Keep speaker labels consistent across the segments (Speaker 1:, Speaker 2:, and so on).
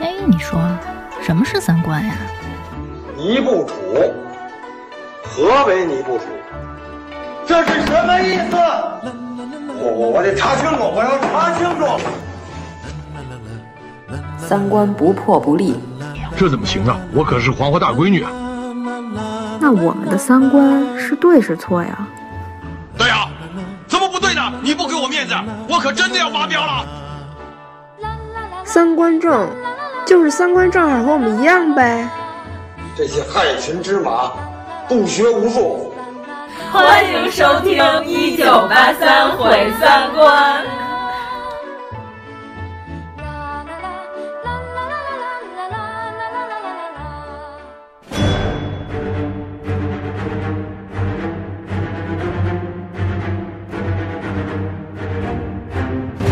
Speaker 1: 哎你说，什么是三观呀？
Speaker 2: 尼布楚，何为尼布楚？这是什么意思？我我我得查清楚，我要查清楚。
Speaker 3: 三观不破不立，
Speaker 4: 这怎么行啊？我可是黄花大闺女啊！
Speaker 5: 那我们的三观是对是错呀？
Speaker 4: 对呀、啊，怎么不对呢？你不给我面子，我可真的要发飙了！
Speaker 5: 三观正，就是三观正好和我们一样呗。
Speaker 2: 这些害群之马，不学无术。
Speaker 6: 欢迎收听《一九八三毁三观》。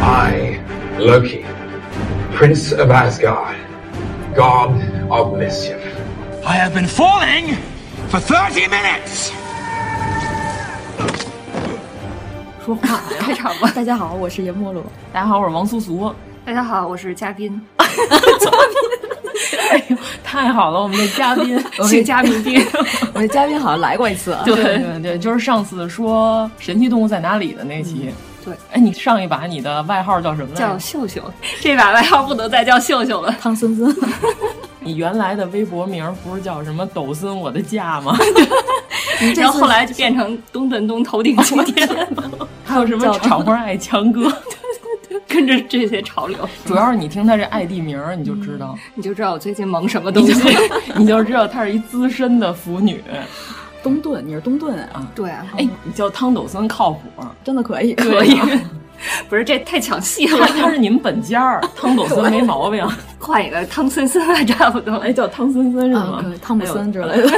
Speaker 7: I, Loki, Prince of Asgard, God of Mischief.
Speaker 4: I have been falling for thirty minutes.
Speaker 8: 说话开场吧。
Speaker 9: 大家好，我是严莫罗。
Speaker 8: 大家好，我是王苏苏。
Speaker 10: 大家好，我是嘉宾。
Speaker 8: 嘉宾，哎呦，太好了！我们的嘉 宾，
Speaker 10: 请嘉 宾宾，
Speaker 9: 我的嘉宾好像来过一次、啊。
Speaker 8: 对对对，就是上次说《神奇动物在哪里》的那期。嗯
Speaker 10: 对，
Speaker 8: 哎，你上一把你的外号叫什么来
Speaker 10: 着？叫秀秀，这把外号不能再叫秀秀了，
Speaker 9: 汤森 森。
Speaker 8: 你原来的微博名不是叫什么“抖森我的家” 吗？
Speaker 10: 然后后来就变成“东震东头顶青哦天” 了，
Speaker 8: 还有什么“厂花爱强哥”，
Speaker 10: 跟着这些潮流。
Speaker 8: 主要是你听他这 ID 名，你就知道，
Speaker 10: 你就知道我最近忙什么东西，
Speaker 8: 你就知道她是一资深的腐女。
Speaker 9: 东顿，你是东顿啊？
Speaker 10: 对啊，
Speaker 8: 哎，你叫汤斗森靠谱，
Speaker 9: 真的可以，
Speaker 8: 可以。
Speaker 10: 不是这太抢戏了，
Speaker 8: 他是你们本家儿，汤斗森没毛病。
Speaker 10: 换一个汤森森还差不多，
Speaker 8: 哎，叫汤森森是吗？
Speaker 9: 啊汤姆森之类的。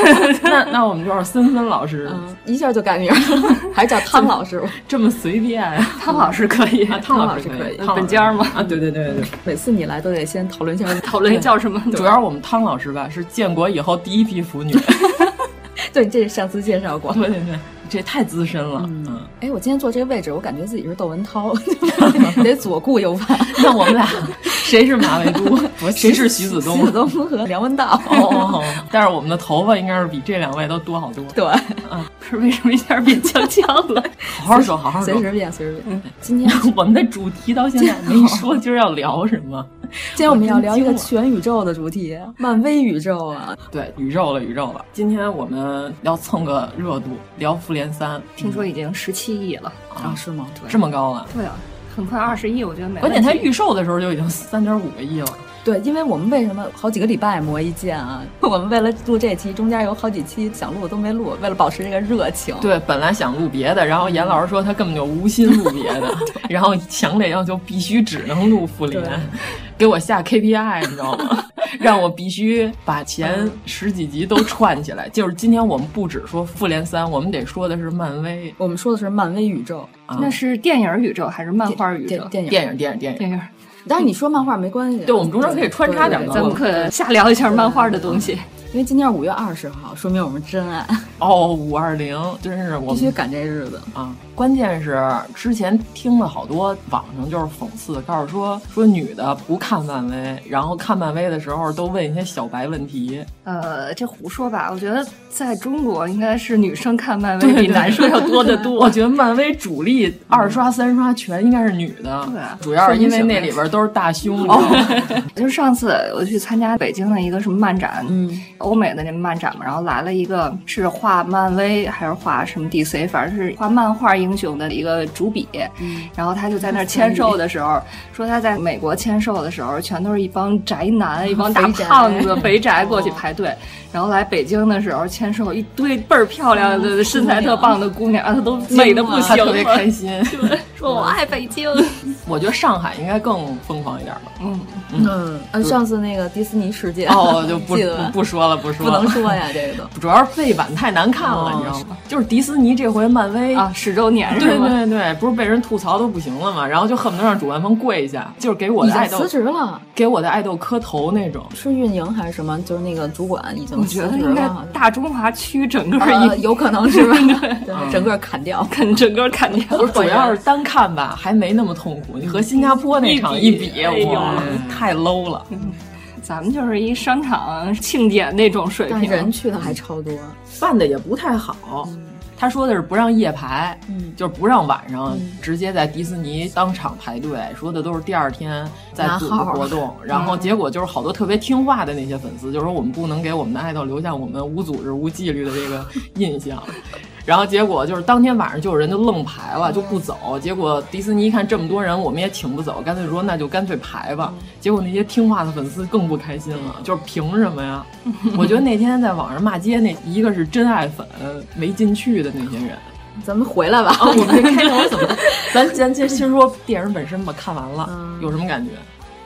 Speaker 8: 那那我们就是森森老师，
Speaker 9: 一下就改名， 还是叫汤老师吧？
Speaker 8: 这么随便呀？
Speaker 10: 汤老师可以，
Speaker 8: 汤老师可以，
Speaker 10: 本家嘛。
Speaker 8: 啊，对对对对，
Speaker 9: 每次你来都得先讨论一下，
Speaker 10: 讨论叫什么。
Speaker 8: 主要我们汤老师吧，是建国以后第一批腐女。
Speaker 9: 对，这上次介绍过。
Speaker 8: 对对对，这太资深了。嗯，
Speaker 9: 哎，我今天坐这个位置，我感觉自己是窦文 涛，得左顾右盼。
Speaker 8: 那我们俩谁是马未都？谁是徐子东？啊
Speaker 9: 徐子东和梁文道。
Speaker 8: 哦，但是我们的头发应该是比这两位都多好多。
Speaker 9: 对，嗯
Speaker 8: 啊，
Speaker 10: 是为什么一下变枪枪了？
Speaker 8: 好好说，嗯好好
Speaker 9: 说，随时变，随时变。今天
Speaker 8: 我们的主题到现在没说今儿要聊什么。
Speaker 9: 今天我们要聊一 个全宇宙的主题，漫威宇宙啊！
Speaker 8: 对，宇宙了，宇宙了。今天我们要蹭个热度，聊《复联三》，
Speaker 10: 听说已经十七亿了
Speaker 8: 啊？是吗？
Speaker 10: 对，
Speaker 8: 这么高了？
Speaker 10: 对啊，很快二十亿，我觉得没。
Speaker 8: 关键它预售的时候就已经三点五个亿了。
Speaker 9: 对，因为我们为什么好几个礼拜磨一剑啊？ 我们为了录这期，中间有好几期想录都没录，为了保持这个热情。
Speaker 8: 对，本来想录别的，然后严老师说他根本就无心录别的，然后强烈要求必须只能录复联，给我下 KPI，你知道吗？ 让我必须把前十几集都串起来。就是今天我们不只说复联三，我们得说的是漫威，
Speaker 9: 我们说的是漫威宇宙。
Speaker 8: 啊、
Speaker 10: 那是电影宇宙还是漫画宇宙？
Speaker 9: 电影
Speaker 8: 电影电影电影。
Speaker 10: 电影
Speaker 9: 但是你说漫画没关系，啊
Speaker 8: 对我们中间可以穿插点，
Speaker 10: 咱们可瞎聊一下漫画的东西。
Speaker 9: 因为今天五月二十号，说明我们真爱
Speaker 8: 哦，五二零真是我
Speaker 9: 必须赶这日子
Speaker 8: 啊！关键是之前听了好多网上就是讽刺，告诉说说女的不看漫威，然后看漫威的时候都问一些小白问题。
Speaker 10: 呃，这胡说吧！我觉得在中国应该是女生看漫 威比男生要多得多。
Speaker 8: 我觉得漫威主力二刷三刷全应该是女的，
Speaker 10: 对，
Speaker 8: 主要是因为那里边都是大胸。
Speaker 10: 就上次我去参加北京的一个什么漫展，
Speaker 8: 嗯。
Speaker 10: 欧美的那漫展嘛，然后来了一个是画漫威还是画什么 DC，反正是画漫画英雄的一个主笔，
Speaker 8: 嗯、
Speaker 10: 然后他就在那儿 签售的时候说他在美国签售的时候全都是一帮宅男，一帮大胖 子啊肥宅过去排队，哦、然后来北京的时候签售一堆倍儿漂亮的、身材特棒的啊姑娘，啊她都美的不行，
Speaker 8: 特别开心，
Speaker 10: 说我爱北京。
Speaker 8: 我觉得上海应该更疯狂一点吧，
Speaker 10: 嗯
Speaker 9: 嗯嗯，上次那个迪士尼事件
Speaker 8: 哦，就 不不说了。不说
Speaker 9: 不能说呀，这个
Speaker 8: 主要是背板太难看了，你知道吗？就是迪士尼这回漫威
Speaker 10: 啊十周年，
Speaker 8: 对对对，不是被人吐槽都不行了嘛，然后就恨不得让主办方跪下，就是给我的爱豆
Speaker 9: 辞职了，
Speaker 8: 给我的爱豆磕头那种。
Speaker 9: 是运营还是什么？就是那个主管已经
Speaker 10: 我觉得应该大中华区整个
Speaker 9: 呃有可 能是吧？对，整个砍
Speaker 8: 嗯
Speaker 9: 掉，
Speaker 10: 砍整个砍掉。
Speaker 8: 主要是单看吧，还没那么痛苦。你和新加坡那场一比，哇，太 low 了。
Speaker 10: 咱们就是一商场庆典那种水
Speaker 9: 但
Speaker 10: 平。
Speaker 9: 人去的还超多，
Speaker 8: 办的也不太好。他说的是不让夜排，
Speaker 9: 嗯
Speaker 8: 就是不让晚上直接在迪士尼当场排队，说的都是第二天再组织
Speaker 9: 拿号嗯
Speaker 8: 活 动。然后结果就是好多特别听话的那些粉丝，就说我们不能给我们的爱豆留下我们无组织、无纪律的这 个印象。然后结果就是当天晚上就有人就愣排了，就不走。
Speaker 9: 嗯
Speaker 8: 结果迪士尼一看这么多人，我们也请不走，干脆说那就干脆排吧。
Speaker 9: 嗯
Speaker 8: 结果那些听话的粉丝更不开心了，就是凭什么呀？ 我觉得那天在网上骂街那一个是真爱粉没进去的那些人。
Speaker 9: 咱们回来吧。
Speaker 8: 啊，我们这开头怎 么？咱咱先先说电影本身吧，看完了
Speaker 9: 嗯
Speaker 8: 有什么感觉？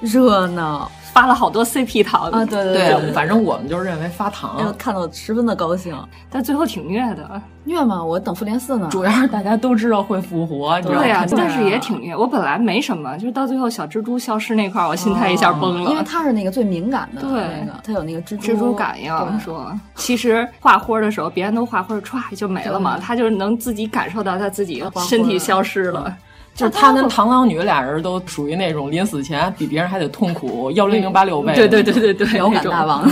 Speaker 9: 热闹
Speaker 10: 发了好多 CP 糖
Speaker 9: 啊，，对对
Speaker 8: 对，反嗯正我们就认为发
Speaker 9: 哎呦
Speaker 8: 糖，
Speaker 9: 看得我十分的高兴。
Speaker 10: 但最后挺虐的。
Speaker 9: 虐吗？我等复联四呢。
Speaker 8: 主要是大家都知道会复活，你知道
Speaker 10: 对
Speaker 8: 吗？
Speaker 10: 呀、
Speaker 8: 看
Speaker 10: 但是也挺虐。我本来没什么，就是到最后小蜘蛛消失那块儿，我心态一下崩了。
Speaker 9: 哦因为他是那个最敏感的，
Speaker 10: 对
Speaker 9: 那个他有那个蜘蛛
Speaker 10: 蜘蛛感应
Speaker 9: 对
Speaker 10: 说， 其实画花的时候，别人都画花歘就没了嘛，他就是能自己感受到他自己身体消失
Speaker 9: 嗯
Speaker 10: 了。
Speaker 8: 就是他跟螳螂女俩人都属于那种临死前比别人还得痛苦幺零零八六倍。
Speaker 10: 对对对对对，
Speaker 9: 遥感大王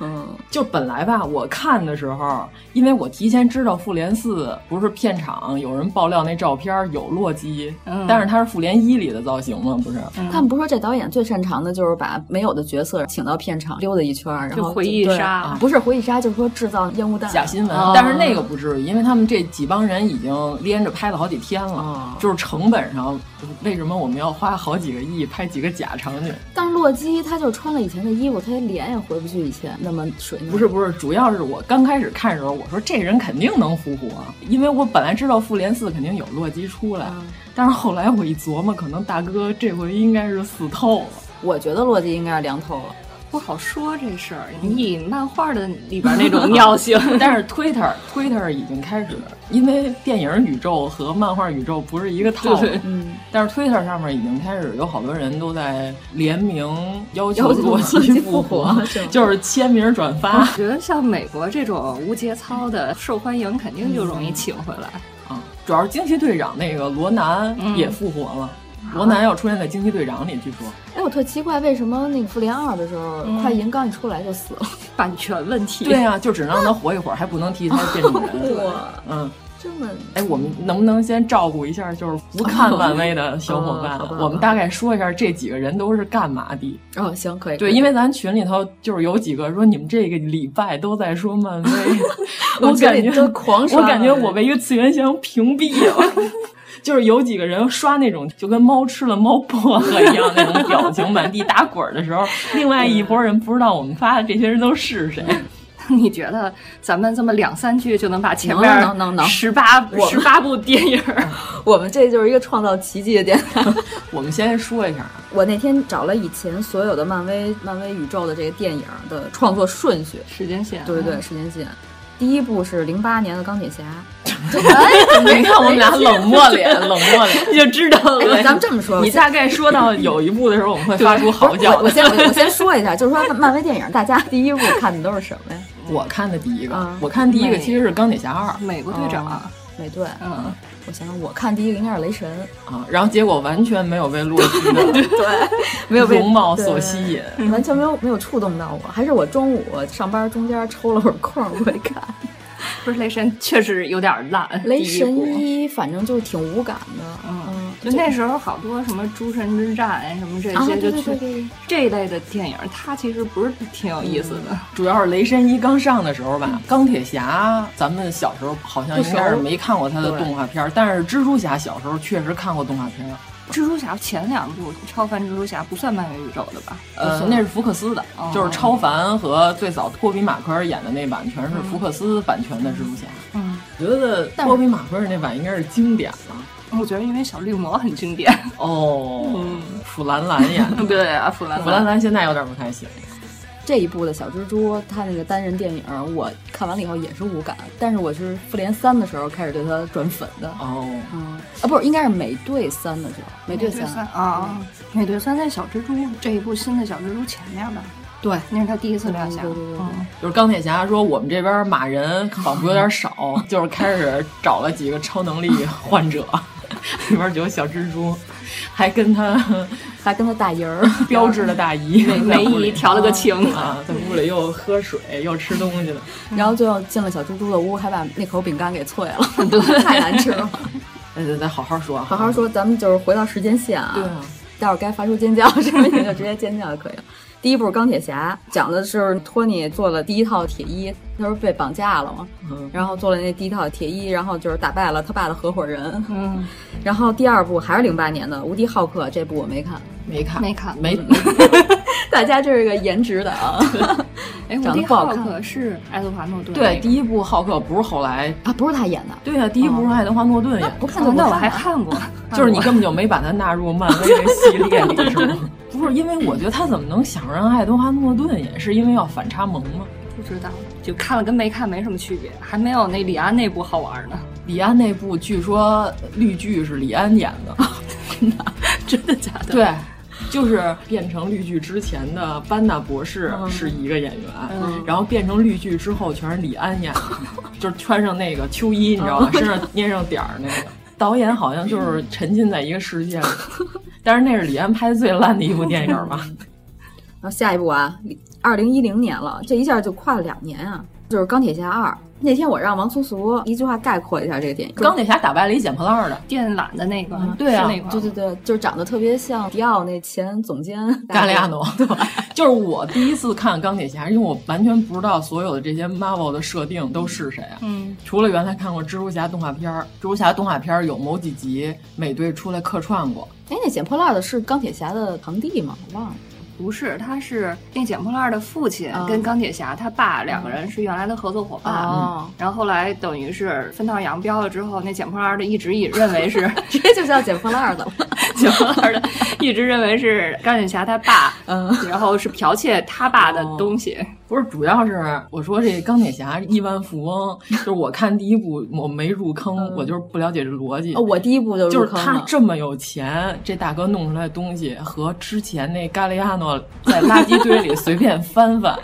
Speaker 9: 那 个，
Speaker 8: 就本来吧，我看的时候，因为我提前知道复联四不是片场有人爆料那照片有洛基，
Speaker 10: 嗯
Speaker 8: 但是他是复联一里的造型嘛，不是？
Speaker 9: 他们不是说这导演最擅长的就是把没有的角色请到片场溜达一圈儿，然
Speaker 10: 就
Speaker 9: 后
Speaker 10: 回忆
Speaker 9: 对
Speaker 10: 杀
Speaker 9: 啊不是回忆杀，就是说制造烟雾弹。
Speaker 8: 假新闻
Speaker 10: 哦，
Speaker 8: 但是那个不至于，因为他们这几帮人已经连着拍了好几天了
Speaker 9: 哦，
Speaker 8: 就是成本上，为什么我们要花好几个亿拍几个假场景？
Speaker 9: 但是洛基他就穿了以前的衣服，他脸也回不去以前那么水嫩。
Speaker 8: 不是不是，主要是我刚开始看的时候，我说这人肯定能复活，因为我本来知道复联四肯定有洛基出
Speaker 10: 嗯
Speaker 8: 来，但是后来我一琢磨，可能大哥这回应该是死透了。
Speaker 9: 我觉得洛基应该是凉透了。
Speaker 10: 不好说这事儿。你以漫画的里边那种 尿性，
Speaker 8: 但是 Twitter Twitter 已经开始，因为电影宇宙和漫画宇宙不是一个套路，
Speaker 9: 嗯，
Speaker 8: 但是 Twitter 上面已经开始有好多人都在联名要求
Speaker 9: 要求
Speaker 8: 洛
Speaker 9: 洛
Speaker 8: 基
Speaker 9: 基
Speaker 8: 复
Speaker 9: 复
Speaker 8: 活
Speaker 9: 活是吗，哦
Speaker 8: 就是签名转发
Speaker 10: 我觉得像美国这种无节操的受欢迎，肯定就容
Speaker 9: 嗯
Speaker 10: 易请回来。
Speaker 8: 啊。主要是惊奇队长那个罗南
Speaker 10: 嗯
Speaker 8: 也复活了，罗南要出现在惊奇队长里，据说。
Speaker 9: 哎，我特奇怪为什么那个复联二的时候，快银刚一出来就死了。
Speaker 10: 版权问题，
Speaker 8: 对啊，就只能让他活一会儿，还不能替他变种 人。
Speaker 9: 哇，
Speaker 8: 嗯，
Speaker 9: 这么
Speaker 8: 哎，我们能不能先照顾一下，就是不看漫威的小伙伴
Speaker 9: 哦好吧好？吧
Speaker 8: 我们大概说一下这几个人都是干嘛的？
Speaker 9: 哦，行可以。
Speaker 8: 对，因为咱群里头就是有几个说你们这个礼拜都在说漫威， 我
Speaker 9: 我
Speaker 8: 感觉
Speaker 9: 群里都狂刷
Speaker 8: 我感觉
Speaker 9: 漫威
Speaker 8: 我被一个次元墙屏蔽 了。就是有几个人刷那种就跟猫吃了猫薄荷一样那种表情，满地打滚儿的时候，另外一拨人不知道我们发的这些人都是谁。
Speaker 10: 你觉得咱们这么两三句就能把前面
Speaker 9: 能能能能嗯
Speaker 10: 十八十八部电影儿
Speaker 9: 我们这就是一个创造奇迹的电台。
Speaker 8: 我们先说一下，
Speaker 9: 我那天找了以前所有的漫威漫威宇宙的这个电影的创作顺序，
Speaker 10: 时间线，嗯
Speaker 9: 对对对，时间线。第一部是零八年的钢铁侠，
Speaker 8: 没看我们俩 冷漠脸，冷漠脸，你就知道
Speaker 9: 哎 咱们这么说，
Speaker 8: 你
Speaker 9: 我先
Speaker 8: 大概说到有一部的时候，我们会发出嚎叫
Speaker 9: 我我先我先说一下，就是说漫威电影，大家第一部看的都是什么呀？
Speaker 8: 我看的第一个
Speaker 9: 啊，
Speaker 8: 我看第一个其实是钢铁侠二
Speaker 10: 美国队长，啊
Speaker 9: 美队，
Speaker 10: 嗯，
Speaker 9: 我想想，我看第一个应该是雷神，
Speaker 8: 啊，然后结果完全没有被洛基的
Speaker 9: 没有被
Speaker 8: 容貌所吸引。
Speaker 9: 对完全没有没有触动到我。还是我中午上班中间抽了会儿空我会 看
Speaker 10: 不是雷神确实有点烂，
Speaker 9: 雷
Speaker 10: 第一
Speaker 9: 神
Speaker 10: 部。
Speaker 9: 一，反反正就是挺无感的，
Speaker 10: 嗯
Speaker 9: 嗯，
Speaker 10: 就那时候好多什么诸神之战什么这
Speaker 9: 啊
Speaker 10: 些，就
Speaker 9: 对对
Speaker 10: 去
Speaker 9: 对对
Speaker 10: 这一类的电影，它其实不是挺有意思
Speaker 9: 嗯
Speaker 10: 的。
Speaker 8: 主要是雷神一刚上的时候吧，钢铁侠咱们小时候好像应该是没看过他的动画片儿，但是蜘蛛侠小时候确实看过动画片儿。
Speaker 10: 蜘蛛侠前两部超凡蜘蛛侠不算漫威宇宙的吧？
Speaker 8: 呃，那是福克斯的，
Speaker 10: 哦
Speaker 8: 就是超凡和最早托比马奎尔演的那版，全是福克斯版权的蜘蛛侠。
Speaker 10: 嗯，
Speaker 8: 我觉得托比马奎尔那版应该是经典了。
Speaker 10: 我觉得因为小绿魔很经 典。
Speaker 8: 哦，腐兰兰演的，
Speaker 10: 对啊，弗兰
Speaker 8: 腐兰兰现在有点不太行。
Speaker 9: 这一部的小蜘蛛，它那个单人电影，我看完了以后也是无感，但是我是复联三的时候开始对它转粉的。
Speaker 8: 哦，
Speaker 9: 嗯，啊，不是，应该是美队三的时候，美队三，
Speaker 10: 啊，美队三在小蜘蛛这一部新的小蜘蛛前面吧？对，那是他第一次亮相。
Speaker 9: 对对对对对
Speaker 10: 嗯
Speaker 8: 就是钢铁侠说我们这边骂人仿佛有点 少，就是开始找了几个超能力患者，里边就有小蜘蛛。还跟他
Speaker 9: 还跟他大姨 儿
Speaker 8: 标志的大姨
Speaker 10: 梅梅姨调了个情
Speaker 8: 啊，在屋里又喝水又吃东西了。
Speaker 9: 然后最后进了小猪猪的屋，还把那口饼干给啐了， 太难吃了。
Speaker 8: 咱咱咱好好说啊，
Speaker 9: 好好说，咱们就是回到时间线啊。
Speaker 8: 对啊，
Speaker 9: 待会儿该发出尖叫什么，你就直接尖叫就可以了。第一部《钢铁侠》讲的是托尼做了第一套铁衣，他不是被绑架了吗？
Speaker 8: 嗯
Speaker 9: 然后做了那第一套铁衣，然后就是打败了他爸的合伙人。
Speaker 10: 嗯，
Speaker 9: 然后第二部还是零八年的《无敌浩克》，这部我没看，
Speaker 8: 没看
Speaker 10: 没看
Speaker 8: 没
Speaker 9: 大家这是个颜值的啊，
Speaker 10: 哎，
Speaker 9: 长
Speaker 10: 无
Speaker 9: 得
Speaker 10: 敌
Speaker 9: 不好
Speaker 10: 浩
Speaker 9: 看
Speaker 10: 克是爱德华诺顿
Speaker 8: 对第一部浩克不是后来
Speaker 9: 啊，不是他演的，啊
Speaker 8: 对呀、第一部是爱德华诺顿演的，
Speaker 9: 不看
Speaker 10: 哦
Speaker 9: 就不
Speaker 10: 那
Speaker 9: 看
Speaker 10: 我还
Speaker 9: 了
Speaker 10: 看过，
Speaker 8: 就是你根本就没把他纳入漫威的系列 里，是吗？不是，因为我觉得他怎么能想让爱德华诺顿演，是因为要反差萌吗？
Speaker 10: 不知道，就看了跟没看没什么区别，还没有那李安那部好玩呢。
Speaker 8: 李安那部据说绿巨是李安演 的，
Speaker 10: 真的假的？
Speaker 8: 对，就是变成绿巨之前的班纳博士是一个演员，然后变成绿巨之后全是李安 演的，就是穿上那个秋衣，你知道 吧，身上捏上点儿那个。导演好像就是沉浸在一个世 界里，但是那是李安拍的最烂的一部电影吧？
Speaker 9: 然后下一部啊，二零一零年了，这一下就跨了两年啊，就是《钢铁侠二》。那天我让王苏苏一句话概括一下这个电影，
Speaker 8: 钢铁侠打败了一捡破烂儿的，
Speaker 10: 电缆的那个，
Speaker 9: 对啊
Speaker 10: 是那，个
Speaker 9: 对对对，就是长得特别像迪奥那前总监
Speaker 8: 加利 亚诺，对，就是我第一次看钢铁侠，因为我完全不知道所有的这些 Marvel 的设定都是谁啊。
Speaker 10: 嗯，
Speaker 8: 除了原来看过蜘蛛侠动画片儿，蜘蛛侠动画片儿有某几集美队出来客串过，
Speaker 9: 哎，那捡破烂的是钢铁侠的堂弟吗？我忘了。
Speaker 10: 不是，他是那捡破烂的父亲
Speaker 9: 啊
Speaker 10: 跟钢铁侠他爸两个人是原来的合作伙伴。
Speaker 9: 哦，
Speaker 10: 然后后来等于是分道扬镳了之后，那捡破烂的一直以认为是
Speaker 9: 直接就叫捡破 烂的。
Speaker 10: 捡破烂的，一直认为是钢铁侠他爸，
Speaker 9: 嗯，
Speaker 10: 然后是剽窃他爸的东西。
Speaker 8: 不是，主要是我说这钢铁侠亿万富 翁，就是我看第一部我没入坑，我就是不了解这逻辑。
Speaker 9: 嗯哦我第一部就
Speaker 8: 就是是他这么有钱，这大哥弄出来的东西和之前那咖利亚诺在垃圾堆里随便翻翻，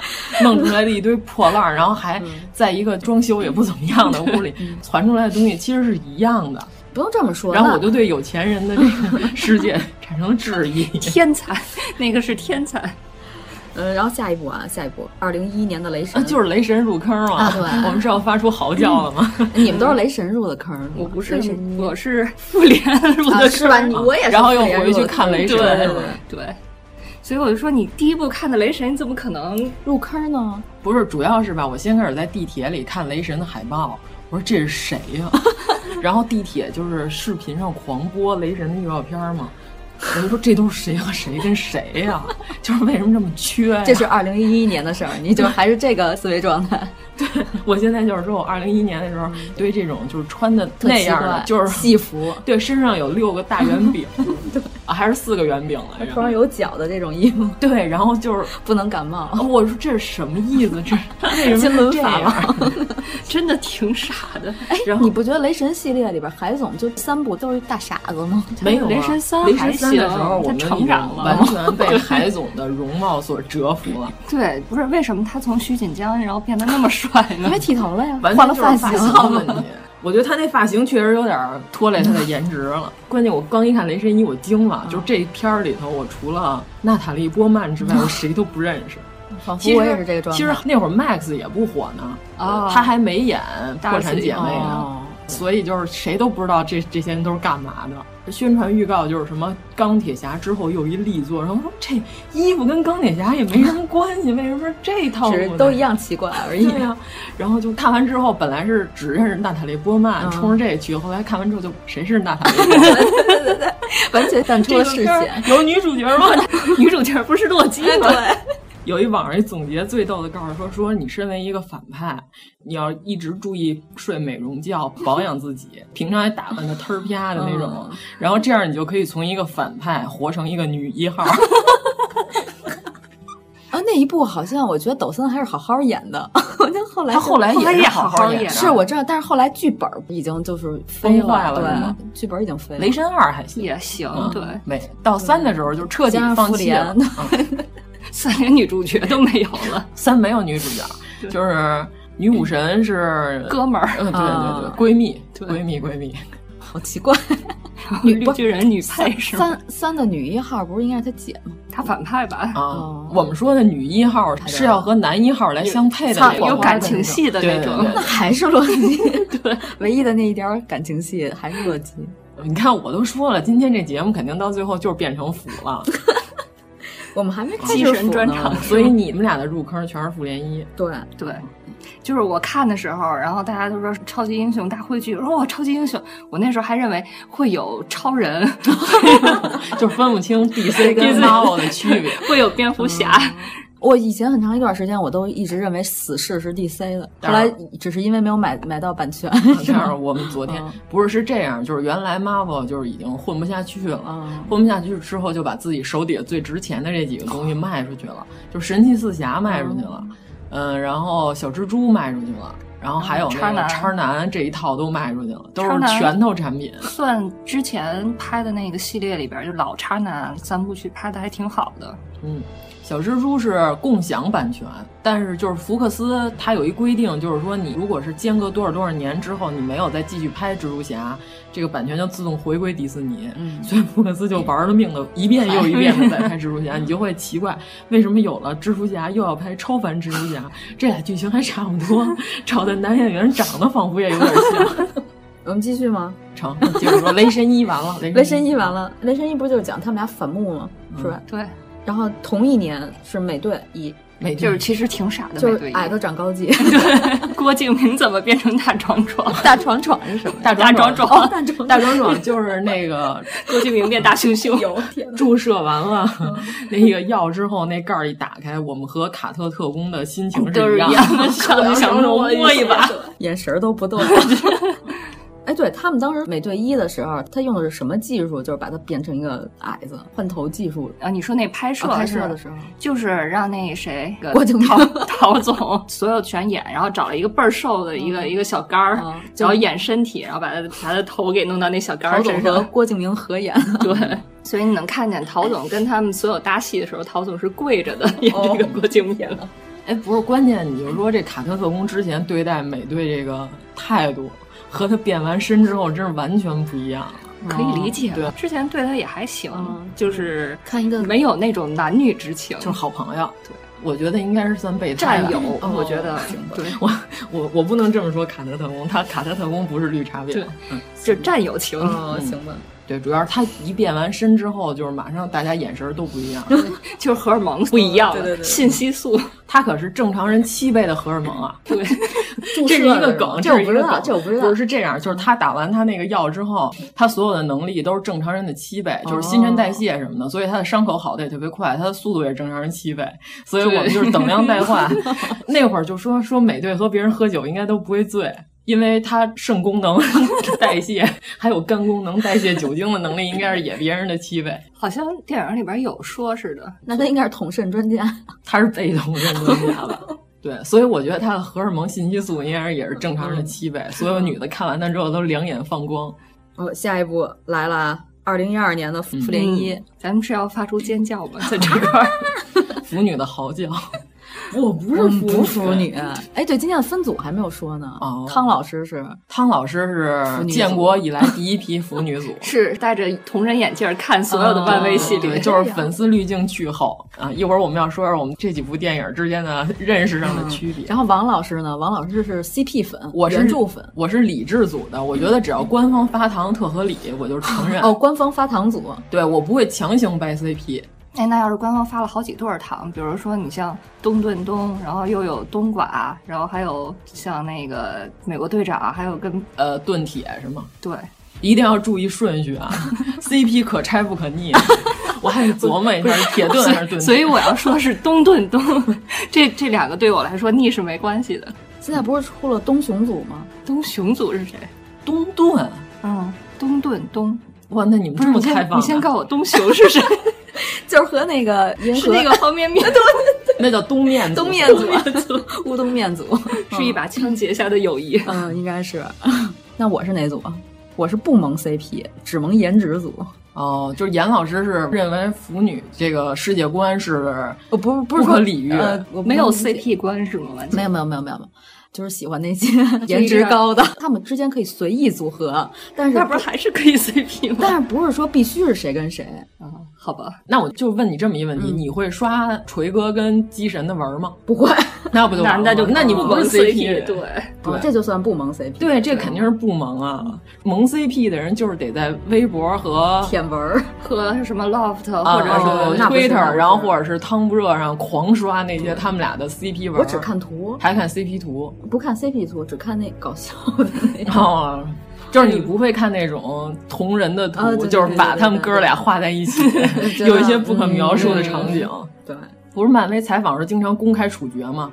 Speaker 8: 弄出来的一堆破烂儿，然后
Speaker 9: 嗯
Speaker 8: 还在一个装修也不怎么样的屋里传出来的东西，其实是一样的。
Speaker 9: 不用这么说。
Speaker 8: 然后
Speaker 9: 那
Speaker 8: 我就对有钱人的这个世界产生了质 疑。
Speaker 10: 天才，那个是天才，
Speaker 9: 嗯，然后下一部啊，下一部二零一一年的雷神，
Speaker 8: 啊，就是雷神入坑嘛，
Speaker 9: 啊对
Speaker 8: 我们是要发出嚎叫了吗？
Speaker 9: 你们都
Speaker 8: 嗯
Speaker 9: 是雷神入的坑，
Speaker 10: 我不是
Speaker 9: 雷神，
Speaker 10: 我是复联入
Speaker 9: 嗯啊
Speaker 10: 的
Speaker 9: 是吧？你我也是。
Speaker 8: 然后又回去看雷神
Speaker 9: 对对
Speaker 8: 是吧
Speaker 9: 对，
Speaker 10: 对，所以我就说你第一部看的雷神，你怎么可能
Speaker 9: 入坑呢？
Speaker 8: 不是，主要是吧，我先开始在地铁里看雷神的海报，我说这是谁 呀、然后地铁就是视频上狂播雷神的预告片嘛，我就说这都是谁和谁跟谁 呀、就是为什么这么缺呀、
Speaker 9: 这是二零一一年的事儿，你就还是这个思维状态，
Speaker 8: 我现在就是说我二零一年的时候，对这种就是穿的
Speaker 9: 嗯特
Speaker 8: 那
Speaker 9: 奇
Speaker 8: 样的
Speaker 9: 怪，
Speaker 8: 就是
Speaker 9: 戏服，
Speaker 8: 对身上有六个大圆 饼，啊还是四个圆饼来
Speaker 9: 头上
Speaker 8: 着。
Speaker 9: 有角的这种衣服
Speaker 8: 对，然后就是
Speaker 9: 不能感冒。
Speaker 8: 啊我说这是什么意思？ 这为什
Speaker 9: 金
Speaker 8: 么
Speaker 9: 轮
Speaker 8: 这
Speaker 9: 法
Speaker 8: 样？
Speaker 9: 吗？
Speaker 10: 真的挺傻的？
Speaker 9: 哎
Speaker 8: 然，后
Speaker 9: 你不觉得雷神系列里边海总就三部都是大傻子吗？
Speaker 8: 没有啊
Speaker 10: 雷神三
Speaker 8: 雷
Speaker 10: 还
Speaker 8: 神三的时候，
Speaker 10: 行
Speaker 8: 我们
Speaker 10: 他成长了
Speaker 8: 已经完全被海总的容貌所折服 了，
Speaker 10: 对，不是为什么他从徐锦江然后变得那么帅呢
Speaker 9: 因？为剃头了呀，
Speaker 8: 完
Speaker 9: 换
Speaker 8: 全
Speaker 9: 了
Speaker 8: 就是发
Speaker 9: 发型。
Speaker 8: 的问题。我觉得他那发型确实有点儿拖累他的颜值了。关键我刚一看《雷神一》，我惊了，
Speaker 10: 嗯
Speaker 8: 就是这片儿里头，我除了娜塔莉波曼 之外，我谁都不认识。
Speaker 9: 仿佛
Speaker 8: 其实
Speaker 9: 我也是这个状态。
Speaker 8: 其实那会儿 Max 也不火呢，
Speaker 10: 哦
Speaker 8: 他还没演《
Speaker 10: 大
Speaker 8: 破产姐妹》呢，
Speaker 9: 哦，
Speaker 8: 所以就是谁都不知道这这些人都是干嘛的。宣传预告就是什么钢铁侠之后又一力作，然后说这衣服跟钢铁侠也没什么关系，为什么是这套
Speaker 9: 只
Speaker 8: 服
Speaker 9: 是
Speaker 8: 呢
Speaker 9: 都一样奇怪而已。
Speaker 8: 对呀、然后就看完之后，本来是只认识娜塔莉波曼，
Speaker 9: 嗯
Speaker 8: 冲着这去，后来看完之后就谁是娜塔莉 波曼？
Speaker 9: 完全淡出
Speaker 8: 这
Speaker 9: 了
Speaker 8: 个
Speaker 9: 视
Speaker 8: 片儿
Speaker 9: 线。
Speaker 8: 有女主角吗？
Speaker 10: 女主角不是洛基吗？
Speaker 8: 有一网上一总结最逗的，告诉说说你身为一个反派，你要一直注意睡美容觉，保养自己，平常也打扮的忒儿啪的那种，然后这样你就可以从一个反派活成一个女一号。
Speaker 9: 啊，那一部好像我觉得抖森还是好好演的， 那后来
Speaker 8: 他后来
Speaker 10: 后来
Speaker 8: 也
Speaker 10: 也
Speaker 8: 是
Speaker 10: 好好
Speaker 8: 好
Speaker 10: 演
Speaker 8: 演
Speaker 10: 啊
Speaker 8: 的，
Speaker 9: 是我知道，但是后来剧本已经就是飞
Speaker 8: 崩坏了是
Speaker 9: 了
Speaker 8: 吗，
Speaker 9: 对，剧本已经飞了。
Speaker 8: 雷神二还行。
Speaker 10: 也行，嗯
Speaker 8: 嗯
Speaker 10: 对，
Speaker 8: 没到三的时候就彻底
Speaker 9: 加上
Speaker 8: 放
Speaker 9: 复
Speaker 8: 弃了
Speaker 9: 联，
Speaker 10: 三连女主角都没有 了，
Speaker 8: 三没有女主角，就是女武神是
Speaker 10: 哥们儿。
Speaker 8: 嗯，对对
Speaker 9: 啊
Speaker 8: 对，闺蜜，闺蜜，闺蜜。
Speaker 9: 好奇怪。
Speaker 10: 绿巨人女配是吗？
Speaker 9: 三三的女一号不是应该是他姐吗？
Speaker 10: 她反派吧？
Speaker 9: 哦
Speaker 8: 啊，我们说的女一号是要和男一号来相配的
Speaker 10: 操
Speaker 8: 那种，
Speaker 10: 有感情戏的那种
Speaker 8: 对对对
Speaker 9: 那还是洛基， 对，唯一的那一点儿感情戏还是洛基。
Speaker 8: 你看，我都说了，今天这节目肯定到最后就是变成腐了，
Speaker 9: 我们还没
Speaker 10: 精神专
Speaker 9: 开始
Speaker 10: 场
Speaker 9: 呢，
Speaker 8: 所以你们俩的入坑全是复联一。
Speaker 9: 对，
Speaker 10: 对，就是我看的时候，然后大家都说超级英雄大汇聚，我说哇，哦超级英雄，我那时候还认为会有超人，
Speaker 8: 就分不清 DC 跟
Speaker 10: DC
Speaker 8: Marvel 的区别。
Speaker 10: 会有蝙蝠侠，
Speaker 9: 我以前很长一段时间我都一直认为死侍是 DC 的，
Speaker 10: 啊
Speaker 9: 后
Speaker 8: 当然
Speaker 9: 来只是因为没有买买到版权。
Speaker 8: 这样，我们昨天
Speaker 9: 嗯
Speaker 8: 不是是这样，就是原来 Marvel 就是已经混不下去了，
Speaker 10: 啊
Speaker 9: 嗯
Speaker 8: 混不下去之后就把自己手底下最值钱的这几个东西卖出去了，就神奇四侠卖出去了，嗯，然后小蜘蛛卖出去了，然后还有那
Speaker 10: 嗯
Speaker 8: 个
Speaker 10: 叉
Speaker 8: 叉男这一套都卖出去了，都
Speaker 10: 叉
Speaker 8: 是
Speaker 10: 男
Speaker 8: 拳头产品。
Speaker 10: 算之前拍的那个系列里边，就老渣男三部曲拍的还挺好的。
Speaker 8: 嗯，小蜘蛛是共享版权，但是就是福克斯它有一规定，就是说你如果是间隔多少多少年之后，你没有再继续拍蜘蛛侠，这个版权就自动回归迪士尼。
Speaker 9: 嗯
Speaker 8: 所以福克斯就玩了命的一遍又一遍的在拍蜘蛛侠，你就会奇怪为什么有了蜘蛛侠又要拍超凡蜘蛛侠，这俩剧情还差不多，找的男演员长得仿佛也有点像。
Speaker 9: 我们继续吗？
Speaker 8: 成，接着说雷神一完了，雷
Speaker 9: 雷神一
Speaker 8: 完
Speaker 9: 完了，雷神一不是就是讲他们俩反目吗？是吧？
Speaker 10: 对，
Speaker 9: 然后同一年是美队一，
Speaker 8: 没
Speaker 10: 就是其实挺傻的，
Speaker 9: 就
Speaker 10: 美
Speaker 9: 是
Speaker 10: 队一
Speaker 9: 矮。子长高记，
Speaker 10: 对，郭敬明怎么变成 大壮壮？
Speaker 9: 大床床是什么？
Speaker 8: 大
Speaker 10: 大
Speaker 8: 壮壮
Speaker 10: 壮壮，
Speaker 9: 大床
Speaker 8: 大壮壮就是那个
Speaker 10: 郭敬明变大熊熊。
Speaker 9: 有天 哪！
Speaker 8: 注射完了、
Speaker 10: 嗯
Speaker 8: 那个药之后，那盖儿一打开，我们和卡特特工的心情
Speaker 10: 哦都
Speaker 8: 一
Speaker 10: 是一
Speaker 8: 样
Speaker 10: 样
Speaker 8: 的
Speaker 10: 的，上去想说摸一把，
Speaker 9: 眼神儿都不动。哎，对他们当时美队一的时候，他用的是什么技术？就是把它变成一个矮子，换头技术。
Speaker 10: 啊，你说那拍摄
Speaker 9: 啊拍
Speaker 10: 是
Speaker 9: 摄的时候，
Speaker 10: 就是让那谁
Speaker 9: 郭敬明
Speaker 10: 陶陶总所有全演，然后找了一个倍儿瘦的一个、一个小杆儿、
Speaker 9: 嗯就
Speaker 10: 然后演身体，然后把他把他的头给弄到那小杆
Speaker 9: 陶
Speaker 10: 儿
Speaker 9: 总
Speaker 10: 身
Speaker 9: 和
Speaker 10: 上。
Speaker 9: 郭敬明合演，
Speaker 10: 对，所以你能看见陶总跟他们所有搭戏的时候，陶总是跪着的
Speaker 9: 哦
Speaker 10: 演这个郭敬明。
Speaker 8: 哎，不是，关键你就说这卡特特工之前对待美队这个态度，和他变完身之后真是完全不一样。
Speaker 10: 可以理解、
Speaker 8: 对
Speaker 10: 之前嗯对他也还行，就是
Speaker 9: 嗯看一个
Speaker 10: 没有那种男女之情，
Speaker 8: 就是好朋友。对，我觉得应该是算备胎
Speaker 10: 战
Speaker 8: 吧
Speaker 10: 友、
Speaker 8: 哦
Speaker 10: 我觉得对，
Speaker 8: 我我我不能这么说卡特特工，他卡特特工不是绿茶婊
Speaker 10: 对。嗯
Speaker 8: 嗯，
Speaker 10: 就战友情。
Speaker 9: 哦，行吧。
Speaker 8: 对，主要是他一变完身之后，就是马上大家眼神都不一样。
Speaker 10: 就是荷尔蒙不一样了，
Speaker 9: 对对对
Speaker 10: 信息素。
Speaker 8: 他可是正常人七倍的荷尔蒙 啊！
Speaker 10: 对，
Speaker 9: 注
Speaker 8: 这
Speaker 9: 射
Speaker 8: 是一个
Speaker 9: 的
Speaker 8: 梗，
Speaker 9: 是吗这
Speaker 8: 是
Speaker 9: 我
Speaker 8: 一
Speaker 9: 不
Speaker 8: 个
Speaker 9: 知道，
Speaker 8: 梗
Speaker 9: 这我不知道。
Speaker 8: 不是嗯这样，就是他打完他那个药之后，他所有的能力都是正常人的七倍，就是新陈代谢什么的，所以他的伤口好的也特别快，他的速度也正常人七 倍，所以我们就是等量代 换。那会儿就说说美队和别人喝酒应该都不会醉。因为他肾功能 代谢，还有肝功能代谢酒精的能力，应该是也别人的七倍。
Speaker 10: 好像电影里边有说似的，
Speaker 9: 那他应该是统肾专家。
Speaker 8: 他是被动认专家 吧？对，所以我觉得他的荷尔蒙信息素应该是也是正常
Speaker 9: 嗯
Speaker 8: 人的七倍。所有女的看完他之后都两眼放光。
Speaker 9: 哦，下一步来了，二零一二年的复复联一，
Speaker 10: 咱们是要发出尖叫吗？在这块 儿，。
Speaker 8: 腐女的嚎叫。我嗯不
Speaker 9: 我们不腐女。哎，对，今天的分组还没有说呢。
Speaker 8: 哦
Speaker 9: 康老师是
Speaker 8: 汤老师
Speaker 9: 腐
Speaker 8: 是
Speaker 9: 女组
Speaker 8: 建国以来第一批腐女组 嗯
Speaker 10: 是戴着同人眼镜儿看所有的漫威系列，
Speaker 8: 对，就是粉丝滤镜巨厚啊！一会儿我们要说说我们这几部电影之间的认识上的区别。
Speaker 9: 嗯然后王老师呢？王老师是 CP 粉，
Speaker 8: 我是
Speaker 9: 原著粉。
Speaker 8: 我是理智组的，我觉得只要官方发糖特合理，我就承认。
Speaker 9: 哦，，官方发糖组，
Speaker 8: 对我不会强行掰 CP。
Speaker 10: 哎，那要是官方发了好几对儿糖，比如说你像东顿东，然后又有冬瓜，然后还有像那个美国队长，还有跟
Speaker 8: 呃，盾铁是吗？
Speaker 10: 对，
Speaker 8: 一定要注意顺序啊，CP 可拆不可逆。我还得琢磨一下，是铁盾还是盾铁？
Speaker 10: 所以我要说是东顿东， 这这两个对我来说逆是没关系的。
Speaker 9: 现在不是出了东雄组吗？
Speaker 10: 东雄组是谁？
Speaker 8: 东盾，
Speaker 10: 嗯，东顿东，
Speaker 8: 哇，那你们
Speaker 10: 不
Speaker 8: 这
Speaker 10: 是
Speaker 8: 么
Speaker 10: 你
Speaker 8: 开
Speaker 10: 先
Speaker 8: 放、啊
Speaker 10: 你先告诉我东雄是谁？
Speaker 9: 就是和那个银河
Speaker 10: 是那个方便 面，
Speaker 8: 那叫东面
Speaker 9: 东面组、啊 乌冬面 组，
Speaker 10: 是一把枪结下的友谊。
Speaker 9: 嗯，应该是。那我是哪组？啊我是不萌 CP，只萌颜值组。
Speaker 8: 哦，就是严老师是认为腐女这个世界观是
Speaker 9: 哦，不是，不是
Speaker 8: 不可
Speaker 9: 说
Speaker 8: 理喻
Speaker 9: 呃，我不
Speaker 10: 没有
Speaker 9: 能理解
Speaker 10: CP 观是吗？完全
Speaker 9: 没有没有没有没有没有， 就是喜欢那些颜值高的，他们之间可以随意组合，但是
Speaker 10: 那不是还是可以 CP 吗？
Speaker 9: 但是不是说必须是谁跟谁？啊
Speaker 10: 好吧，
Speaker 8: 那我就问你这么一问题：你会刷锤哥跟机神的文吗？
Speaker 9: 不会，
Speaker 8: 那不就完
Speaker 10: 男
Speaker 8: 了
Speaker 10: 的就
Speaker 8: 那你不
Speaker 10: 不
Speaker 8: 是
Speaker 10: 是
Speaker 8: CP？
Speaker 10: 对，
Speaker 8: 对
Speaker 9: 啊这就算不萌 CP。
Speaker 8: 对，这肯定是不萌啊！萌 CP 的人就是得在微博和
Speaker 9: 舔文儿，
Speaker 10: 和什么 Loft
Speaker 8: 啊，
Speaker 10: 或者
Speaker 8: 然后
Speaker 9: 是那不是
Speaker 8: Twitter，
Speaker 9: 那不是
Speaker 8: 然后或者是汤不热上狂刷那些他们俩的 CP 文，
Speaker 9: 我只看图，
Speaker 8: 还看 CP 图
Speaker 9: 不看 CP 图，只看那搞笑的那种。
Speaker 8: 哦。就是你不会看那种同人的
Speaker 9: 啊对
Speaker 8: 图，
Speaker 9: 对
Speaker 8: 就是把
Speaker 9: 对对
Speaker 8: 他们哥俩画在一起，
Speaker 9: 对
Speaker 8: 有一些不可描述的场景。
Speaker 9: 对，
Speaker 8: 不是漫威采访时经常公开处决吗？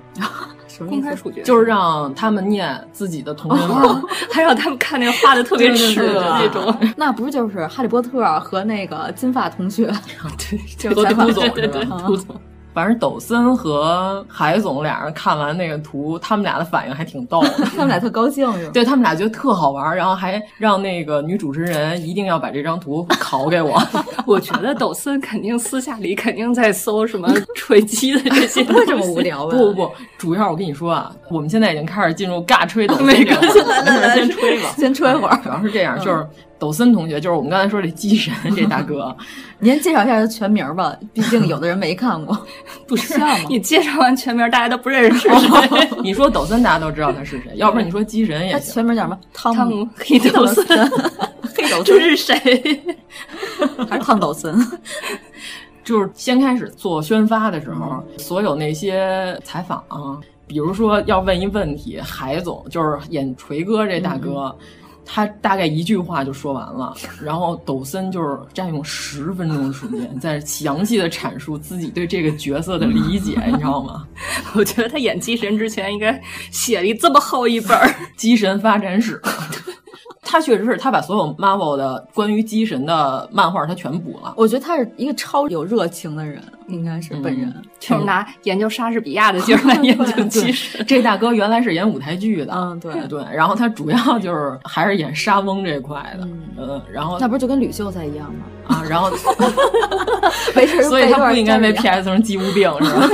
Speaker 9: 什么
Speaker 10: 公
Speaker 9: 意思
Speaker 10: 开处决，
Speaker 8: 就是让他们念自己的同人文，
Speaker 10: 还让他们看那个画的特别
Speaker 8: 对
Speaker 10: 屎
Speaker 8: 对对
Speaker 10: 的那种，
Speaker 9: 那不就是哈利波特和那个金发同学？
Speaker 8: 这都
Speaker 9: 采访
Speaker 8: 秃总
Speaker 10: 对
Speaker 8: 是
Speaker 10: 对
Speaker 8: 吧？秃总。反正抖森和海总俩人看完那个图，他们俩的反应还挺逗的。
Speaker 9: 他们俩特高兴是吧？
Speaker 8: 对他们俩觉得特好玩儿，然后还让那个女主持人一定要把这张图拷给我。
Speaker 10: 我觉得抖森肯定私下里肯定在搜什么 锤击的这 些，
Speaker 9: 为什么无？聊
Speaker 8: 不
Speaker 9: 吧？
Speaker 8: 不不，主要我跟你说啊，我们现在已经开始进入尬吹抖森
Speaker 10: 没
Speaker 8: 这个环
Speaker 10: 关系
Speaker 8: 节了，
Speaker 10: 来来 来
Speaker 8: 先吹 吧。
Speaker 9: 先吹会儿。
Speaker 8: 主要是这样，就是
Speaker 10: 嗯
Speaker 8: 抖森同学，就是我们刚才说这机神这大哥， 啊
Speaker 9: 您介绍一下他全名吧，毕竟有的人没看过。
Speaker 10: 不是
Speaker 9: 像吗
Speaker 10: 你介绍完全名，大家都不认识是谁。
Speaker 8: 你说抖森大家都知道他是谁，要不然你说机神
Speaker 9: 他
Speaker 8: 也行。
Speaker 9: 全名叫什么？汤
Speaker 10: 汤
Speaker 9: 姆
Speaker 10: 姆黑抖森，
Speaker 9: 黑抖
Speaker 10: 这
Speaker 9: 森
Speaker 10: 是谁？
Speaker 9: 还是汤抖森？
Speaker 8: 就是先开始做宣发的时候，所有那些采访、比如说要问一问题，海总就是演锤哥这大哥。
Speaker 10: 嗯
Speaker 8: 他大概一句话就说完了，然后抖森就是占用十分钟的时间，在详细的阐述自己对这个角色的理 解，你知道吗？
Speaker 10: 我觉得他演机神之前应该写了一这么厚一本儿。
Speaker 8: 机神发展史。 他确实是，他把所有 Marvel 的关于机神的漫画他全补了。
Speaker 9: 我觉得他是一个超有热情的人，应该是本人。
Speaker 10: 就是拿研究莎士比亚的劲儿来 研究机 神，
Speaker 8: 这大哥原来是演舞台剧的，
Speaker 9: 嗯对
Speaker 8: 对，然后他主要就是还是演沙翁这一块的，
Speaker 9: 嗯
Speaker 8: 嗯，然后
Speaker 9: 那不是就跟吕秀才一样吗？
Speaker 8: 啊，然 后
Speaker 9: 没事，
Speaker 8: 所以他不应该被
Speaker 9: 被
Speaker 8: PS 成鸡无病是吧？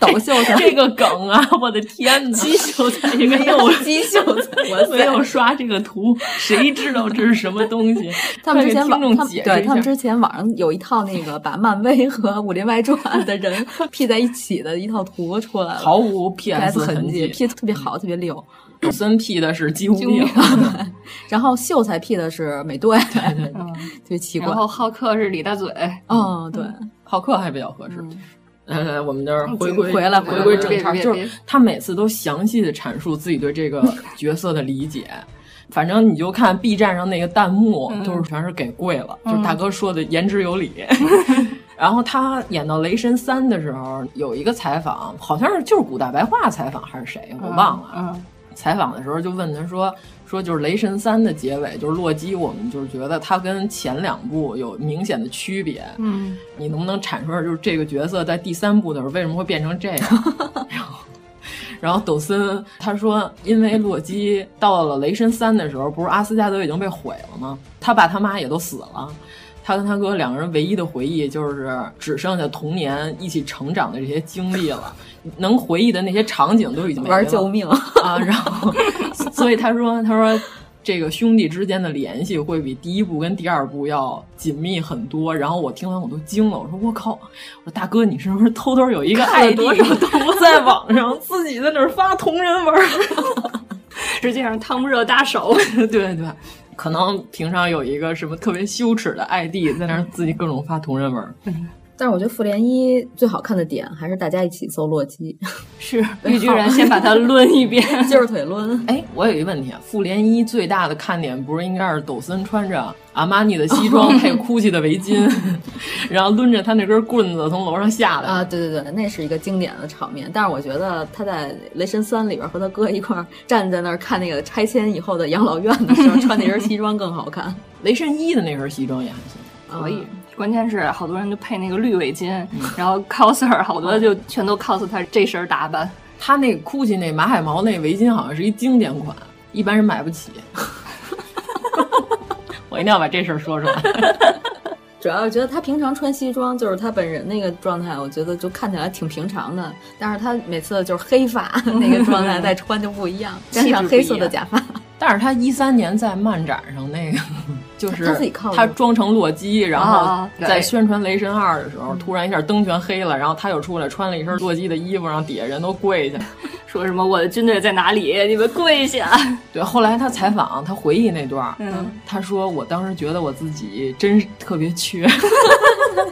Speaker 9: 抖秀 才，
Speaker 8: 这个梗啊，我的天哪！
Speaker 10: 机秀才应该
Speaker 9: 没
Speaker 10: 有
Speaker 9: 有鸡秀 才，我
Speaker 8: 没有刷这个图，谁知道这是什么东西？
Speaker 9: 他们之前
Speaker 8: 快给
Speaker 9: 网，
Speaker 8: 听众
Speaker 9: 他们
Speaker 8: 解释一下
Speaker 9: 对他们之前网上有一套那个把漫威和《武林外传》的人 P 在一起的一套图出来了，
Speaker 8: 毫无 PS
Speaker 9: PS
Speaker 8: 痕
Speaker 9: 迹
Speaker 8: 迹。
Speaker 9: ，P 特别好，特别溜。
Speaker 8: 抖森 P 的是鸡无
Speaker 10: 鸡无
Speaker 8: 病
Speaker 10: 病，
Speaker 9: 然后秀才 P 的是美队，
Speaker 8: 嗯对
Speaker 10: 嗯
Speaker 9: 特别奇怪
Speaker 10: 然。后浩克是李大嘴，
Speaker 9: 嗯，对，
Speaker 8: 浩克还比较合适。来来，我们这儿回归
Speaker 9: 回来
Speaker 8: 回归正
Speaker 10: 别
Speaker 8: 常，
Speaker 10: 别
Speaker 8: 就
Speaker 10: 别
Speaker 8: 是他每次都详细的阐述自己对 这个角色的理解。反正你就看 B 站上那个弹幕，
Speaker 10: 嗯
Speaker 8: 就是全是给跪了，就是大哥说的言之 有理。然后他演到《雷神三》的时候，有一个采访，好像是就是古大白话采访还是谁，我忘了。
Speaker 10: 嗯，
Speaker 8: 采访的时候就问他说说就是《雷神三》的结尾，就是洛基，我们就是觉得他跟前两部有明显的区别。
Speaker 10: 嗯，
Speaker 8: 你能不能阐述下，就是这个角色在第三部的时候为什么会变成这样？然后，然后抖森他说，因为洛基到了雷神三的时候，不是阿斯加德已经被毁了吗？他爸他妈也都死了。他跟他哥两个人唯一的回忆就是只剩下童年一起成长的这些经历了，能回忆的那些场景都已经没了。
Speaker 9: 玩 救命，
Speaker 8: 啊，然后，所以他说，他说这个兄弟之间的联系会比第一部跟第二部要紧密很多。然后我听完我都惊了，我说我靠，我说大哥，你是不是偷偷有一个 ID 在网上自己在那儿发同人文儿？
Speaker 10: 实际上汤姆热大手，
Speaker 8: 对对。可能平常有一个什么特别羞耻的 ID，在那儿自己各种发同人文儿，
Speaker 9: 但是我觉得复联一最好看的点还是大家一起搜洛基，
Speaker 10: 是绿巨人先把他抡一遍，
Speaker 9: 就是腿抡。
Speaker 8: 哎，我有一个问题啊，复联一最大的看点不是应该是抖森穿着阿玛尼的西装配 GUCCI 的围巾， 然后抡着他那根棍子从楼上下来？
Speaker 9: 啊，对对对，那是一个经典的场面。但是我觉得他在《雷神三》里边和他哥一块儿 站在那儿看那个拆迁以后的养老院的时候，穿那身西装更好看。
Speaker 8: 雷神一的那身西装也还行，
Speaker 10: 可以。关键是好多人就配那个绿围巾， 然后 coser 好多就全都 cos 他这身打扮。
Speaker 8: 他那 GUCCI 那马海毛那围巾好像是一经典款，一般人 买不起。我一定要把这事儿说出来。
Speaker 9: 主要是觉得他平常穿西装，就是他本人那个状态，我觉得就看起来挺平常的。但是他每次就是黑发 那个状态再穿就不一 样，
Speaker 10: 气
Speaker 9: 沾
Speaker 10: 质
Speaker 9: 上
Speaker 10: 不
Speaker 9: 黑
Speaker 10: 一
Speaker 9: 色的
Speaker 10: 样
Speaker 9: 假发，
Speaker 8: 但是他一三年在漫展上那个， 就是
Speaker 9: 他自己靠的
Speaker 8: 他装成洛基，然后
Speaker 10: 啊对
Speaker 8: 在宣传《雷神二》的时候，突然一下灯全黑了，然后他又出来穿了一身洛基的衣服，让底下人都跪下。
Speaker 10: 说什么我的军队在哪里？你们跪下！
Speaker 8: 对，后来他采访，他回忆那段儿，
Speaker 10: 嗯
Speaker 8: 他说：“我当时觉得我自己真是特别缺，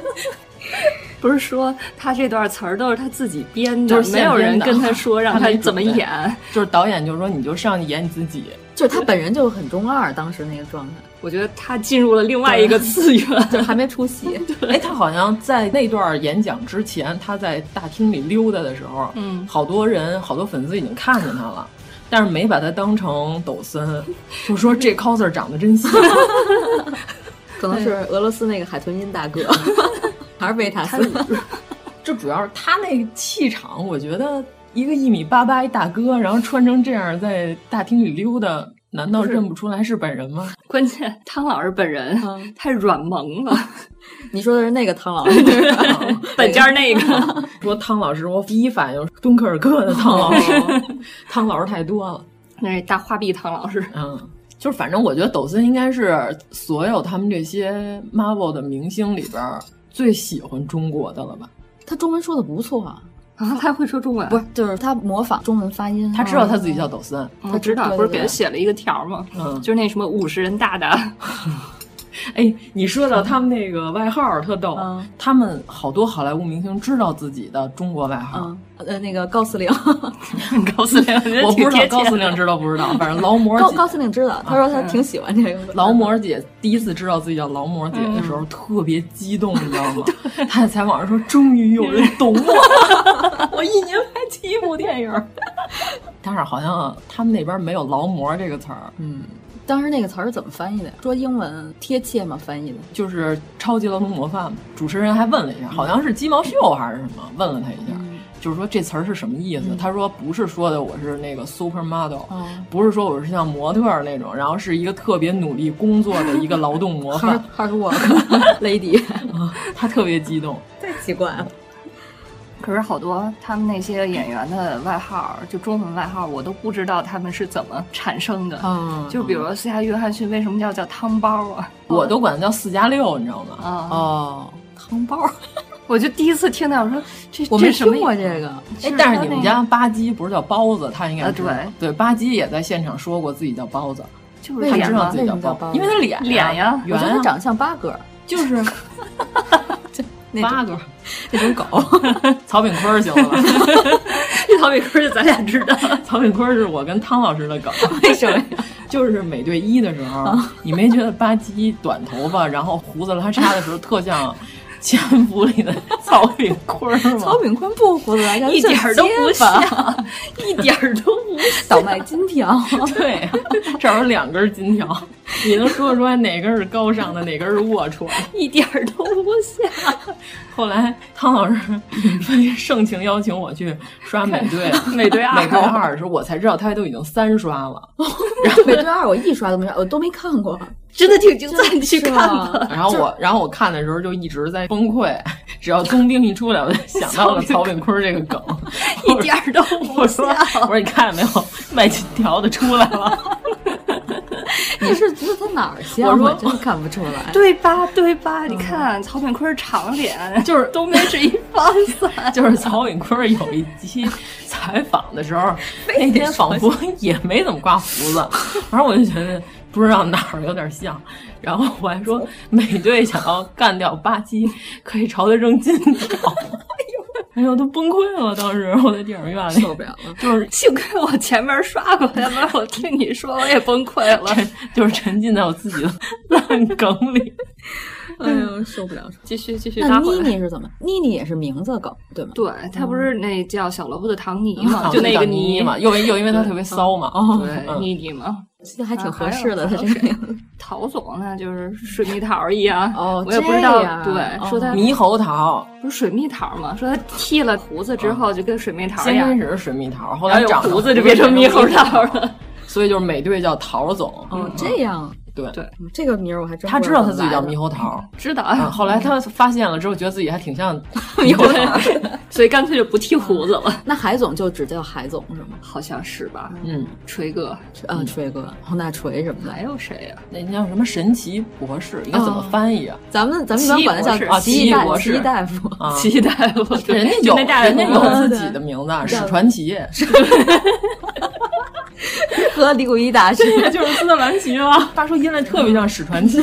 Speaker 10: 不是说他这段词儿都是他自己编的，
Speaker 8: 就是现
Speaker 10: 没有
Speaker 8: 编
Speaker 10: 人
Speaker 8: 的
Speaker 10: 跟他说让
Speaker 8: 他
Speaker 10: 他
Speaker 8: 没
Speaker 10: 怎么
Speaker 8: 准备
Speaker 10: 演。
Speaker 8: 就是导演就说你就上去演你自己。
Speaker 9: 就是他本人就很中二，当时那个状态，
Speaker 10: 我觉得他进入了另外一个次元。
Speaker 9: 就还没出 戏。”
Speaker 8: 哎，他好像在那段演讲之前，他在大厅里溜达的时候，
Speaker 10: 嗯
Speaker 8: 好多人、好多粉丝已经看见他了，但是没把他当成抖森，就说这 coser 长得真像。
Speaker 9: 可能是俄罗斯那个海豚音大 哥，还是贝塔
Speaker 8: 他
Speaker 9: 斯，
Speaker 8: 这主要是他那气场，我觉得一个一米八八一大哥，然后穿成这样在大厅里溜达，难道认不出来是本人吗？
Speaker 10: 关键汤老师本人、
Speaker 9: 嗯
Speaker 10: 太软萌了，
Speaker 9: 你说的是那个汤 老师，哦
Speaker 10: 本家那个
Speaker 8: 说汤老师，我第一反应是敦刻尔克的汤老师，汤老师太多了。
Speaker 10: 那是大花臂汤老师，
Speaker 8: 嗯，就是反正我觉得抖森应该是所有他们这些 Marvel 的明星里边儿最喜欢中国的了吧？
Speaker 9: 他中文说的不错啊，
Speaker 10: 啊，他会说中文，
Speaker 9: 不是，就是他模仿中文发音，嗯
Speaker 8: 他知道他
Speaker 9: 哦
Speaker 8: 自己叫抖森，
Speaker 10: 我知道，
Speaker 9: 对对
Speaker 10: 不是给他
Speaker 9: 对
Speaker 10: 写了一个条吗？
Speaker 8: 嗯
Speaker 10: 就是那什么五十人大的，
Speaker 8: 哎，你说到他们那个外号儿特逗，
Speaker 9: 嗯
Speaker 8: 他们好多好莱坞明星知道自己的中国外号儿。
Speaker 9: 嗯，呃，那个高司令，
Speaker 10: 高司令，
Speaker 8: 我不知道高司
Speaker 10: 令，
Speaker 8: 令知道不知道，反正劳模
Speaker 9: 高
Speaker 8: 姐
Speaker 9: 高，司令知道，他说他挺喜欢这 个的。
Speaker 8: 劳模姐第一次知道自己叫劳模姐的时候、特别激动，你知道吗？ 她在采访上说：“终于有人懂我，我一年拍七部电影儿。”但是好像他们那边没有“劳模”这个词儿，
Speaker 9: 当时那个词儿怎么翻译的呀？说英文贴切吗？翻译的
Speaker 8: 就是超级劳动模范嘛。主持人还问了一下，好像是鸡毛秀还是什么，问了他一下，就是说这词儿是什么意思？他说不是说的我是那个 supermodel，、
Speaker 9: 哦
Speaker 8: 不是说我是像模特儿那种，然后是一个特别努力工作的一个劳动模
Speaker 9: hard
Speaker 8: 范。
Speaker 9: hard work lady，
Speaker 8: 他特别激动，
Speaker 9: 太奇怪了。
Speaker 10: 可是好多他们那些演员的外号，就中文外号，我都不知道他们是怎么产生的。
Speaker 8: 嗯
Speaker 10: 就比如说斯嘉约翰逊为什么要叫汤包啊？
Speaker 8: 我都管他叫四加六，你知道吗？
Speaker 10: 啊
Speaker 8: 哦，
Speaker 9: 汤包，
Speaker 10: 我就第一次听到，我说这
Speaker 9: 我没
Speaker 10: 这什么
Speaker 9: 听过这个。
Speaker 8: 哎，但是你们家吧唧不是叫包子，他应该
Speaker 10: 啊
Speaker 8: 知道。对，吧唧也在现场说过自己叫包子，
Speaker 10: 就是
Speaker 8: 他
Speaker 10: 脸
Speaker 8: 知道
Speaker 10: 吗
Speaker 8: 自己
Speaker 9: 为什么叫包
Speaker 8: 包
Speaker 9: 子
Speaker 8: 因为他脸
Speaker 10: 脸呀
Speaker 9: 我
Speaker 8: 圆
Speaker 9: 觉得
Speaker 8: 啊
Speaker 9: 他长得像八哥，
Speaker 8: 就是
Speaker 9: 那种
Speaker 8: 八个
Speaker 9: 那种狗，
Speaker 8: 曹炳坤儿行了吧？
Speaker 10: 这曹炳坤是咱俩知道，
Speaker 8: 曹炳坤儿是我跟汤老师的梗，
Speaker 9: 为什么 呀？
Speaker 8: 就是美队一的时候，
Speaker 10: 啊
Speaker 8: 你没觉得吧唧短头发，然后胡子拉碴的时候，特像 《潜伏》里的曹炳坤儿 吗？
Speaker 9: 曹炳坤不胡子啊来着，
Speaker 10: 一点儿都不
Speaker 9: 像，
Speaker 10: 一点儿都不
Speaker 9: 倒卖金条。
Speaker 8: 对，啊这儿有两根金条，你能说得出来哪根是高尚的，哪根是龌龊？
Speaker 10: 一点儿都不像。
Speaker 8: 后来汤老师 盛情邀请我去刷美队
Speaker 10: 美队啊二
Speaker 8: 美队二的时候，我才知道他都已经三刷了。
Speaker 9: 美队二我一刷都没刷，我都没看过，
Speaker 10: 真的挺精彩，你去
Speaker 9: 是啊
Speaker 10: 看
Speaker 9: 吗
Speaker 10: 吧。？
Speaker 8: 然后我，然后我看的时候就一直在崩溃， 只要冬兵一出来，我就想到了曹炳坤这个梗，
Speaker 10: 一点儿都
Speaker 8: 我
Speaker 10: 不
Speaker 8: 说
Speaker 10: 像，
Speaker 8: 我说你看见没有，卖金条的出来了。
Speaker 9: 你是觉得他哪儿像？
Speaker 8: 我说
Speaker 9: 真的看不出来。
Speaker 10: 对吧？对吧？你看曹炳坤长脸，
Speaker 8: 就是
Speaker 10: 冬梅是一方 伞，
Speaker 8: 就是曹炳坤有一期采访的时 候，那天仿佛也没怎么刮胡子，反正我就觉得不知道哪儿有点像。然后我还 说，美队想要干掉巴基，可以朝他扔金 条。哎呦，都崩溃了！当时我在电影院里
Speaker 9: 受不了了，
Speaker 8: 就是
Speaker 10: 幸亏我前面刷过，要不然我听你说我也崩溃了。
Speaker 8: 沉，就是沉浸在我自己的烂梗里。
Speaker 9: 哎呦，受不了！
Speaker 10: 继续继续
Speaker 9: 那
Speaker 10: 拉回
Speaker 9: 妮
Speaker 10: 来。嗯
Speaker 9: 妮是怎么？妮妮也是名字梗，对吗？
Speaker 10: 对他不是那叫小萝卜的唐尼嘛，
Speaker 8: 啊
Speaker 10: 就那
Speaker 8: 叫
Speaker 10: 个
Speaker 8: 妮
Speaker 10: 泥嗯
Speaker 8: 嘛，，又因又因为他特别骚嘛，哦，
Speaker 10: 对
Speaker 8: 嗯
Speaker 10: 妮妮嘛。
Speaker 9: 这还挺合适的，他这个名字。
Speaker 10: 陶总呢，就是水蜜桃一样，
Speaker 9: 哦
Speaker 10: 我也不知
Speaker 9: 这
Speaker 10: 道，
Speaker 9: 样
Speaker 10: 对，
Speaker 9: 哦
Speaker 10: 说他
Speaker 8: 猕猴桃，
Speaker 10: 不是水蜜桃嘛，说他剃了胡子之后就跟水蜜桃一
Speaker 8: 哦先开
Speaker 10: 样，
Speaker 8: 始是水蜜桃，后来
Speaker 10: 然后有
Speaker 8: 长
Speaker 10: 胡子就变成猕猴桃了。
Speaker 8: 所以就是美队叫桃总。嗯
Speaker 9: 哦，这样
Speaker 8: 对
Speaker 10: 对，
Speaker 9: 这个名儿我还真
Speaker 8: 他
Speaker 9: 不
Speaker 8: 知道
Speaker 9: 怎
Speaker 8: 他
Speaker 9: 么
Speaker 8: 自己叫
Speaker 9: 来的
Speaker 8: 猕猴桃。
Speaker 10: 知道
Speaker 8: 啊，后来他发现了之后，觉得自己还挺像
Speaker 9: 猕猴桃。
Speaker 10: 所以干脆就不剃胡子了，
Speaker 9: 那海总就只叫海总是吗？
Speaker 10: 好像是吧？
Speaker 8: 嗯，
Speaker 10: 锤哥，
Speaker 9: 啊，锤哥，黄大锤什么的
Speaker 10: 还。有谁呀、
Speaker 8: 那叫什么神奇博士，应该怎么翻译啊？
Speaker 9: 咱们咱们一般管他
Speaker 8: 奇异博士啊奇异
Speaker 9: 叫奇异大
Speaker 8: 博士
Speaker 9: 奇异大夫，
Speaker 8: 啊，
Speaker 10: 期待我，对
Speaker 8: 人家有，
Speaker 10: 那大
Speaker 8: 人
Speaker 10: 夫
Speaker 8: 家
Speaker 10: 吗
Speaker 8: 有自己的名字，啊史传奇。
Speaker 9: 和李谷一大 师。
Speaker 8: 就是斯特兰奇 吗？嗯发出音来特别像史传奇。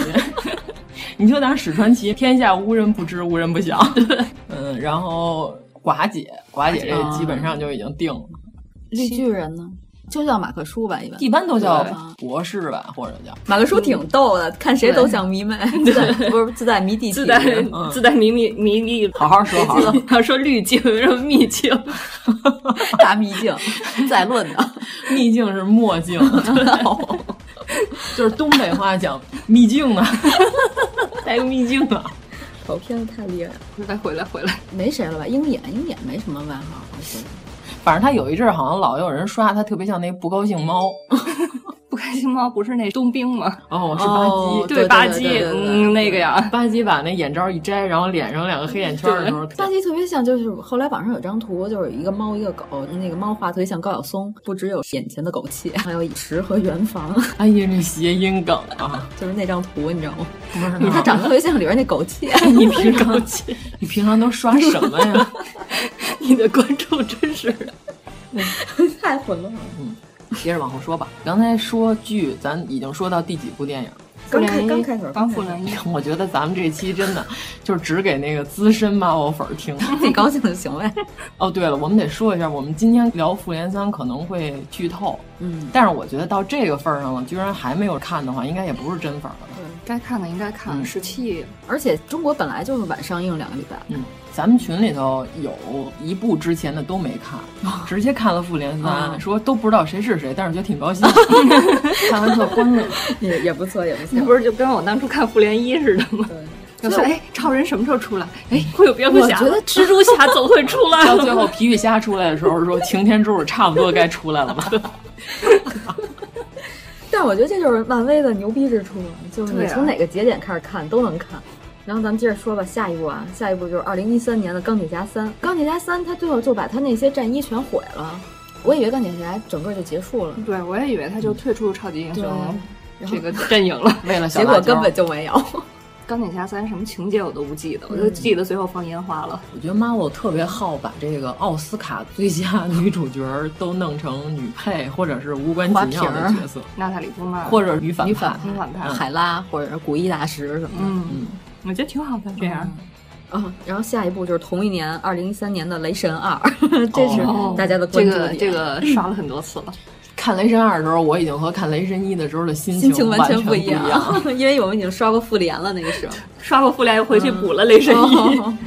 Speaker 8: 你就当史传奇，天下无人不知，无人不晓。 嗯，然后寡姐，寡姐啊这基本上就已经定了，
Speaker 9: 绿巨人呢，就叫马克叔吧，一般
Speaker 8: 一。般都叫
Speaker 9: 对
Speaker 8: 博士吧，或者叫
Speaker 9: 马克叔挺逗的，看谁都像 迷妹，自带不是自带迷弟
Speaker 10: 自
Speaker 9: 弟，
Speaker 10: 带
Speaker 8: 嗯
Speaker 10: 自带迷迷迷迷，
Speaker 8: 好好说好好说
Speaker 10: 他说滤镜，然后秘境，
Speaker 9: 大秘 境，在论的。
Speaker 8: 秘境是墨镜， 就是东北话讲秘境 呢，带个秘境啊 呢。
Speaker 9: 跑偏的太厉害了，
Speaker 10: 回来回来回来，
Speaker 9: 没谁了吧？鹰眼，鹰眼没什么外号，我觉得
Speaker 8: 反正他有一阵儿好像老有人刷他特别像那不高兴猫，
Speaker 10: 不开心猫不是那冬兵吗？
Speaker 8: 哦，是
Speaker 9: 哦
Speaker 8: 吧唧。
Speaker 9: 对对
Speaker 10: 吧
Speaker 9: 对
Speaker 10: 唧，
Speaker 9: 对对对
Speaker 10: 嗯，那个呀，
Speaker 8: 吧唧把那眼罩一摘，然后脸上两个黑眼圈的时候，
Speaker 9: 巴基特别像，就是后来网上有张图，就是一个猫一个狗，那个猫画特别像高晓松，不只有眼前的苟且， 还有饮食和圆房，
Speaker 8: 哎呀，这谐音梗 啊！
Speaker 9: 就是那张图，你知道 吗？
Speaker 8: 不是
Speaker 9: 它长得特别像里边那苟且。
Speaker 8: 你平常你平常都刷什么 呀？
Speaker 10: 你的观众真是
Speaker 9: 太混 乱了。
Speaker 8: 接着往后说吧。刚才说剧，咱已经说到第几部电影了？
Speaker 9: 刚开刚开始，嗯
Speaker 10: 刚复联一，
Speaker 8: 我觉得咱们这期真的就是只给那个资深猫偶粉儿听。
Speaker 9: 自己高兴就行呗。
Speaker 8: 哦，对了，我们得说一下，我们今天聊《复联三》可能会剧透，
Speaker 9: 嗯，
Speaker 8: 但是我觉得到这个份儿上了，居然还没有看的话，应该也不是真粉儿了吧。
Speaker 10: 该看的应该看，
Speaker 8: 嗯
Speaker 10: 十七
Speaker 9: 而且中国本来就是晚上映两个礼拜，
Speaker 8: 嗯，咱们群里头有一部之前的都没 看，直接看了《复联三》
Speaker 9: 哦
Speaker 8: 说都不知道谁是谁，但是觉得挺 高兴，看完特欢乐。
Speaker 9: 也也不错，也不
Speaker 10: 那。不是就跟我当初看复联一似的吗？就说
Speaker 9: 所以
Speaker 10: 哎，超人什么时候出来？哎，会有蝙蝠侠
Speaker 9: 嗯我觉
Speaker 10: 吗，
Speaker 9: 得
Speaker 10: 蜘蛛侠总会出 来
Speaker 8: 到
Speaker 10: 了
Speaker 8: 最后皮皮虾出来的时候，说擎天柱差不多该出来了吧？
Speaker 9: 但我觉得这就是漫威的牛逼之处，就是
Speaker 10: 对
Speaker 9: 你
Speaker 10: 啊
Speaker 9: 从哪个节点开始看都能看。然后咱们接着说吧，下一步啊，下一步就是二零一三年的《钢铁侠三》。《钢铁侠三》它最后就把它那些战衣全毁了，我以为钢铁侠整个就结束了，
Speaker 10: 对，我也以为他就退出超级英
Speaker 9: 嗯对
Speaker 10: 雄
Speaker 9: 然后
Speaker 10: 这个阵营了。
Speaker 8: 为了小
Speaker 9: 结
Speaker 8: 辣
Speaker 9: 果
Speaker 8: 椒
Speaker 9: 根本就没有。
Speaker 10: 钢铁侠三什么情节我都不记得，我就记得最后放烟花了。
Speaker 8: 我觉得 Marvel 特别好把这个奥斯卡最佳女主角都弄成女配或者是无关紧要
Speaker 9: 花
Speaker 8: 的
Speaker 9: 瓶儿
Speaker 8: 角色，
Speaker 10: 娜塔莉波曼
Speaker 8: 或者女反
Speaker 9: 女
Speaker 8: 派嗯
Speaker 10: 很
Speaker 9: 反。
Speaker 10: 反派，
Speaker 9: 海拉或者是古一大师什么的。
Speaker 10: 嗯，我觉得挺好的这样。
Speaker 9: 啊、然后下一步就是同一年二零一三年的《雷神二》， 这是
Speaker 10: 哦
Speaker 9: 嗯大家的
Speaker 10: 这
Speaker 9: 关注点。嗯
Speaker 10: 个这个刷了很多次了，
Speaker 8: 看雷神二的时候，我已经和看雷神一的时候的心
Speaker 9: 心情
Speaker 8: 完
Speaker 9: 完
Speaker 8: 全
Speaker 9: 全
Speaker 8: 不
Speaker 9: 一
Speaker 8: 样。
Speaker 9: 样， 因为我们已经刷过复联了，那个时候。
Speaker 10: 刷过复联又回去补了雷神一。
Speaker 9: 嗯哦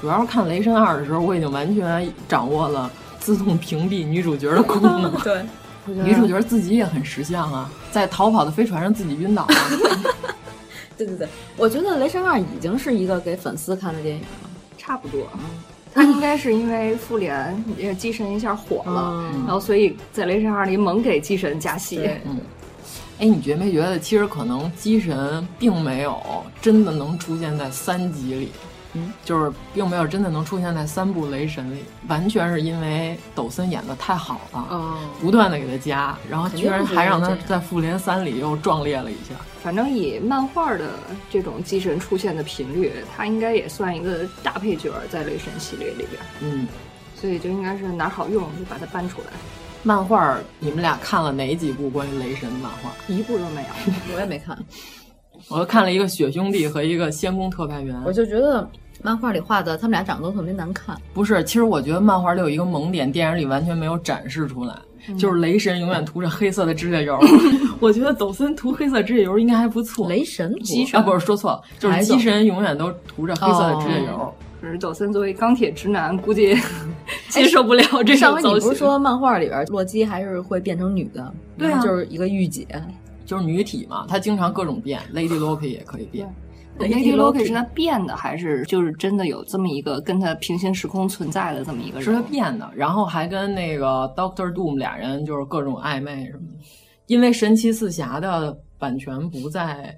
Speaker 8: 主要是看雷神二的时候，我已经完全掌握了自动屏蔽女主角的功能。
Speaker 9: 对，
Speaker 8: 女主角自己也很识相啊，在逃跑的飞船上自己晕倒了。
Speaker 9: 对对对，我觉得《雷神二》已经是一个给粉丝看的电影了。
Speaker 10: 差不多。他应该是因为复联也祭神一下火了，
Speaker 9: 嗯
Speaker 10: 然后所以在雷神二里猛给祭神加戏。
Speaker 8: 哎，你觉没觉得，其实可能机神并没有真的能出现在三集里，嗯，就是并没有真的能出现在三部雷神里，完全是因为抖森演的太好了，
Speaker 9: 哦，
Speaker 8: 不断的给他加，然后居然还让他
Speaker 9: 肯定是这
Speaker 8: 在复联三里又壮烈了一下。
Speaker 10: 反正以漫画的这种祭神出现的频率，他应该也算一个大配角在雷神系列里边，
Speaker 8: 嗯，
Speaker 10: 所以就应该是哪儿好用就把它搬出来，
Speaker 8: 漫画儿你们俩看了哪几部关于雷神的漫画？
Speaker 10: 一部都没有。
Speaker 9: 我也没看，
Speaker 8: 我看了一个《雪兄弟》和一个《仙宫特派员》，
Speaker 9: 我就觉得漫画里画的他们俩长得都特别难看。
Speaker 8: 不是，其实我觉得漫画里有一个萌点，电影里完全没有展示出来，
Speaker 9: 嗯
Speaker 8: 就是雷神永远涂着黑色的指甲 油。我觉得抖森涂黑色指甲油应该还不错。
Speaker 9: 雷神图
Speaker 8: 机神啊，不是说错了，就是
Speaker 9: 哪一
Speaker 8: 机
Speaker 9: 种
Speaker 8: 神永远都涂着黑色的指甲油。
Speaker 9: 哦
Speaker 10: 可是抖森作为钢铁直男，估计 接受不了这
Speaker 9: 上
Speaker 10: 种
Speaker 9: 回你
Speaker 10: 造型
Speaker 9: 不是。说漫画里边洛基还是会变成女的？
Speaker 10: 对啊
Speaker 9: 就是一个御姐。
Speaker 8: 就是女体嘛，她经常各种变，Lady Loki 也可以变。
Speaker 10: Lady Loki 是他变的，还是就是真的有这么一个跟他平行时空存在的这么一个人？
Speaker 8: 是他变的，然后还跟那个 Doctor Doom 俩人就是各种暧昧什么的。因为神奇四侠的版权不在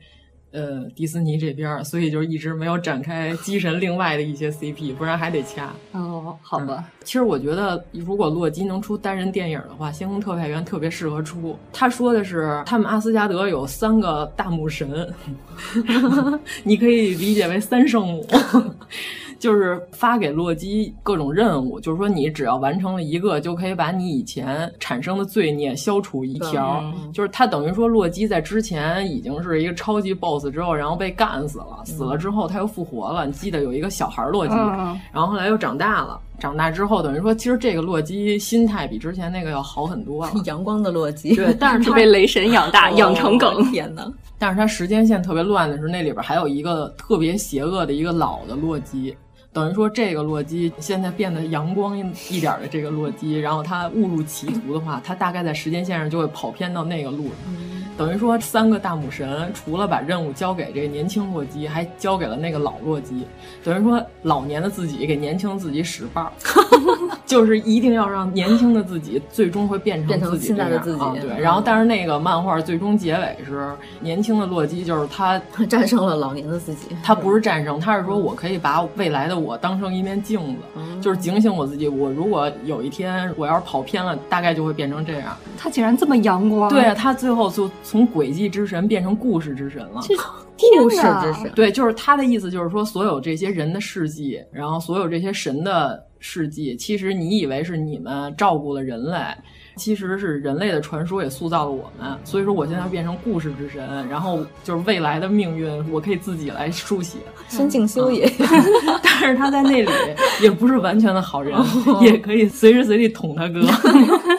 Speaker 8: 呃迪士尼这边儿，所以就一直没有展开机神另外的一些 CP，不然还得掐。
Speaker 10: 哦，好吧，
Speaker 8: 其实我觉得，如果洛基能出单人电影的话，《星空特派员》特别适合出。他说的是，他们阿斯加德有三个大母神， 你可以理解为三圣母， 就是发给洛基各种任务，就是说你只要完成了一个，就可以把你以前产生的罪孽消除一条。就是他等于说，洛基在之前已经是一个超级 BOSS 之后，然后被干死了，死了之后他又复活了。你记得有一个小孩洛基，然后后来又长大了。长大之后，等于说，其实这个洛基心态比之前那个要好很多 了。
Speaker 11: 阳光的洛基，
Speaker 8: 对，但是
Speaker 10: 是
Speaker 8: 他
Speaker 10: 被雷神养大，
Speaker 8: 哦
Speaker 10: 养成梗。
Speaker 11: 天哪！
Speaker 8: 但是他时间线特别乱的是，那里边还有一个特别邪恶的一个老的洛基，等于说这个洛基现在变得阳光一点的这个洛基，然后他误入歧途的话，他大概在时间线上就会跑偏到那个路上。
Speaker 9: 嗯
Speaker 8: 等于说，三个大母神除了把任务交给这个年轻洛基，还交给了那个老洛基，等于说老年的自己给年轻的自己使绊 儿，就是一定要让年轻的自己最终会变
Speaker 9: 变成
Speaker 8: 成自己
Speaker 9: 现在的
Speaker 8: 这样啊
Speaker 9: 自己嗯
Speaker 8: 对，然后但是那个漫画最终结尾是年轻的洛基，就是他
Speaker 9: 战胜了老年的自己。
Speaker 8: 他不是战胜，他是说我可以把未来的我当成一面镜子，
Speaker 9: 嗯
Speaker 8: 就是警醒我自己。我如果有一天我要是跑偏了，大概就会变成这样。
Speaker 10: 他竟然这么阳光，
Speaker 8: 对啊，他最后就从诡计之神变成故事之神了。
Speaker 10: 天
Speaker 9: 故事
Speaker 10: 哪
Speaker 9: 之神，
Speaker 8: 对，就是他的意思，就是说所有这些人的事迹，然后所有这些神的事迹，其实你以为是你们照顾了人类，其实是人类的传说也塑造了我们。所以说，我现在变成故事之神，然后就是未来的命运，我可以自己来书写。
Speaker 9: 孙敬修也
Speaker 8: 但是他在那里也不是完全的好人，也可以随时随地捅他哥。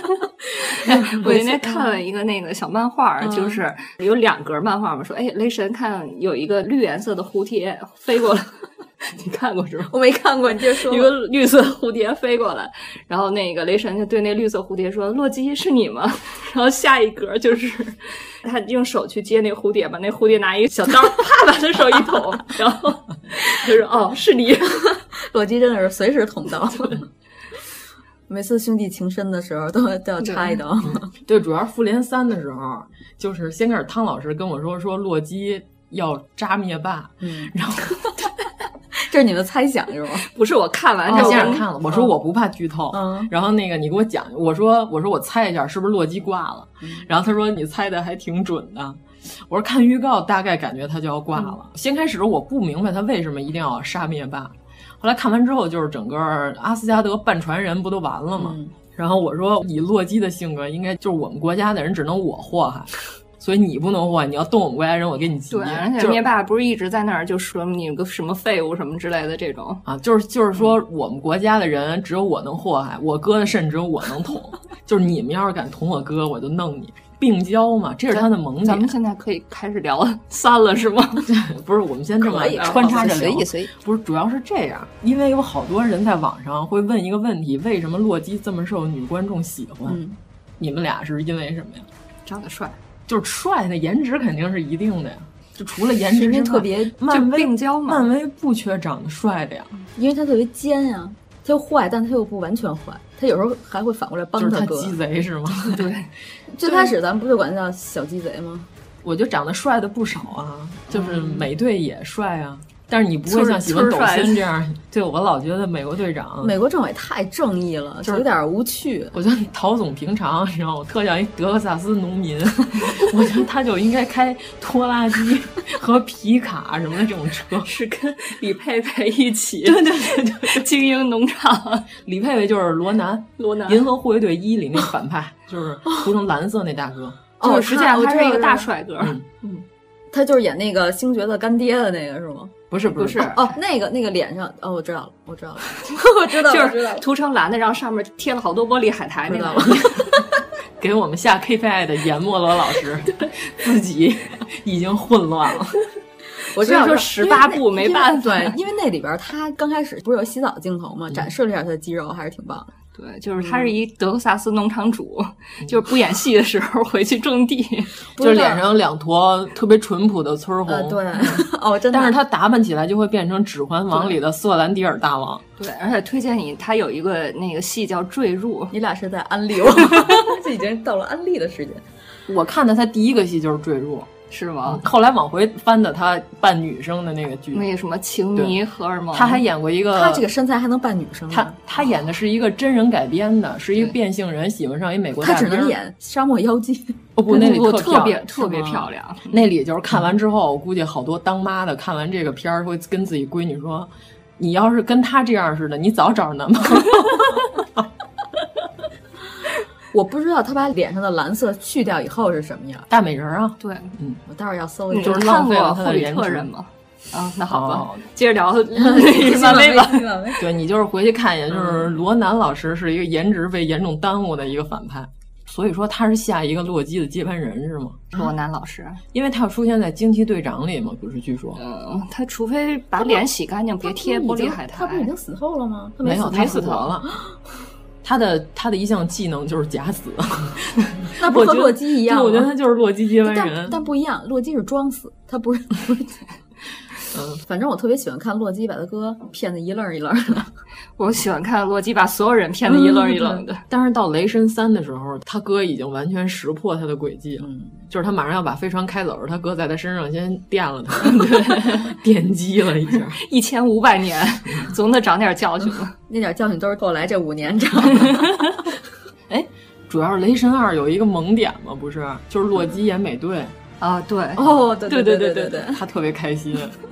Speaker 10: 我那天看了一个那个小漫画儿，就是有两格漫画嘛，说哎，雷神看有一个绿颜色的蝴蝶飞过来， 你看过是吗？
Speaker 9: 我没看过，你就说
Speaker 10: 一个绿色蝴蝶飞过来，然后那个雷神就对那绿色蝴蝶说：“洛基是你吗？” 然后下一格就是他用手去接那蝴蝶嘛，那蝴蝶拿一个小刀，啪把他手一捅，然后就是哦，是你。
Speaker 11: 洛基真的是随时捅刀，
Speaker 9: 每次兄弟情深的时候都要都要插一刀，嗯
Speaker 8: 对，主要是复联三的时候，就是先开始汤老师跟我说说洛基要扎灭霸，
Speaker 9: 嗯，
Speaker 8: 然后
Speaker 9: 这是你们猜想是吗？
Speaker 10: 不是我看完
Speaker 8: 啊他
Speaker 10: 这
Speaker 8: 先
Speaker 10: 我
Speaker 8: 生看了，我说我不怕剧透，
Speaker 9: 嗯
Speaker 8: 然后那个你给我讲，我说我说我猜一下是不是洛基挂了，然后他说你猜的还挺准的。我说看预告大概感觉他就要挂了。先开始我不明白他为什么一定要杀灭霸，后来看完之后就是整个阿斯加德半船人不都完
Speaker 9: 嗯
Speaker 8: 了吗？然后我说以洛基的性格，应该就是我们国家的人只能我祸 害，所以你不能祸害，你要动我们国家人，我给你急。
Speaker 10: 对，而且
Speaker 8: 就是
Speaker 10: 灭霸不是一直在那儿就说你个什么废物什么之类的这种，
Speaker 8: 啊，就是就是说，我们国家的人只有我能祸害，我哥的肾只有我能 捅，就是你们要是敢捅我哥，我就弄你。病娇嘛，这是他的萌
Speaker 10: 咱 们
Speaker 8: 点。
Speaker 10: 现在可以开始聊 三了是吗？
Speaker 8: 不是，我们先这么
Speaker 10: 可以啊
Speaker 8: 穿插着
Speaker 11: 随
Speaker 8: 聊
Speaker 11: 意。随意。
Speaker 8: 不是，主要是这样，因为有好多人在网上会问一个问题：为什么洛基这么受女观众喜欢？
Speaker 10: 嗯
Speaker 8: 你们俩是因为什么呀？
Speaker 10: 长得帅，
Speaker 8: 就是帅的颜值肯定是一定的呀。就除了颜值
Speaker 9: 因
Speaker 8: 之
Speaker 9: 为
Speaker 8: 外，
Speaker 9: 特别，
Speaker 8: 漫威
Speaker 10: 就病娇嘛
Speaker 8: 漫威不缺长得帅的呀，
Speaker 9: 因为他特别奸呀、他又坏，但他又不完全坏，他有时候还会反过来帮
Speaker 8: 就是
Speaker 9: 他
Speaker 8: 他
Speaker 9: 哥。
Speaker 8: 鸡贼是吗？
Speaker 10: 对，
Speaker 9: 最开始咱们不就管他叫小鸡贼吗？
Speaker 8: 我觉得长得帅的不少啊，就是美队也帅啊，但是你不会像喜欢抖森这样。对我老觉得美国队长，
Speaker 9: 美国政委太正义了，
Speaker 8: 就是
Speaker 9: 有点无趣。
Speaker 8: 我觉得陶总平常，你知道，我特像一德克萨斯农民， 我觉得他就应该开拖拉机和皮卡什么的这种车。
Speaker 10: 是跟李佩佩一起，对对对对， 精英农场
Speaker 8: 李佩佩就是罗南，
Speaker 10: 罗南
Speaker 8: 银河护卫队一里那个反派，就是涂成蓝色那大哥。
Speaker 9: 哦
Speaker 10: 就是实际上
Speaker 9: 我
Speaker 10: 他是
Speaker 9: 知道
Speaker 10: 一个
Speaker 9: 知
Speaker 10: 大
Speaker 9: 道
Speaker 10: 帅哥，
Speaker 8: 嗯
Speaker 9: 他就是演那个星爵的干爹的那个是吗？
Speaker 8: 不是啊不
Speaker 10: 不是
Speaker 8: 是，
Speaker 9: 哦，那个那个脸上，哦，我知道了，我知道了， 我知 道了，
Speaker 10: 就
Speaker 9: 我知道
Speaker 10: 是
Speaker 9: 了。
Speaker 10: 涂成蓝的，然后上面贴了好多玻璃海苔那
Speaker 9: 知道
Speaker 10: 个
Speaker 9: 了。
Speaker 8: 给我们下 KPI 的严莫罗老师自己已经混乱了。
Speaker 9: 我知道
Speaker 10: 所以说
Speaker 9: 知道
Speaker 10: 18
Speaker 9: 因为那
Speaker 10: 部没办法
Speaker 9: 因为对，因为那里边他刚开始不是有洗澡镜头吗？
Speaker 8: 嗯
Speaker 9: 展示了一下他的肌肉，还是挺棒的。
Speaker 10: 对，就是他是一德克萨斯农场主，就是不演戏的时候回去种地，
Speaker 9: 不
Speaker 8: 就是
Speaker 9: 知道
Speaker 8: 脸上有两坨特别淳朴的村儿红、
Speaker 9: 呃，对，， 哦，真的。
Speaker 8: 但是他打扮起来就会变成《指环王》里的瑟兰迪尔大王。
Speaker 10: 对，而且推荐你，他有一个那个戏叫《坠入》，
Speaker 9: 你俩是 在安利我，这已经到了安利的时间。
Speaker 8: 我看的他第一个戏就是《坠入》，
Speaker 10: 是吗？
Speaker 8: 嗯后来往回翻的他扮女生的那个剧，
Speaker 10: 那个什么情迷荷尔蒙，
Speaker 8: 他还演过一个，
Speaker 9: 他这个身材还能扮女生？啊
Speaker 8: 他他演的是一个真人改编的，是一个变性人喜欢上一美国大
Speaker 9: 他只能演沙漠妖姬。
Speaker 8: 哦不，那里
Speaker 10: 特别
Speaker 8: 特
Speaker 10: 别漂亮。
Speaker 8: 那里就是看完之后，我估计好多当妈的看完这个片儿会跟自己闺女说：“你要是跟他这样似的，你早找男朋友。”
Speaker 9: 我不知道他把脸上的蓝色去掉以后是什么样，
Speaker 8: 大美人啊！
Speaker 10: 对，
Speaker 8: 嗯，
Speaker 9: 我待会儿要搜
Speaker 10: 一
Speaker 9: 下。
Speaker 8: 就是浪费了他
Speaker 10: 的
Speaker 8: 颜
Speaker 10: 值吗？啊，那好吧，接着聊
Speaker 9: 漫
Speaker 10: 威 吧。
Speaker 8: 对你就是回去看一眼，就是罗南老师是一个颜值被严重耽误的一个反派，所以说他是下一个洛基的接班人是吗？
Speaker 10: 罗南老师，
Speaker 8: 因为他要出现在惊奇队长里嘛，不是？据说，
Speaker 10: 嗯，他除非把脸洗干净，别贴玻璃海苔。
Speaker 9: 他不已经死透了吗？
Speaker 8: 没有，他
Speaker 10: 没
Speaker 8: 死
Speaker 10: 死
Speaker 8: 活
Speaker 10: 透
Speaker 8: 了。他的他的一项技能就是假 死，
Speaker 9: 那不和洛基一样吗？
Speaker 8: 对我觉得他就是洛基接班
Speaker 9: 但
Speaker 8: 人。
Speaker 9: 但不一样，洛基是装死，他不 是。嗯，反正我特别喜欢看洛基把他哥骗得一愣一愣的。
Speaker 10: 哎我喜欢看洛基把所有人骗得一愣一愣的。
Speaker 8: 但是到雷神三的时候，他哥已经完全识破他的轨迹了，就是他马上要把飞船开走，他哥在他身上先电了他， 电击了一下。
Speaker 10: 一千五百年， 总得长点教训 吧。
Speaker 9: 那点教训都是后来这五年长 的。
Speaker 8: 哎， 主要是雷神二有一个萌点嘛，不是，就是洛基演美队。
Speaker 10: 啊，对，
Speaker 9: 哦，对
Speaker 8: 嗯对
Speaker 9: 对
Speaker 8: 对
Speaker 9: 对对，
Speaker 8: 他特别开心，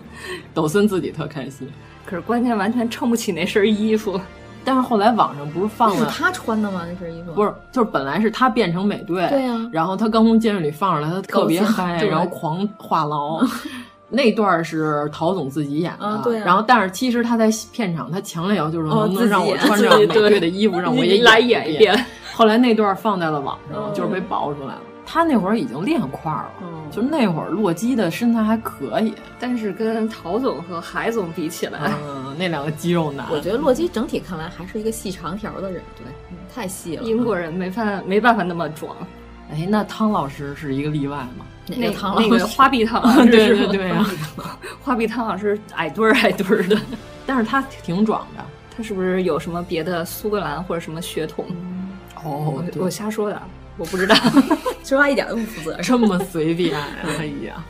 Speaker 8: 抖森自己特开心。
Speaker 10: 可是关键完全撑不起那身衣服。
Speaker 8: 但是后来网上不是放
Speaker 9: 是
Speaker 8: 了，
Speaker 9: 他穿的吗？那身衣服
Speaker 8: 不是，就是本来是他变成美队，
Speaker 9: 对啊呀
Speaker 8: 然后他刚从监狱里放出来，他特别
Speaker 9: 搞笑
Speaker 8: 嗨，
Speaker 9: 对
Speaker 8: 然后狂话 痨。那段是陶总自己演的，
Speaker 9: 啊对啊
Speaker 8: 然后但是其实他在片场，他强烈要求说
Speaker 9: 哦
Speaker 8: 能不
Speaker 9: 自
Speaker 8: 能
Speaker 9: 己
Speaker 8: 让我
Speaker 9: 演
Speaker 8: 穿
Speaker 9: 自
Speaker 8: 上
Speaker 9: 己
Speaker 8: 美
Speaker 9: 对
Speaker 8: 队的衣服，让我也
Speaker 10: 你来
Speaker 8: 演
Speaker 10: 演一
Speaker 8: 遍
Speaker 10: 遍。
Speaker 8: 后来那段放在了网上，
Speaker 9: 哦
Speaker 8: 就是被爆出来了。他那会儿已经练块儿了，就那会儿洛基的身材还可以，
Speaker 10: 但是跟陶总和海总比起来，
Speaker 8: 嗯，那两个肌肉男，
Speaker 9: 我觉得洛基整体看来还是一个细长条的人，对，嗯太细了。
Speaker 10: 英国人没办没办法那么壮。
Speaker 8: 哎，那汤老师是一个例外嘛？
Speaker 9: 哪
Speaker 10: 那
Speaker 9: 个唐老
Speaker 10: 那个
Speaker 9: 师
Speaker 10: 花臂汤
Speaker 9: 啊
Speaker 10: 老 师
Speaker 8: 对对
Speaker 10: 是吗
Speaker 8: 对啊呀
Speaker 10: 花臂汤老师矮墩儿矮墩儿的，
Speaker 8: 但是他挺壮的。
Speaker 10: 他是不是有什么别的苏格兰或者什么血统？
Speaker 8: 哦
Speaker 10: 我我瞎说的，我不知 道。
Speaker 9: 说话一点都不负责任。
Speaker 8: 这么随便、 啊，哎呀！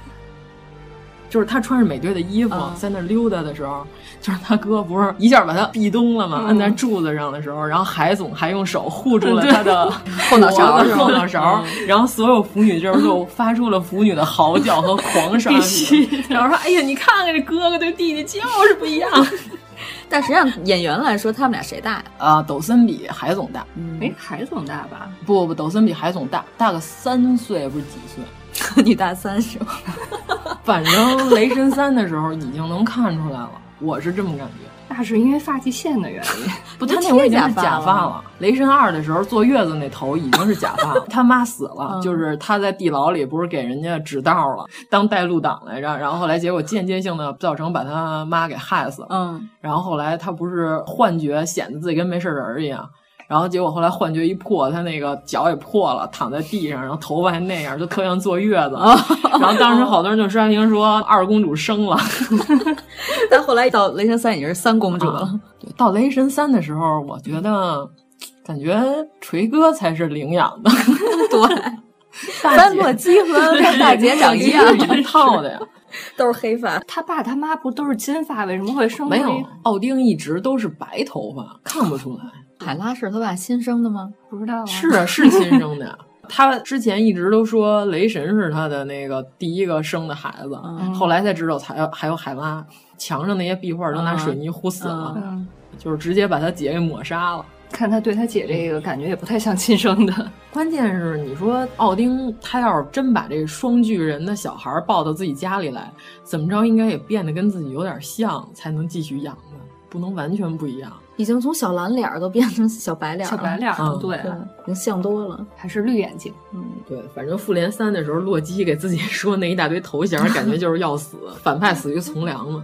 Speaker 8: 就是他穿着美队的衣服、
Speaker 9: 嗯
Speaker 8: 在那溜达的时候，就是他哥不是一下把他壁咚了嘛，
Speaker 10: 嗯
Speaker 8: 按在柱子上的时候，然后海总还用手护住了他 的后
Speaker 10: 脑勺是吧嗯
Speaker 8: 后脑勺，然后所有腐女就是就发出了腐女的嚎叫和 狂杀，然后说：“哎呀，你看看这哥哥对弟弟就是不一样
Speaker 9: 但实际上演员来说，他们俩谁大呀？
Speaker 8: 啊！”抖森比海总大，
Speaker 10: 没海总大吧？
Speaker 8: 不不，抖森比海总大，大个三岁不是几岁？
Speaker 9: 女大三是吗？
Speaker 8: 反正雷神三的时候已经能看出来了，我是这么感觉。
Speaker 10: 那是因为发际线的原 因。
Speaker 8: 不，他那会儿已经是
Speaker 9: 贴
Speaker 8: 假
Speaker 9: 假
Speaker 8: 发
Speaker 9: 发
Speaker 8: 了。雷神二的时候坐月子那头已经是假发了，他妈死了，就是他在地牢里不是给人家指道了，当带路党来着，然后后来结果间接性的造成把他妈给害死了。
Speaker 9: 嗯，
Speaker 8: 然后后来他不是幻觉显得自己跟没事人儿一样，然后结果后来幻觉一破，他那个脚也破了，躺在地上，然后头发还那样，就特像坐月子。然后当时好多人就刷屏说二公主生了。
Speaker 9: 但后来到雷神三已经是三公主了。
Speaker 8: 对，到雷神三的时候，我觉得感觉锤哥才是领养的，
Speaker 9: 对，
Speaker 8: 大
Speaker 9: 三
Speaker 8: 姐
Speaker 9: 洛 基和大姐长一样，
Speaker 8: 一套的呀。
Speaker 9: 都是黑发。
Speaker 10: 他爸他妈不都是金发，为什么会生
Speaker 8: 没有
Speaker 10: 出一，
Speaker 8: 奥丁一直都是白头发，看不出来。
Speaker 9: 海拉是他爸亲生的吗？
Speaker 10: 不知道啊？
Speaker 8: 是啊，是亲生的呀。他之前一直都说雷神是他的那个第一个生的孩子，
Speaker 9: 嗯
Speaker 8: 后来才知道才有还有海拉。墙上那些壁画都拿水泥糊死了，
Speaker 9: 嗯
Speaker 10: 嗯，
Speaker 8: 就是直接把他姐给抹杀了。
Speaker 10: 看他对他姐这个感觉也不太像亲生的。
Speaker 8: 关键是你说奥丁他要是真把这双巨人的小孩抱到自己家里来，怎么着应该也变得跟自己有点像，才能继续养他，不能完全不一样。
Speaker 9: 已经从小蓝脸儿都变成小白脸儿
Speaker 10: 小
Speaker 9: 了，
Speaker 10: 白脸儿，
Speaker 8: 嗯
Speaker 10: 对，啊
Speaker 9: 对，已经像多了。
Speaker 10: 还是绿眼睛。
Speaker 8: 对，反正复联三的时候，洛基给自己 说那一大堆头衔，感觉就是要死，反派死于从良嘛。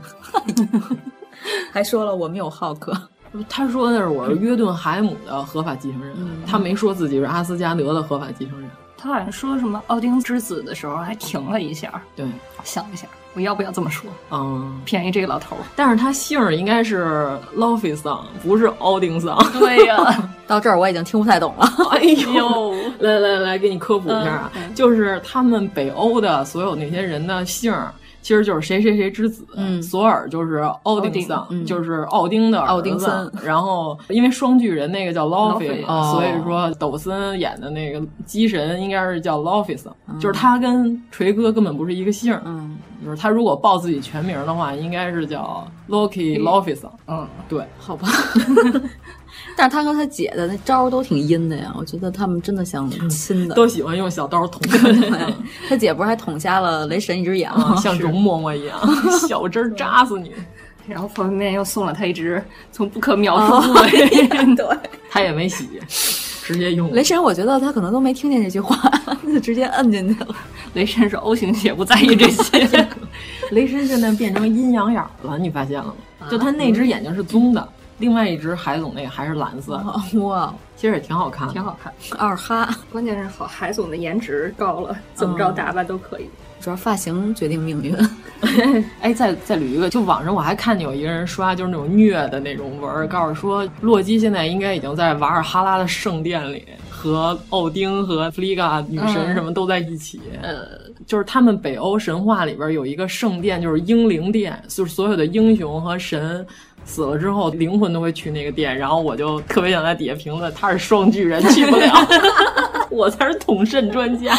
Speaker 9: 还说了我们有浩克，
Speaker 8: 他说嗯的是我是约顿海姆的合法继承人，他没说自己是阿斯加德的合法继承人。
Speaker 10: 他好像说什么奥丁之子的时候，还停了一下，
Speaker 8: 对，
Speaker 10: 想一下我要不要这么说？
Speaker 8: 嗯，
Speaker 10: 便宜这个老头儿。
Speaker 8: 但是他姓儿应该是 Lofi 桑，不是奥丁桑。
Speaker 10: 对 呀，
Speaker 11: 到这儿我已经听不太懂了。
Speaker 8: 哎呦，来来来，给你科普一下
Speaker 11: 嗯
Speaker 8: 啊，就是他们北欧的所有那些人的姓儿。其实就是谁谁谁之子，
Speaker 11: 嗯
Speaker 8: 索尔就是奥丁桑，
Speaker 11: 奥丁嗯
Speaker 8: 就是奥丁的儿子
Speaker 11: 奥丁森
Speaker 8: 然后因为双巨人那个叫 Lofi，、
Speaker 10: Lofi，
Speaker 11: 哦
Speaker 8: 所以说抖森演的那个机神应该是叫 Lofi 桑、就是他跟锤哥根本不是一个姓儿、
Speaker 11: 嗯，
Speaker 8: 就是他如果报自己全名的话，应该是叫 Loki Lofi 桑。
Speaker 10: 嗯，
Speaker 8: 对，
Speaker 11: 好 吧。但是他和他姐的那招儿都挺阴的呀，我觉得他们真的像亲的。
Speaker 8: 都喜欢用小刀捅人，
Speaker 11: 他姐不是还捅瞎了雷神一只眼吗？
Speaker 8: 啊像容嬷嬷 一样，小针儿扎死你。
Speaker 10: 然后方便面又送了他一只从哦不可描述的
Speaker 11: 哦
Speaker 10: 人，对，
Speaker 8: 他也没洗，直接用。
Speaker 11: 雷神，我觉得他可能都没听见这句话， 他就直接摁进去了。
Speaker 10: 雷神是 O 型血，不在意这些。
Speaker 8: 雷神现在变成阴阳眼儿了，你发现了吗？就他那只眼睛是棕的，另外一只海总那个还是蓝色的，
Speaker 11: 哇，
Speaker 8: 其实也哦挺好看的。
Speaker 10: 挺好看，
Speaker 11: 二哈，
Speaker 10: 关键是好海总的颜值高了，怎么着打扮都可以。
Speaker 11: 主要发型决定命运。
Speaker 8: 哎，再再捋一个，就网上我还看见有一个人刷，就是那种虐的那种文儿，告诉说洛基现在应该已经在瓦尔哈拉的圣殿里和奥丁和弗利嘎女神什么都在一起。呃，就是他们北欧神话里边有一个圣殿，就是英灵殿，就是所有的英雄和神。死了之后，灵魂都会去那个殿，然后我就特别想在底下评论，他是双巨人，去不了， 我才是统肾专家。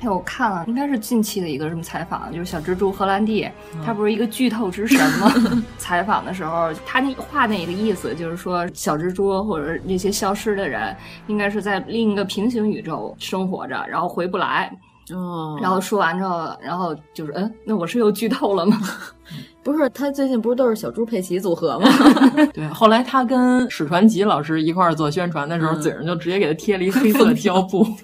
Speaker 10: 哎，我看了，应该是近期的一个什么采访，就是小蜘蛛荷兰弟，他不是一个剧透之神吗？ 采访的时候，他那话那个意思就是说，小蜘蛛或者那些消失的人，应该是在另一个平行宇宙生活着，然后回不来。
Speaker 11: 哦
Speaker 10: 然后说完之后，然后就是，嗯，那我是又剧透了吗？
Speaker 11: 不是他最近不是都是小猪佩奇组合吗？
Speaker 8: 对，后来他跟史传奇老师一块儿做宣传的时候，
Speaker 10: 嗯
Speaker 8: 嘴上就直接给他贴了 一黑色胶布。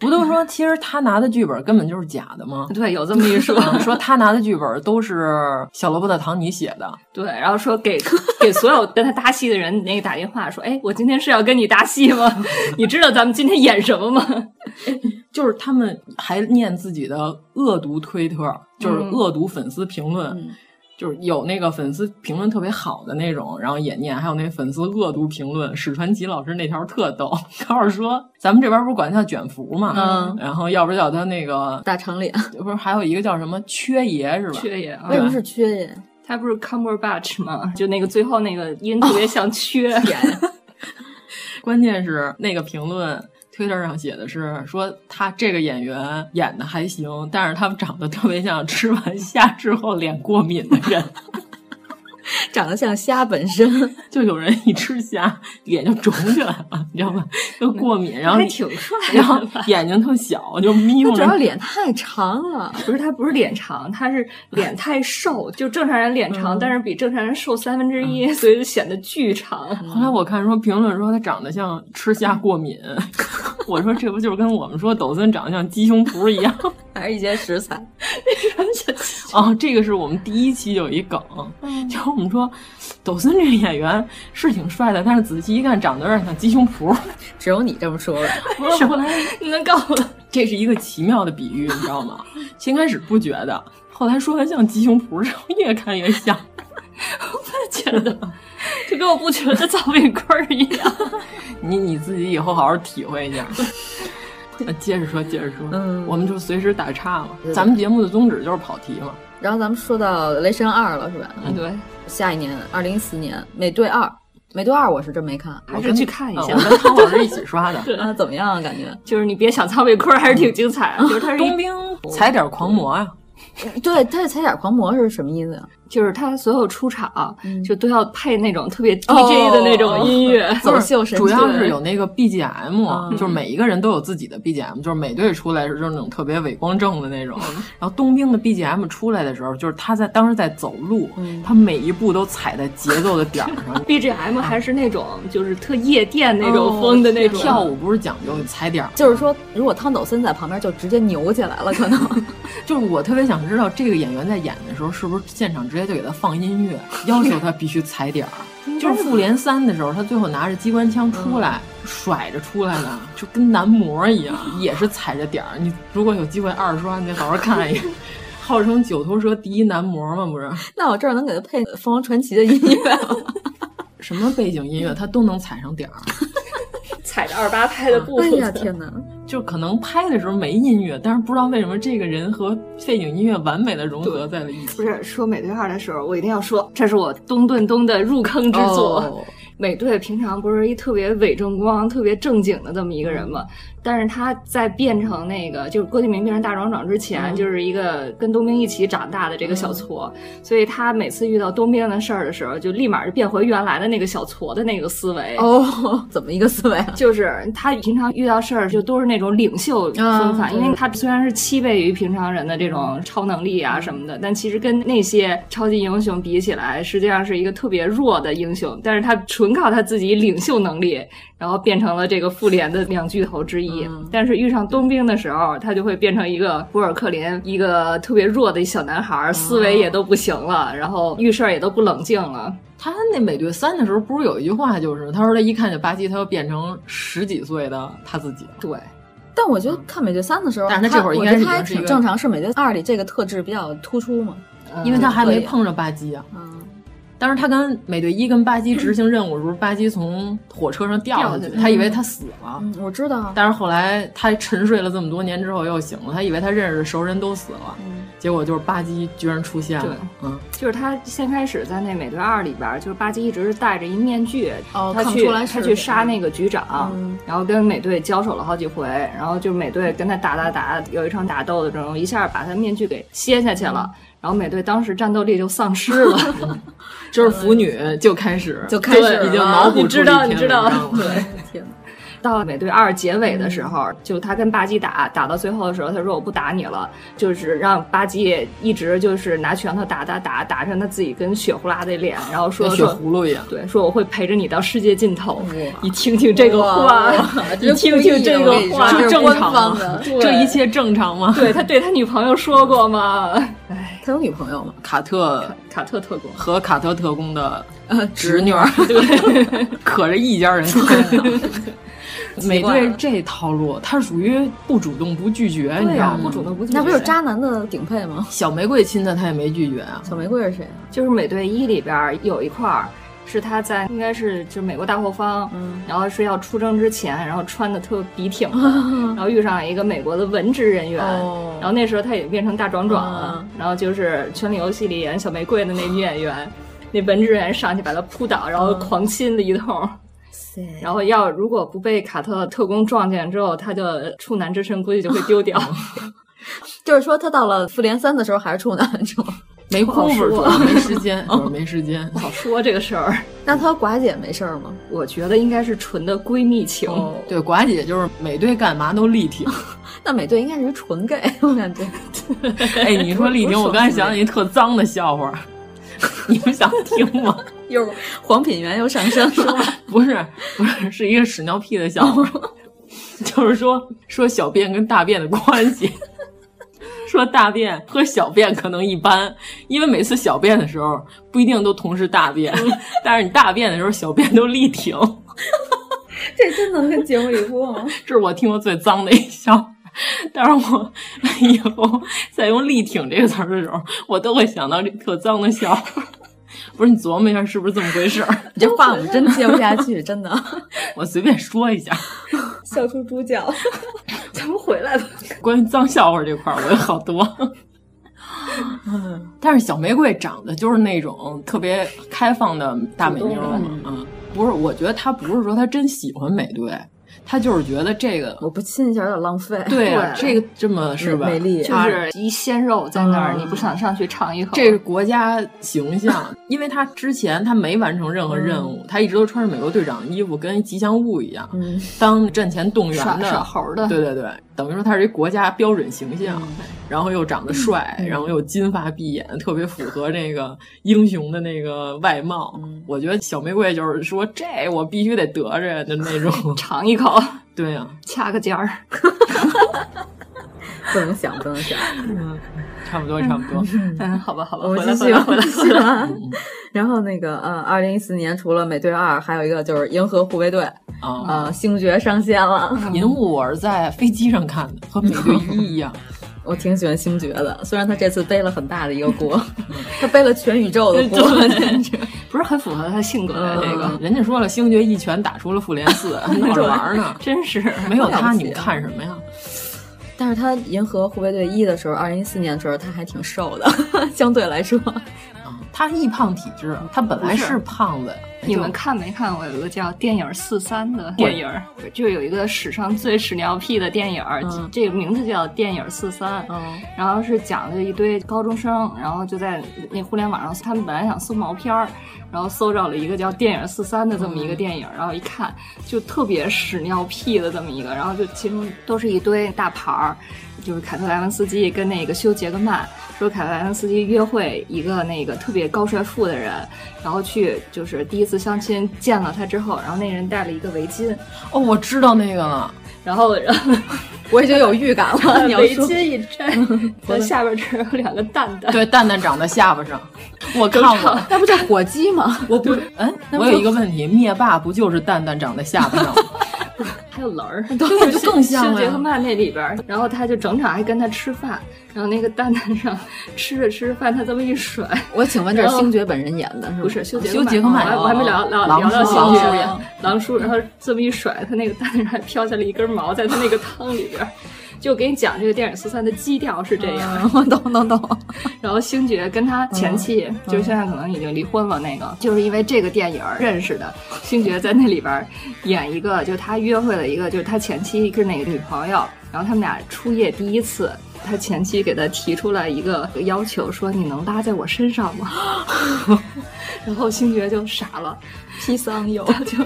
Speaker 8: 不都说其实他拿的剧本根本就是假的吗？
Speaker 10: 对，有这么一说。
Speaker 8: 说他拿的剧本都是小萝卜的唐尼写的，
Speaker 10: 对，然后说给给所有跟他搭戏的人那个打电话说，哎，我今天是要跟你搭戏吗？ 你知道咱们今天演什么吗？
Speaker 8: 就是他们还念自己的恶毒推特，就是恶毒粉丝评论，就是有那个粉丝评论特别好的那种，然后也念，还有那粉丝恶毒评论，史传奇老师那条特逗， 告诉说咱们这边不是管他叫卷福嘛，
Speaker 11: 嗯
Speaker 8: 然后要不叫他那个呃
Speaker 11: 大长脸，
Speaker 8: 不是还有一个叫什么缺爷是吧？
Speaker 10: 缺爷啊
Speaker 11: 为，什么是缺 呀？
Speaker 10: 他不是 Cumberbatch 吗？就那个最后那个音特别像缺，
Speaker 8: 关键是那个评论。推特上写的是说他这个演员演的还行，但是他们长得特别像吃完虾之后脸过敏的人，
Speaker 11: 长得像虾本身，
Speaker 8: 就有人一吃虾脸就肿起来了，你知道吗？就过敏，然后
Speaker 10: 还
Speaker 8: 你
Speaker 10: 挺帅的。
Speaker 8: 然后眼睛特小，就眯
Speaker 11: 他
Speaker 8: 糊
Speaker 11: 主要
Speaker 8: 着。
Speaker 11: 脸太长了。
Speaker 10: 不是他不是脸长，他是脸太瘦，就正常人脸长，但是比正常人瘦三分之一， 所以就显得巨长。
Speaker 8: 后来我看说评论说他长得像吃虾过敏， 我说这不就是跟我们说抖森长得像鸡胸脯一样？
Speaker 11: 还是一些食材，
Speaker 8: 哦，这个是我们第一期有一梗，就是我们说抖森这个演员是挺帅的，但是仔细一看长得有点像鸡胸脯。
Speaker 11: 只有你这么 说了。
Speaker 8: 不是后来你能告诉我， 这是一个奇妙的比喻，你知道吗？先开始不觉得，后来说完像鸡胸脯，然后越看越像。
Speaker 10: 觉得就跟我不觉得 造饼棍儿一样。
Speaker 8: 你你自己以后好好体会一下。呃接着说，接着说，
Speaker 11: 嗯
Speaker 8: 我们就随时打岔嘛。
Speaker 11: 对
Speaker 8: 咱们节目的宗旨就是跑题嘛。
Speaker 11: 然后咱们说到《雷神二》了，是吧？
Speaker 10: 对，
Speaker 11: 下一年，二零一四年，《美队二》，《美队二》我是真没看
Speaker 10: 还是去看一
Speaker 8: 啊
Speaker 10: 下
Speaker 8: 我。跟汤老师一起刷 的。
Speaker 11: 啊，怎么样啊？感觉？
Speaker 10: 就是你别想造饼棍儿，还是挺精彩的。啊就是他是一
Speaker 8: 冬兵踩点狂魔啊，
Speaker 11: 对，他这踩点狂魔是什么意思
Speaker 9: 啊
Speaker 11: 呀？
Speaker 10: 就是他所有出场啊
Speaker 11: 嗯
Speaker 10: 就都要配那种特别 DJ 的那种 音乐，。
Speaker 11: 走秀神器
Speaker 8: 啊主要是有那个 BGM，
Speaker 11: 嗯
Speaker 8: 啊就是每一个人都有自己的 BGM，就是美队出来是就是那种特别伪光正的那种，然后冬兵的 BGM 出来的时候，就是他在当时在走路，他每一步都踩在节奏的点儿上
Speaker 10: BGM 还是那种就是特夜店那种风的那种
Speaker 8: 哦跳舞不是讲究踩点儿，
Speaker 11: 就是说，如果汤斗森在旁边，就直接扭起来了，可能
Speaker 8: 就是我特别想知道这个演员在演的时候，是不是现场直接就给他放音乐，要求他必须踩点儿，就是复联三的时候，他最后拿着机关枪出来，甩着出来的，就跟男模一样，也是踩着点儿。你如果有机会二刷，你得好好看一眼。号称九头蛇第一男模嘛，不是？
Speaker 9: 那我这儿能给他配《凤凰传奇》的音乐吗？
Speaker 8: 什么背景音乐，他都能踩上点儿。
Speaker 10: 踩着二八拍的步
Speaker 9: 哎呀天哪！
Speaker 8: 就可能拍的时候没音乐，但是不知道为什么这个人和背景音乐完美的融合在了一起。
Speaker 10: 不是说美队二的时候，我一定要说，这是我东顿东的入坑之作。
Speaker 8: 哦
Speaker 10: 美队平常不是一特别伪正光、特别正经的这么一个人嘛，但是他在变成那个就是郭敬明变成大壮壮之前，
Speaker 8: 嗯
Speaker 10: 就是一个跟冬兵一起长大的这个小矬，所以他每次遇到冬兵的事儿的时候，就立马就变回原来的那个小矬的那个思维。
Speaker 9: 哦，怎么一个思维啊？
Speaker 10: 就是他平常遇到事儿就都是那种领袖风范，
Speaker 9: 啊
Speaker 10: 因为他虽然是七倍于平常人的这种超能力啊什么的，但其实跟那些超级英雄比起来，实际上是一个特别弱的英雄。但是他纯靠他自己领袖能力，然后变成了这个复联的两巨头之一。但是遇上冬兵的时候，他就会变成一个博尔克林，一个特别弱的小男孩儿，思维也都不行了，然后遇事儿也都不冷静了。
Speaker 8: 他那美队三的时候，不是有一句话就是，他说他一看见巴基，他就变成十几岁的他自己。
Speaker 10: 对。
Speaker 9: 但我觉得看美队三的时候，
Speaker 8: 但是他这会儿应
Speaker 9: 我觉
Speaker 8: 该
Speaker 9: 得
Speaker 8: 是
Speaker 9: 他还
Speaker 8: 已经是一
Speaker 9: 挺
Speaker 8: 个
Speaker 9: 正常，是美队二里这个特质比较突出嘛。
Speaker 10: 嗯
Speaker 8: 因为他还没
Speaker 9: 对
Speaker 8: 碰着巴基啊。
Speaker 9: 嗯，
Speaker 8: 当时他跟美队一跟巴基执行任务的时候，巴基从火车上掉下
Speaker 10: 掉
Speaker 8: 去，
Speaker 10: 下
Speaker 8: 他以为他死了。
Speaker 9: 嗯我知道。
Speaker 8: 但是后来他沉睡了这么多年之后又醒了，他以为他认识的熟人都死了，结果就是巴基居然出现了
Speaker 10: 嗯对。
Speaker 8: 嗯，
Speaker 10: 就是他先开始在那《美队二》里边儿，就是巴基一直是戴着一面具，
Speaker 9: 哦
Speaker 10: 他
Speaker 9: 看不
Speaker 10: 去
Speaker 9: 出来是
Speaker 10: 他
Speaker 9: 谁
Speaker 10: 去杀那个局长，
Speaker 9: 嗯
Speaker 10: 然后跟美队交手了好几回，然后就美队跟他打打打，有一场打斗的中，一下把他面具给卸下去了。
Speaker 9: 嗯
Speaker 10: 然后美队当时战斗力就丧失 了，
Speaker 8: 就是腐女就开始
Speaker 9: 就开始了
Speaker 8: 已经脑补
Speaker 10: 你
Speaker 8: 出
Speaker 10: 知
Speaker 8: 了
Speaker 10: 道
Speaker 8: 一
Speaker 10: 你
Speaker 8: 篇
Speaker 10: 知道
Speaker 8: 文章了
Speaker 10: 对。到美队二结尾的时候，
Speaker 9: 嗯
Speaker 10: 就他跟巴基打，打到最后的时候，他说我不打你了，就是让巴基一直就是拿拳头打打打，打成他自己跟血呼啦的脸，然后 说
Speaker 8: 哎跟血
Speaker 10: 说
Speaker 8: 葫芦一样。
Speaker 10: 对，说我会陪着你到世界尽头。你听听这个话，你听听这个话，
Speaker 8: 这正
Speaker 10: 正
Speaker 8: 常
Speaker 10: 常
Speaker 8: 吗
Speaker 10: 吗？？
Speaker 8: 这一切正常吗？
Speaker 10: 对他对他女朋友说过吗？
Speaker 9: 他有女朋友吗？
Speaker 8: 卡特
Speaker 10: 卡特特工，
Speaker 8: 和卡特特工的侄女儿，对， 可着一 家人看呢。美队这套路，他属于不主动不拒绝，你知道吗？
Speaker 10: 啊不主动不拒绝。
Speaker 9: 那不就是渣男的顶配吗？
Speaker 8: 小玫瑰亲他，他也没拒绝啊。
Speaker 9: 小玫瑰是谁啊？
Speaker 10: 就是美队一里边儿有一块儿。是他在应该是就是美国大后方，
Speaker 9: 嗯
Speaker 10: 然后是要出征之前，然后穿的特笔 挺的，然后遇上了一个美国的文职人员，
Speaker 9: 哦
Speaker 10: 然后那时候他也变成大壮壮了，
Speaker 9: 嗯
Speaker 10: 然后就是《权力游戏》里演小玫瑰的那女演员， 那文职人员上去把他扑倒，然后狂亲了一通，然后要如果不被卡特特工撞见之后，他就处男之身估计就会丢 掉。
Speaker 9: 就是说他到了复联三的时候还是处男 是吗？
Speaker 8: 没 cover 主
Speaker 10: 说
Speaker 8: 要没时 间，主要没时间。
Speaker 10: 不好说这个事儿，
Speaker 9: 那他和寡姐没事儿吗？哦
Speaker 10: 我觉得应该是纯的闺蜜情。
Speaker 9: 嗯
Speaker 8: 对，寡姐就是美队干嘛都力 挺。
Speaker 9: 那美队应该是纯 gay，我感觉。
Speaker 8: 哎，你说力挺，我刚才想起一特脏的笑话， 你们想听吗？
Speaker 9: 又黄品源又上身 了，
Speaker 8: 不是，不是，是一个屎尿屁的笑话， 就是说说小便跟大便的关系， 说大便和小便可能一般，因为每次小便的时候不一定都同时大便，但是你大便的时候小便都力挺，
Speaker 9: 这真能跟节目里播吗？
Speaker 8: 这是我听过最脏的一笑话。但是我以后再用“力挺”这个词儿的时候，我都会想到这特脏的笑话。 不是你琢磨一下是不是这么回事儿？
Speaker 9: 你这话我们真接不下去，真的。
Speaker 8: 我随便说一下。
Speaker 9: 笑出猪 叫，咱们回来吧。
Speaker 8: 关于脏笑话这块儿，我有好多。但是小玫瑰长得就是那种特别开放的大美妞儿嘛，嗯，不是，我觉得她不是说她真喜欢美队，她就是觉得这 个
Speaker 9: 我不亲一下有点浪费。
Speaker 8: 对啊这个这么是吧？
Speaker 9: 美丽
Speaker 10: 就
Speaker 8: 她
Speaker 10: 是一鲜肉在那儿，
Speaker 9: 嗯
Speaker 10: 你不想上去尝一口？
Speaker 8: 这是国家形象，因为他之前他没完成任何任务，他一直都穿着美国队长的衣服，跟吉祥物一样，
Speaker 9: 嗯
Speaker 8: 当战前动员
Speaker 10: 耍
Speaker 8: 的
Speaker 10: 耍猴的，。
Speaker 8: 对对对，等于说他是一国家标准形象，然后又长得帅，然后又金发碧眼，特别符合那个英雄的那个外貌。我觉得小玫瑰就是说，这我必须得得着的那种
Speaker 10: 尝一口，
Speaker 8: 对呀、
Speaker 10: 掐个尖儿。
Speaker 9: 不能想，不能 想。
Speaker 8: 差不多差不多。
Speaker 10: 嗯，好吧，好吧，
Speaker 9: 我
Speaker 10: 回
Speaker 9: 们
Speaker 10: 来
Speaker 9: 继
Speaker 10: 回
Speaker 9: 续
Speaker 10: 来回来。
Speaker 9: 继续啊。然后那个呃，二零一四年除了美队二，还有一个就是银河护卫队
Speaker 8: 啊，
Speaker 9: 呃，星爵上线了。
Speaker 10: 嗯
Speaker 8: 银幕我是在飞机上看的，和美队一一 样。
Speaker 9: 我挺喜欢星爵的，虽然他这次背了很大的一个锅， 他背了全宇宙的锅，
Speaker 10: 简直不是很符合他性格的这个。
Speaker 8: 人家说了，星爵一拳打出了复联四，闹着玩呢，
Speaker 10: 真是
Speaker 8: 没有他你们看什么呀？
Speaker 9: 但是他银河护卫队一的时候，二零一四年的时候他还挺瘦的， 相对来说，
Speaker 8: 嗯、他是易胖体质，他本来是胖子。
Speaker 10: 你们看没看过有个叫电影四三的电影？就有一个史上最屎尿屁的电影，嗯、这个名字叫电影四三。
Speaker 9: 嗯，
Speaker 10: 然后是讲的一堆高中生，然后就在那互联网上，他们本来想搜毛片儿，然后搜着了一个叫电影四三的这么一个电影，嗯、然后一看就特别屎尿屁的这么一个，然后就其中都是一堆大牌儿。就是凯特·莱文斯基跟那个休·杰克曼说，凯特·莱文斯基约会一个那个特别高帅富的人，然后去就是第一次相亲见了他之后，然后那人戴了一个围巾。
Speaker 8: 哦，我知道那个了。
Speaker 10: 然后， 然后
Speaker 9: 我已经有预感了。你要
Speaker 10: 呃围巾一摘， 它下边这有两个蛋蛋。
Speaker 8: 嗯对，蛋蛋长在下巴上。我看过，
Speaker 9: 那不叫火鸡吗？
Speaker 8: 我 不，嗯，我有一个问题，灭霸不就是蛋蛋长在下巴上吗？
Speaker 10: 还有棱儿，
Speaker 8: 对，就更像啊
Speaker 10: 杰克曼那里边，然后他就整场还跟他吃饭，然后那个蛋蛋上吃着吃着饭，他这么一甩。
Speaker 9: 我请问这是星爵本人演的，是哦
Speaker 10: 不是？修
Speaker 8: 修杰克曼，
Speaker 10: 我还没聊聊聊到星爵演狼叔，然后这么一甩，他那个蛋蛋上还飘下来一根毛，在他那个汤里边。就给你讲这个电影《四三》的基调是这
Speaker 8: 啊
Speaker 10: 样，
Speaker 9: 我懂懂 懂。
Speaker 10: 然后星爵跟他前妻，嗯、就是现在可能已经离婚了，那个、嗯、就是因为这个电影认识的。星爵在那里边演一个，就是他约会了一个，就是他前妻是那个女朋友，然后他们俩初夜第一次，他前妻给他提出了一个要求，说你能搭在我身上吗？ 然后星爵就傻了。
Speaker 9: 砒桑油，
Speaker 10: 就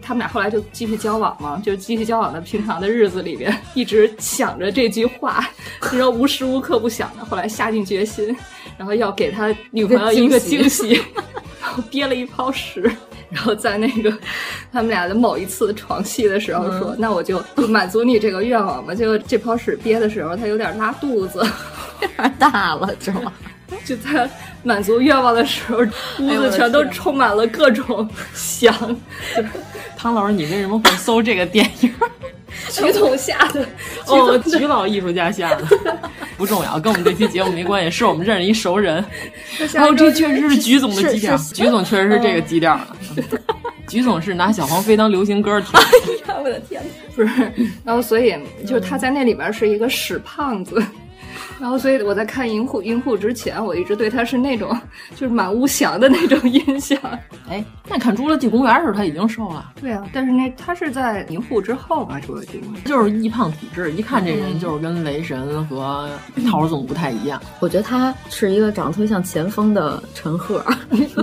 Speaker 10: 他们俩后来就继续交往嘛，就继续交往的平常的日子里边，一直想着这句话，然后无时无刻不想着。后来下定决心，然后要给他女朋友一个惊喜，然后憋了一泡屎，然后在那个他们俩的某一次床戏的时候说：“嗯、那我就就满足你这个愿望吧。”结果这泡屎憋的时候，他有点拉肚子，
Speaker 9: 有点大了，知道吗？
Speaker 10: 就在满足愿哎望的时候，屋子全都充满了各种 香。
Speaker 8: 哎、汤老师，你为什么会搜这个电影？
Speaker 10: 徐总下的，
Speaker 8: 哦， 徐老艺术家下的， 不重要，跟我们这期节目没关系，是我们认识一熟人。然后这确实是徐总的基调，徐总确实是嗯这个基 调了。徐总是拿小黄飞当流行歌听。
Speaker 10: 哎呀，我的天！不是， 然后所以就是他在那里边是一个屎胖子。 然后，所以我在看《银护》《银护》之前，我一直对他是那种就是满屋翔的那种印象。
Speaker 8: 哎，那看《侏罗纪公园》的时候，他已经瘦了。
Speaker 10: 对啊，但是那他是在《银护》之后吧，《侏罗纪公园》
Speaker 8: 就是易胖体质，一看这人就是跟雷神和陶总不太一样。
Speaker 9: 我觉得他是一个长得特别像前锋的陈赫，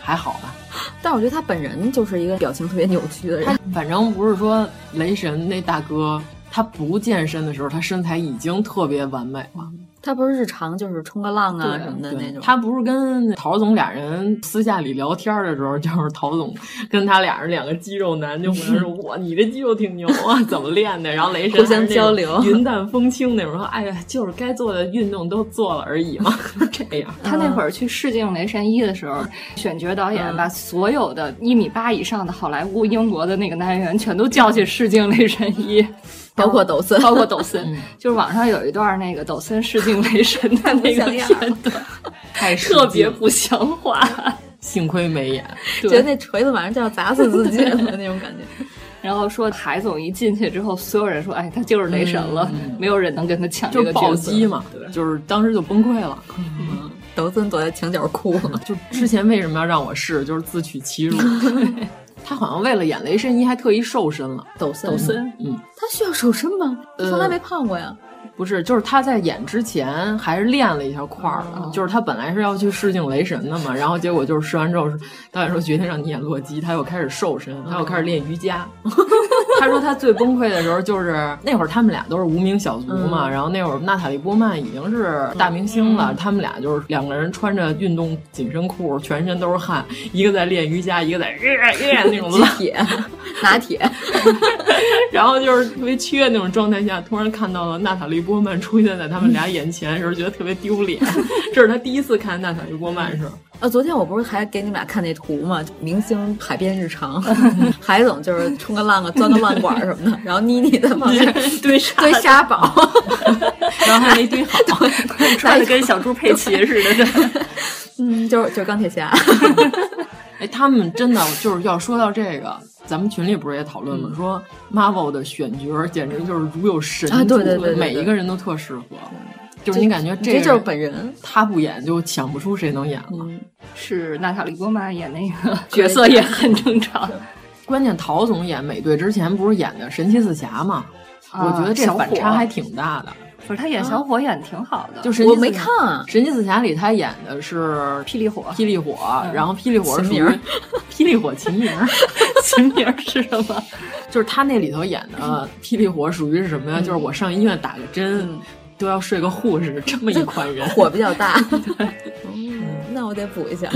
Speaker 8: 还好吧。
Speaker 9: 但我觉得他本人就是一个表情特别扭曲的人。
Speaker 8: 反正不是说雷神那大哥。他不健身的时候，他身材已经特别完美了。
Speaker 9: 他不是日常就是冲个浪啊什么的那种。
Speaker 8: 他不是跟陶总俩人私下里聊天的时候，就是陶总跟他俩人两个肌肉男就互相说：“哇，你这肌肉挺牛啊，怎么练的？”然后雷神
Speaker 9: 互相交流，
Speaker 8: 云淡风轻那种说：“哎呀，就是该做的运动都做了而已嘛。”这样。
Speaker 10: 他那会儿去试镜《雷神一》的时候，选角导演把所有的一米八以上的好莱坞英国的那个男演员全都叫去试镜《雷神一》。
Speaker 9: 包括抖森，
Speaker 10: 包括抖森，嗯、就是网上有一段那个抖森试镜雷神的那个片段，
Speaker 8: 太
Speaker 10: 特别不像话。
Speaker 8: 幸亏没演，
Speaker 9: 觉得那锤子马上就要砸死自己了那种感觉。
Speaker 10: 然后说海总一进去之后，所有人说：“哎，他就是雷神了，嗯、没有人能跟他抢这个
Speaker 8: 暴击嘛。”
Speaker 10: 对，
Speaker 8: 就是当时就崩溃了。
Speaker 9: 嗯、抖森躲在墙角哭了。
Speaker 8: 就之前为什么要让我试，就是自取其 辱。他好像为了演雷神一还特意瘦身了，
Speaker 9: 抖森，
Speaker 10: 抖森，呃
Speaker 8: 嗯，
Speaker 9: 他需要瘦身吗？从来没胖过呀。
Speaker 8: 不是，就是他在演之前还是练了一下块儿的，就是他本来是要去试镜雷神的嘛，然后结果就是试完之后，导演说决定让你演洛基，他又开始瘦身，他又开始练瑜伽。他说他最崩溃的时候就是那会儿他们俩都是无名小卒嘛，然后那会儿娜塔莉波曼已经是大明星了，他们俩就是两个人穿着运动紧身裤，全身都是汗，一个在练瑜伽，一个在呃那种
Speaker 9: 拿铁，拿铁，
Speaker 8: 然后就是特别缺那种状态下，突然看到了娜塔莉。波 曼出现在他们俩眼前的时候，觉得特别丢脸。这是他第一次看娜塔莉波曼时候，
Speaker 9: 呃，昨天我不是还给你们俩看那图吗？明星海边 日常，海总就是冲个浪啊，钻个浪管什么的，然后妮妮在旁 边堆沙堆沙堡，
Speaker 10: 然后还没堆好， 穿的跟小猪佩奇似的。
Speaker 9: 嗯，就是就是钢 铁侠。
Speaker 8: 哎，他们真的就是要说到这个，咱们群里不是也讨论吗？说 Marvel 的选角简直就是如有神助，
Speaker 9: 啊对对对对
Speaker 8: 每一个人都特适合。就是你感觉
Speaker 9: 这
Speaker 8: 个
Speaker 9: 就是本人，
Speaker 8: 他不演就想不出谁能演了。
Speaker 9: 嗯
Speaker 10: 是娜塔莉波曼演那 个角色也很正常。
Speaker 8: 关键陶总演美队之前不是演的神奇四侠嘛？
Speaker 10: 啊
Speaker 8: 我觉得这
Speaker 10: 小
Speaker 8: 反差
Speaker 10: 伙
Speaker 8: 还挺大的。
Speaker 10: 不是他演小伙演挺好的，
Speaker 8: 就是神奇
Speaker 9: 我
Speaker 8: 四
Speaker 9: 没
Speaker 8: 侠
Speaker 9: 看啊
Speaker 8: 《神奇四侠》里他演的是
Speaker 10: 霹雳火
Speaker 8: 霹雳火，然后霹雳火是属
Speaker 9: 秦
Speaker 8: 于
Speaker 9: 明
Speaker 8: 霹雳火秦 明，
Speaker 10: 秦名是什么？
Speaker 8: 就是他那里头演的霹雳火属于是什么呀？就是我上医院打个针。都要睡个护士，这么一款 人，
Speaker 9: 火比较 大。嗯那我得补一下。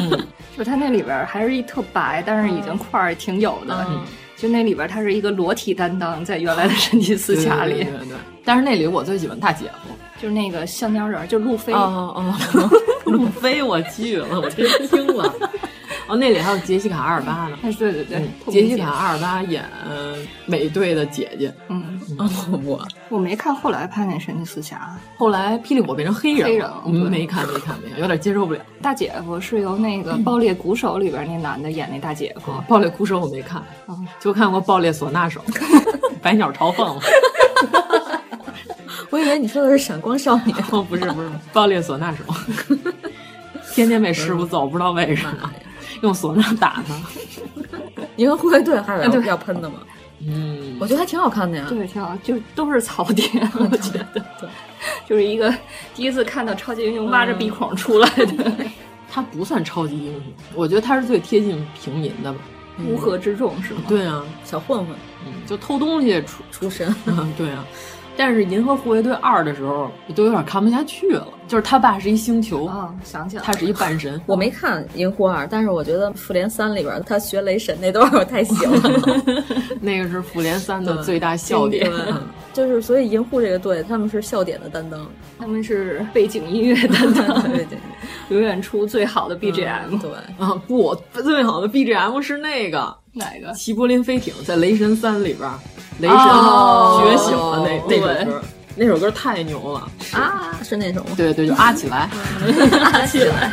Speaker 10: 就他那里边儿还是一特白，但是已经块儿挺有
Speaker 9: 嗯啊
Speaker 10: 的。就那里边儿他是一个裸体担当，在原来的神奇四
Speaker 8: 对对
Speaker 10: 侠
Speaker 8: 对
Speaker 10: 里，
Speaker 8: 对对。但是那里我最喜欢大姐夫，
Speaker 10: 就是那个橡胶人儿，就路飞。
Speaker 8: 哦哦， 路飞我记语了，我真听了。 哦，那里还有杰西卡阿尔巴 呢，
Speaker 10: 哎，对对对
Speaker 8: 嗯，
Speaker 10: 透
Speaker 8: 杰
Speaker 10: 明
Speaker 8: 西
Speaker 10: 姐
Speaker 8: 卡阿尔巴演呃美队的姐姐。
Speaker 10: 嗯，
Speaker 8: 哦我
Speaker 10: 我没看后来拍那神奇四侠，啊
Speaker 8: 后来霹雳火变成黑人
Speaker 10: 黑
Speaker 8: 了，嗯
Speaker 10: 人对
Speaker 8: 没看没看没看，有点接受不了。
Speaker 10: 大姐夫是由那个《爆裂鼓手》里边儿那男的演那大姐夫。
Speaker 8: 啊爆裂鼓手我没看，
Speaker 9: 啊
Speaker 10: 嗯
Speaker 8: 就看过爆裂唢呐 手，百鸟朝凤。
Speaker 9: 我以为你说的是《闪光少年》
Speaker 8: 哦，不是不是，爆裂唢呐手， 天天被师傅揍，不知道为什
Speaker 9: 嗯
Speaker 8: 么用唢呐打他。
Speaker 9: 你和护卫队还有要要喷的吗？
Speaker 8: 嗯，
Speaker 9: 我觉得还挺好看的呀。
Speaker 10: 对，挺好，就都是槽点，我觉得，对，就是一个第一次看到超级英雄挖着鼻孔出来的，
Speaker 8: 他不算超级英雄，我觉得他是最贴近平民的吧。
Speaker 10: 乌合之众是吗？
Speaker 8: 对啊，
Speaker 9: 嗯小混混
Speaker 8: 嗯，就偷东西出
Speaker 9: 出身，
Speaker 8: 嗯，对啊。但是《银河护卫队二》的时候，我都有点看不下去了。就是他爸是一星球，
Speaker 10: 啊，想起来了
Speaker 8: 他是一半神。
Speaker 9: 我没看《银护二》，但是我觉得《复联三》里边他学雷神那段儿太行了，
Speaker 8: 那个是复联三的最大笑点。
Speaker 9: 对 就是所以银护这个队他们是笑点的担当，
Speaker 10: 他们是背景音乐担当，
Speaker 9: 对对
Speaker 10: 永远出最好的 BGM，、
Speaker 9: 对，
Speaker 8: 啊，不，最好的 BGM 是那个
Speaker 10: 哪个？
Speaker 8: 齐柏林飞艇在《雷神三》里边儿，雷神
Speaker 10: 哦
Speaker 8: 觉醒了那、那
Speaker 10: 对
Speaker 8: 首歌，那首歌太牛了。
Speaker 9: 啊，是那 种
Speaker 8: 对对，就啊起来。
Speaker 9: 打起来。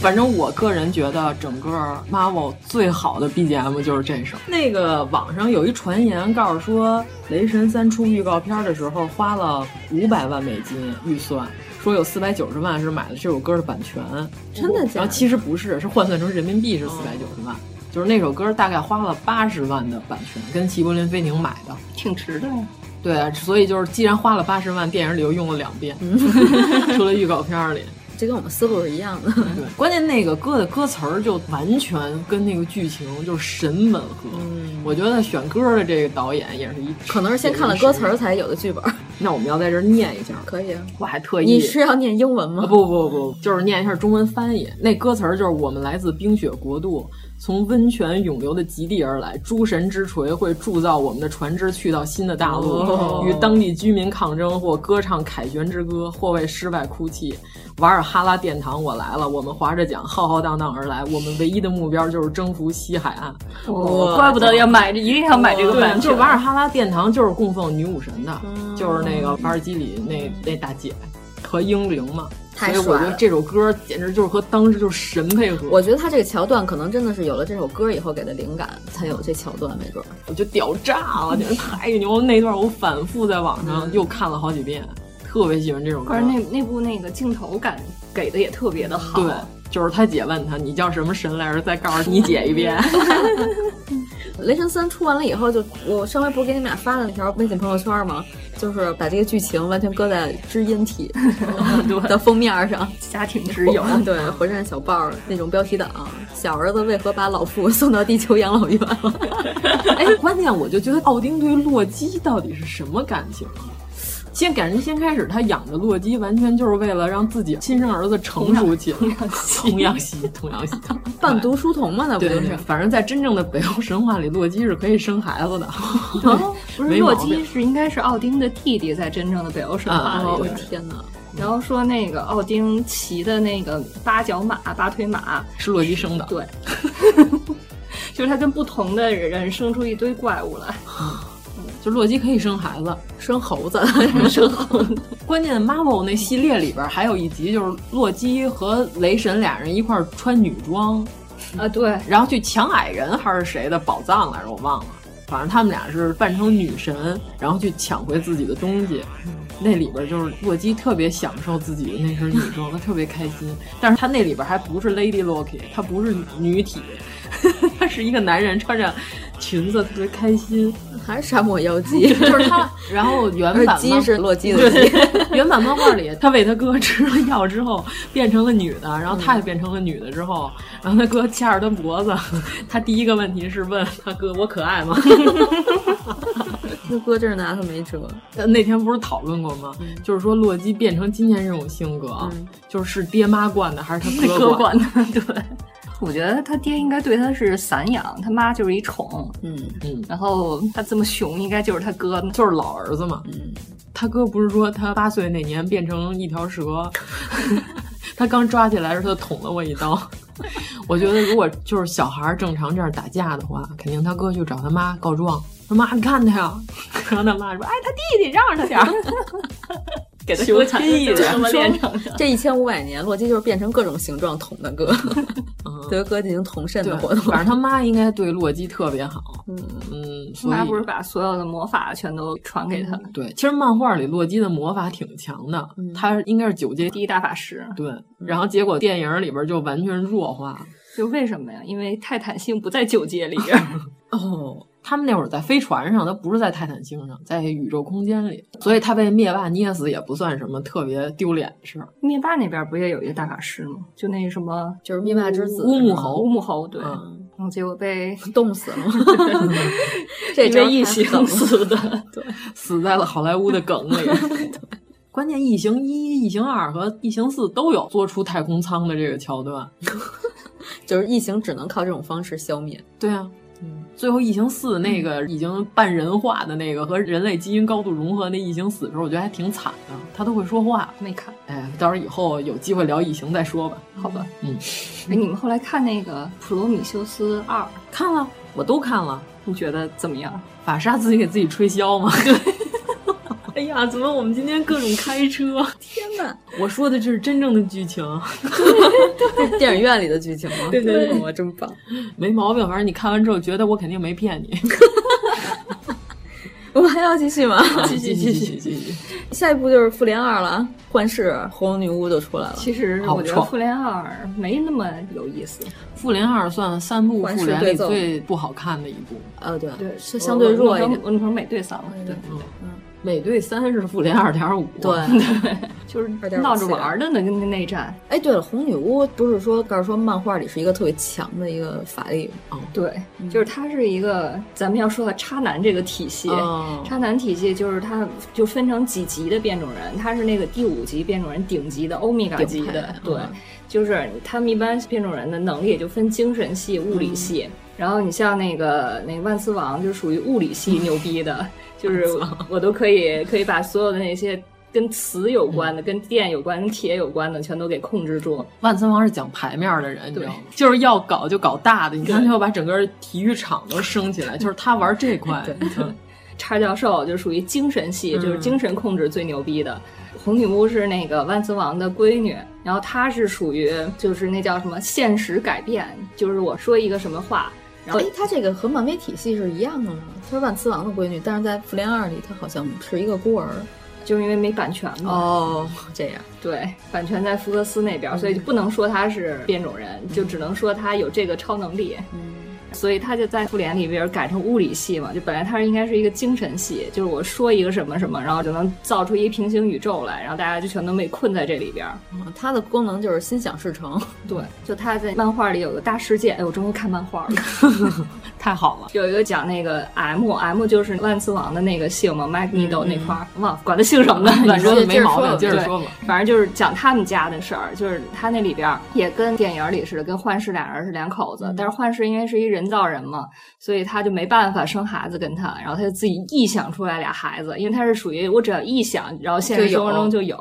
Speaker 8: 反正我个人觉得，整个 Marvel 最好的 BGM 就是这首。那个网上有一传言告诉说，《雷神三》出预告片的时候花了五百万美金预算，说有四百九十万是买了这首歌的版权，
Speaker 9: 真的假的
Speaker 8: 然后其实不是，是换算成人民币是四百九十万。就是那首歌大概花了八十万的版权，跟齐柏林飞艇买的。
Speaker 10: 挺值的呀。
Speaker 8: 对，
Speaker 9: 嗯
Speaker 8: 所以就是既然花了八十万，电影里又用了两遍， 除了预告片里。
Speaker 9: 这跟我们思路是一样的。
Speaker 8: 对，关键那个歌的歌词儿就完全跟那个剧情就是神
Speaker 9: 嗯
Speaker 8: 吻合。我觉得选歌的这个导演也是一，
Speaker 9: 可能是先看了歌词儿才有的剧本，
Speaker 8: 那我们要在这儿念一下，
Speaker 9: 可以。啊
Speaker 8: 我还特意
Speaker 9: 你是要念英文吗？
Speaker 8: 啊不不不，就是念一下中文翻译。那歌词儿就是：“我们来自冰雪国度，从温泉涌流的极地而来。诸神之锤会铸造我们的船只，去到新的大陆，
Speaker 10: 哦
Speaker 8: 与当地居民抗争，或歌唱凯旋之歌，或为失败哭泣。瓦尔哈拉殿堂，我来了！我们划着桨，浩浩荡荡而来。我们唯一的目标就是征服西海岸。
Speaker 10: 哦”怪不得要买，一定要买这个版权。嗯
Speaker 8: 就瓦尔哈拉殿堂就是供奉女武神的，就是那个瓦尔基里那那大姐。和英灵嘛，所以我觉得这首歌简直就是和当时就是神配合。
Speaker 9: 我觉得他这个桥段可能真的是有了这首歌以后给的灵感，才有这桥段，没准。
Speaker 8: 我就屌炸了，简直太牛！那段我反复在网上又看了好几遍，特别喜欢这首嗯歌。
Speaker 10: 可是那那部那个镜头感给的也特别的好。
Speaker 8: 对，就是他姐问他你叫什么神来着，再告诉你姐一 遍。
Speaker 9: 雷神三出完了以后就，就我上回不是给你们俩发了那条微信朋友圈吗？就是把这个剧情完全搁在知音体的封面上，
Speaker 10: 家庭之友，
Speaker 9: 对火山小报那种标题党，小儿子为何把老父送到地球养老院了？
Speaker 8: 哎，关键我就觉得奥丁对洛基到底是什么感情？啊先感觉先开始他养的洛基完全就是为了让自己亲生儿子成熟起来， 童养媳，童养 媳，？
Speaker 9: 半读书童嘛，那不就是
Speaker 8: 反正，在真正的北欧神话里，洛基是可以生孩子的。
Speaker 10: 哦 不是洛基是应该是奥丁的弟弟，在真正的北欧神话里。
Speaker 9: 哦我天哪！
Speaker 10: 然后说那个奥丁骑的那个八脚马、八腿马
Speaker 8: 是洛基生的，
Speaker 10: 对，就是他跟不同的人生出一堆怪物来。
Speaker 8: 就洛基可以生孩子，
Speaker 9: 生 猴子，
Speaker 8: 生猴子。 关键 Marvel 那系列里边还有一集，就是洛基和雷神俩人一块穿女装，
Speaker 10: 啊对，
Speaker 8: 然后去抢矮人还是谁的宝藏来着，我忘了。反正他们俩是扮成女神，然后去抢回自己的东西。那里边就是洛基特别享受自己的那身女装，他特别开心。但是他那里边还不是 Lady Loki，他不是女体， 他是一个男人穿着。裙子特别开心，
Speaker 9: 还是沙漠妖姬，
Speaker 8: 就是 他。然后原版
Speaker 9: 鸡是洛基的鸡，
Speaker 8: 原版漫画里，他喂他哥吃了药之后变成了女的，然后他也变成了女的之后，然后他哥掐着他脖子， 他第一个问题是问他哥：“我可爱吗？”
Speaker 9: 那哥真是拿他 没辙。
Speaker 8: 那天不是讨论过吗？嗯、就是说洛基变成今天这种性格，嗯、就是爹妈惯的还是他
Speaker 10: 哥惯的？ 对。我觉得他爹应该对他是散养，他妈就是一宠，
Speaker 9: 嗯
Speaker 10: 嗯，然后他这么熊，应该就是他哥，
Speaker 8: 就是老儿 子嘛，
Speaker 9: 嗯，
Speaker 8: 他哥不是说他八岁那年变成一条蛇， 他刚抓起来的时候，他捅了我一刀。 我觉得如果就是小孩正常这样打架的话，肯定他哥去找他妈告状，他妈你看他呀， 然后他妈说，哎，他弟弟让着他点儿。
Speaker 10: 给他纠缠
Speaker 8: 的
Speaker 10: 这么练成
Speaker 9: 这一千五百年，洛基就是变成各种形状捅的哥， 对哥进行同肾的活动。
Speaker 8: 反正他妈应该对洛基特别好，
Speaker 9: 嗯
Speaker 8: 嗯，
Speaker 10: 他妈不是把所有的魔法全都传给他？
Speaker 8: 对，其实漫画里洛基的魔法挺强的，
Speaker 10: 嗯
Speaker 8: 他应该是九阶
Speaker 10: 第一大法师。
Speaker 8: 对，
Speaker 10: 嗯
Speaker 8: 然后结果电影里边就完全弱化，
Speaker 10: 就为什么呀？因为泰坦星不在九阶里。
Speaker 8: 哦。他们那会儿在飞船上，他不是在泰坦星上，在宇宙空间里，所以他被灭霸捏死也不算什么特别丢脸的事儿。
Speaker 10: 灭霸那边不也有一个大法师吗？就那什么，
Speaker 9: 就是灭霸之子
Speaker 8: 乌木猴，
Speaker 10: 乌木猴对，
Speaker 8: 嗯、
Speaker 10: 然后结果被
Speaker 9: 冻死了，
Speaker 10: 这被异形死的，
Speaker 9: 对，
Speaker 8: 死在了好莱坞的梗里。 关键异形一、异形二和异形四都有做出太空舱的这个桥段，
Speaker 9: 就是异形只能靠这种方式消 灭。
Speaker 8: 对啊。最后，《异形四》那个已经半人化的那个和人类基因高度融合那异形死的时候，我觉得还挺惨的。他都会说话，
Speaker 10: 没看。
Speaker 8: 哎，到时候以后有机会聊异形再说吧，
Speaker 10: 好吧？
Speaker 8: 嗯，
Speaker 10: 哎，你们后来看那个《普罗米修斯二》
Speaker 8: 看了，我都看了。
Speaker 10: 你觉得怎么样？
Speaker 8: 法莎自己给自己吹箫吗？
Speaker 10: 对。
Speaker 8: 哎呀，怎么我们今天各种开车？
Speaker 9: 天哪！
Speaker 8: 我说的这是真正的剧情，
Speaker 9: 电影院里的剧情吗？
Speaker 10: 对对对，我真棒，
Speaker 8: 没毛病。反正你看完之后觉得我肯定没骗 你。
Speaker 9: 我们还要继续吗？
Speaker 8: 继续啊继续继续。
Speaker 9: 下一步就是《复联二》了，幻视、红女巫就出来了。
Speaker 10: 其实我觉得《复联二》没那么有意思，《
Speaker 8: 复联二》算三部复联里最不好看的一部。
Speaker 9: 呃，对
Speaker 10: 对，
Speaker 9: 是相对弱一点。
Speaker 10: 我女朋友美队三了，
Speaker 9: 对，嗯。
Speaker 8: 美队三是复联二点五，
Speaker 9: 对，
Speaker 10: 就是闹着玩的那那内战。
Speaker 9: 哎，对了，红女巫不是说告诉说漫画里是一个特别强的一个法力
Speaker 10: 哦，对，嗯、就是他是一个咱们要说的渣男这个体系，
Speaker 8: 嗯
Speaker 10: 哦、渣男体系就是他就分成几级的变种人，他是那个第五级变种人顶级的欧米伽级的，对。嗯就是他们一般变种人的能力也就分精神系、物理系，嗯、然后你像那个那万磁王就属于物理系牛逼的， 嗯、就是我都可以可以把所有的那些跟磁有关的、嗯、跟电有关、跟铁有关的全都给控制住。
Speaker 8: 万磁王是讲牌面的人，你知道吗？就是要搞就搞大的，你看他要把整个体育场都升起 来，就是他玩这块。嗯
Speaker 10: 叉教授就属于精神系，就是精神控制最牛逼的。红女巫是那个万磁王的闺女，然后她是属于就是那叫什么现实改变，就是我说一个什么话，然后
Speaker 9: 哎，她这个和漫威体系是一样的吗？她是万磁王的闺女，但是在复联二里她好像是一个孤儿，
Speaker 10: 就是因为没版权嘛。
Speaker 9: 哦，这样
Speaker 10: 对，版权在福克斯那边，所以就不能说她是变种人，嗯、就只能说她有这个超能力。嗯。所以他就在复联里边改成物理系嘛，就本来他是应该是一个精神系，就是我说一个什么什么，然后就能造出一平行宇宙来，然后大家就全都被困在这里边。
Speaker 9: 嗯、它的功能就是心想事成。
Speaker 10: 对，就他在漫画里有个大世界，哎，我终于看漫画了，
Speaker 8: 太好了。
Speaker 10: 有一个讲那个 M M 就是万磁王的那个姓嘛，Magneto 那块儿，忘、嗯、管他姓什么了， 反正
Speaker 8: 没毛病，接着说吧。
Speaker 10: 反正就是讲他们家的事儿，就是他那里边也跟电影里似的，跟幻视俩人是两口子，嗯、但是幻视因为是一人。人造人嘛，所以他就没办法生孩子跟他，然后他就自己臆想出来俩孩子，因为他是属于我只要臆想，然后现实生活中就有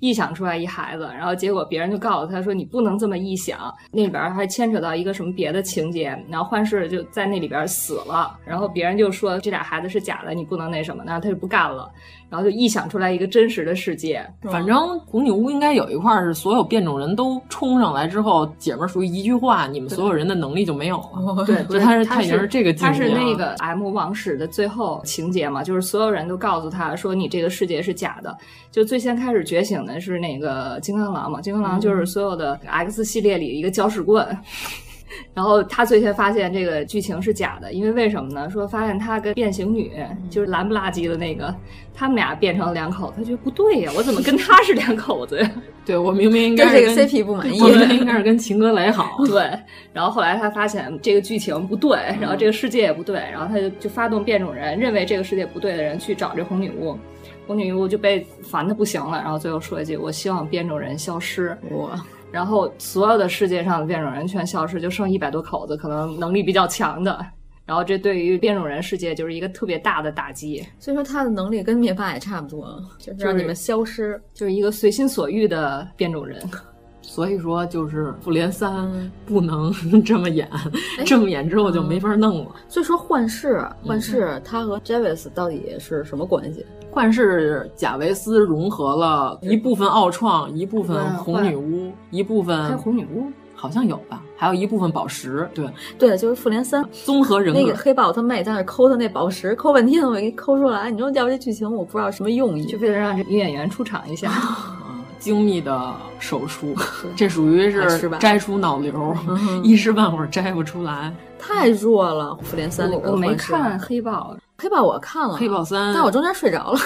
Speaker 10: 臆、嗯、想出来一孩子，然后结果别人就告诉他说你不能这么臆想，那里边还牵扯到一个什么别的情节，然后幻视就在那里边死了，然后别人就说这俩孩子是假的，你不能那什么，然后他就不干了，然后就臆想出来一个真实的世界。
Speaker 8: 嗯、反正红女巫应该有一块是所有变种人都冲上来之后，姐们儿属于一句话，你们所有人的能力就没有了。
Speaker 10: 对，
Speaker 8: 就他是他已经是这个，
Speaker 10: 他是那个 M 王室的最后情节嘛，就是所有人都告诉他说你这个世界是假的。就最先开始觉醒的是那个金刚狼嘛，金刚
Speaker 8: 嗯
Speaker 10: 狼就是所有的 X 系列里一个搅屎棍。 嗯然后他最先发现这个剧情是假的，因为为什么呢？说发现他跟变形女
Speaker 8: 嗯
Speaker 10: 就是蓝不拉几的那个，他们俩变成两口，他觉得不对呀，我怎么跟他是两口子呀？
Speaker 8: 对我明明应
Speaker 9: 该对这个 CP 不满意，
Speaker 8: 我明明应该是跟秦格雷好。
Speaker 10: 对，然后后来他发现这个剧情不对，然后
Speaker 9: 嗯
Speaker 10: 这个世界也不对，然后他就就发动变种人，认为这个世界不对的人去找这红女巫。红女巫就被烦的不行了，然后最后说一句：“我希望变种人消失。”
Speaker 9: 我。
Speaker 10: 然后，所有的世界上的变种人全消失，就剩一百多口子，可能能力比较强的。然后，这对于变种人世界就是一个特别大的打击。
Speaker 9: 所以说，他的能力跟灭霸也差不多，就是让你们消失，
Speaker 10: 就是一个随心所欲的变种人。
Speaker 8: 所以说，就是复联三不能这么演，哎、这么演之后就没法弄了。
Speaker 9: 所以说幻视，幻视他和 Javis 到底是什么关系？
Speaker 8: 幻视贾维斯融合了一部分奥创，一部分红女巫，一部分
Speaker 9: 嗯
Speaker 10: 还有红女巫
Speaker 8: 好像有吧，还有一部分宝石。对
Speaker 9: 对，就是复联三
Speaker 8: 综合人格。
Speaker 9: 那个黑豹他妹在那抠他那宝石，抠半天我没抠出来。你说要不这剧情我不知道什么用意，
Speaker 10: 就为了让这女演员出场一 下。
Speaker 8: 精密的手术，
Speaker 9: 嗯
Speaker 8: 这属于是摘出脑瘤，一时半会儿摘不出来，
Speaker 9: 太弱了。复联三里
Speaker 10: 我没看黑豹，
Speaker 9: 黑豹我看了，
Speaker 8: 黑豹嗯三，
Speaker 9: 嗯但我中间睡着了。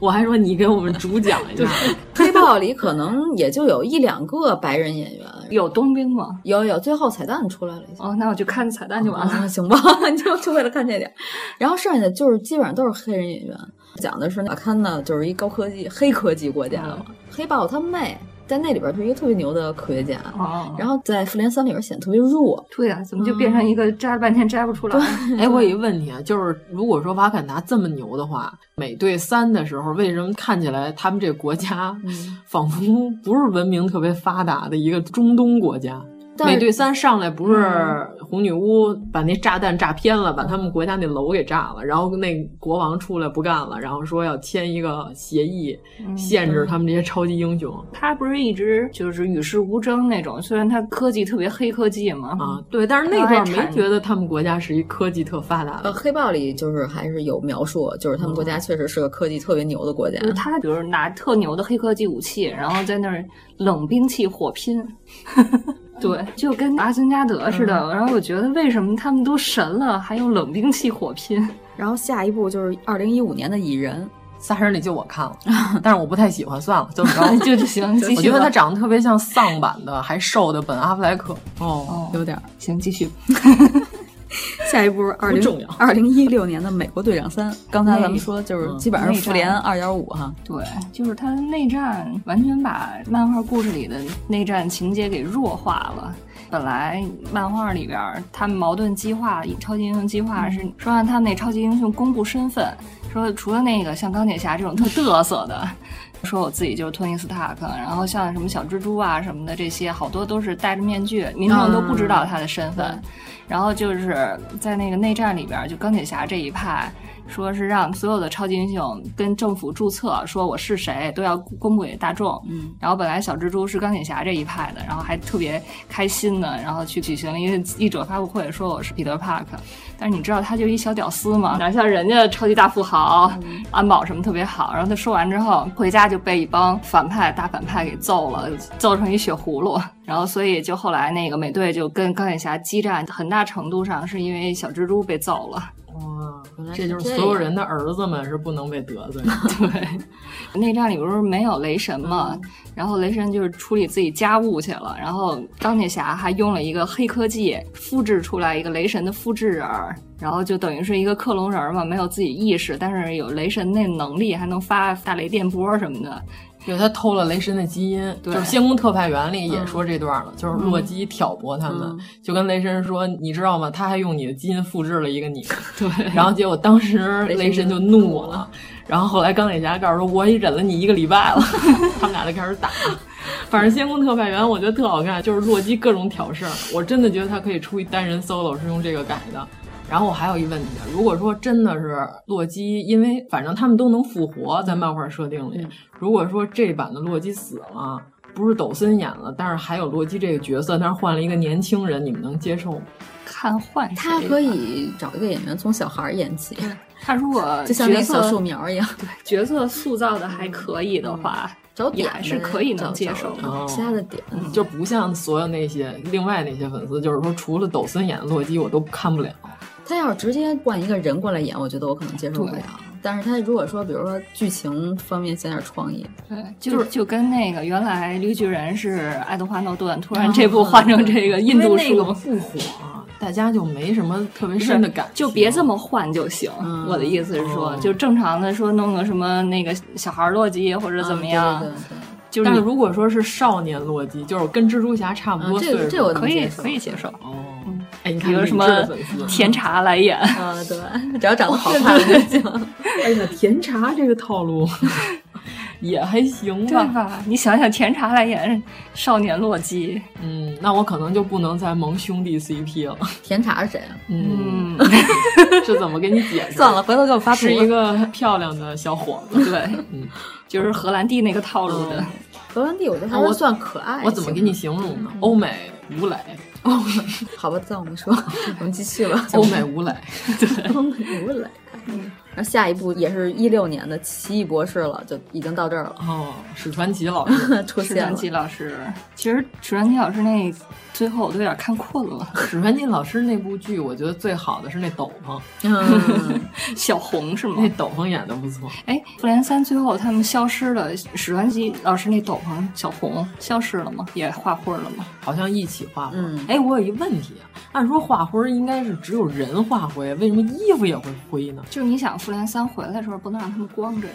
Speaker 8: 我还说你给我们主讲一 下，
Speaker 9: 黑豹里可能也就有一两个白人演员，
Speaker 10: 有冬兵吗？
Speaker 9: 有有，最后彩蛋出来了。
Speaker 10: 哦，那我就看彩蛋就完了，
Speaker 9: 行吧？ 就就为了看这点，然后剩下的就是基本上都是黑人演员。讲的是阿坎呢，就是一高科技、黑科技国家嘛。嗯、黑豹他妹在那里边是一个特别牛的科学家，哦、然后在复联三里边显得特别弱。
Speaker 10: 对啊，怎么就变成一个摘了半天摘不出来？
Speaker 8: 嗯、哎，我有一个问题啊，就是如果说瓦坎达这么牛的话，美队三的时候为什么看起来他们这国家
Speaker 9: 嗯
Speaker 8: 仿佛不是文明特别发达的一个中东国家？美队三上来不是
Speaker 9: 嗯
Speaker 8: 红女巫把那炸弹炸偏了，嗯、把他们国家那楼给炸了，然后那国王出来不干了，然后说要签一个协议，嗯、限制他们这些超级英雄。
Speaker 10: 他不是一直就是与世无争那种，虽然他科技特别黑科技嘛，
Speaker 8: 啊对，但是那段没觉得他们国家是一科技特发达的。
Speaker 9: 呃，黑豹里就是还是有描述，就是他们国家确实是个科技特别牛的国家。
Speaker 10: 嗯、他比 如拿特牛的黑科技武器，然后在那儿冷兵器火拼。对，就跟阿森加德似的。嗯、然后我觉得，为什么他们都神了，还有冷兵器火拼？
Speaker 9: 然后下一步就是二零一五年的《蚁人》，
Speaker 8: 仨人里就我看了，但是我不太喜欢，算了，就着
Speaker 10: 就就行。继续
Speaker 8: 我觉得他长得特别像丧版的还瘦的本阿弗莱克，
Speaker 9: 哦，有点
Speaker 10: 行，继续。
Speaker 9: 下一步二零二零一六年的《美国队长三》，刚才咱们说就是基本上是复联二点五哈，
Speaker 10: 对，就是它内战完全把漫画故事里的内战情节给弱化了。本来漫画里边他们矛盾激化，超级英雄激化是说让他们那超级英雄公布身份，说除了那个像钢铁侠这种特嘚瑟的。说我自己就是托尼·斯塔克，然后像什么小蜘蛛啊什么的，这些好多都是戴着面具，民众都不知道他的身份。嗯、然后就是在那个内战里边，就钢铁侠这一派，说是让所有的超级英雄跟政府注册，说我是谁都要公布给大众。嗯。然后本来小蜘蛛是钢铁侠这一派的，然后还特别开心呢，然后去举行了一个记者发布会，说我是彼得·帕克。但是你知道他就一小屌丝嘛，哪像人家超级大富豪，嗯、安保什么特别好。然后他说完之后回家就。就被一帮反派大反派给揍了，揍成一血葫芦。然后，所以就后来那个美队就跟钢铁侠激战，很大程度上是因为小蜘蛛被揍了。
Speaker 8: 哇，这就是所有人的儿子们是不能被得 罪的。
Speaker 10: 对，内战里不是没有雷神嘛？嗯、然后雷神就是处理自己家务去了。然后钢铁侠还用了一个黑科技复制出来一个雷神的复制人，然后就等于是一个克隆人嘛，没有自己意识，但是有雷神那能力，还能发大雷电波什么的。
Speaker 8: 对他偷了雷神的基因，就是《仙宫特派员》里也说这段了，嗯、就是洛基挑拨他们，嗯、就跟雷神说：“你知道吗？他还用你的基因复制了一个 你。”
Speaker 10: 对，
Speaker 8: 然后结果当时雷神就怒了，然后后来钢铁侠告诉说：“我也忍了你一个礼拜了。” 他们俩就开始打。反正《仙宫特派员》我觉得特好看，就是洛基各种挑事儿，我真的觉得他可以出一单人 solo 是用这个改的。然后我还有一问题，啊如果说真的是洛基，因为反正他们都能复活，在漫画设定里，如果说这版的洛基死了，不是抖森演了，但是还有洛基这个角色，但是换了一个年轻人，你们能接受吗？
Speaker 10: 看换
Speaker 9: 他可以找一个演员从小孩演起，
Speaker 10: 他如果
Speaker 9: 就像那小树苗一样，
Speaker 10: 对角色塑造的还可以的话。嗯
Speaker 9: 找点
Speaker 10: 还是可以能接受
Speaker 9: 的，其他的点
Speaker 10: 嗯
Speaker 8: 就不像所有那些另外那些粉丝，就是说除了抖森演的洛基，我都看不了。
Speaker 9: 他要是直接换一个人过来演，我觉得我可能接受不了。但是他如果说，比如说剧情方面想点创意，
Speaker 10: 对，就是就跟那个原来绿巨人是爱德华诺顿，突
Speaker 9: 哦
Speaker 10: 然这部换成这个印度树
Speaker 8: 不火， 大家就没什么特别深的感，啊嗯
Speaker 10: 就别这么换就行。我的意思是
Speaker 8: 哦
Speaker 10: 说，就正常的说弄个什么那个小孩洛基或者
Speaker 8: 啊
Speaker 9: 啊
Speaker 10: 怎么样。
Speaker 8: 就是，但如果说是少年洛基，就是跟蜘蛛侠差不
Speaker 10: 嗯
Speaker 8: 多岁数，
Speaker 9: 这我
Speaker 10: 可以可以接受。哦，
Speaker 8: 哎，你
Speaker 10: 比如什么甜 茶来演
Speaker 9: 啊？对，只要长得好看就行。
Speaker 8: 哎呀，甜茶这个套路 也还行
Speaker 10: 吧？对吧？你想想，甜茶来演少年洛基，
Speaker 8: 嗯，那我可能就不能再萌兄弟 CP 了。
Speaker 9: 甜茶是谁啊？
Speaker 8: 嗯，这怎么给你解释？
Speaker 9: 算了，回头给我发图。
Speaker 8: 是一个漂亮的小伙子，
Speaker 10: 对，嗯。 就是荷兰弟那个套路
Speaker 8: 嗯
Speaker 10: 的，
Speaker 9: 荷嗯兰弟我觉得还算可爱。
Speaker 8: 我怎么给你形容呢？欧美吴磊，
Speaker 9: 好吧，在我们说，我们继续吧。
Speaker 8: 欧美吴磊，
Speaker 10: 对，
Speaker 9: 欧美吴磊。 然后下一部也是一六年的《奇异博士》了，就已经到这儿了。
Speaker 8: 哦，史传奇老师
Speaker 9: 出现
Speaker 10: 史传奇老师，其实史传奇老师那最后我都有点看困了。
Speaker 8: 史传奇老师那部剧，我觉得最好的是那斗篷，
Speaker 10: 嗯，小红是吗？
Speaker 8: 那斗篷演的不错。
Speaker 10: 哎，复联三最后他们消。消失了，史传奇老师那斗篷小红消失了吗？也画灰了吗？
Speaker 8: 好像一起画灰。哎、嗯，我有一问题，按说画灰应该是只有人化灰，为什么衣服也会灰呢？
Speaker 10: 就是你想，复联三回来的时候不能让他们光着呀。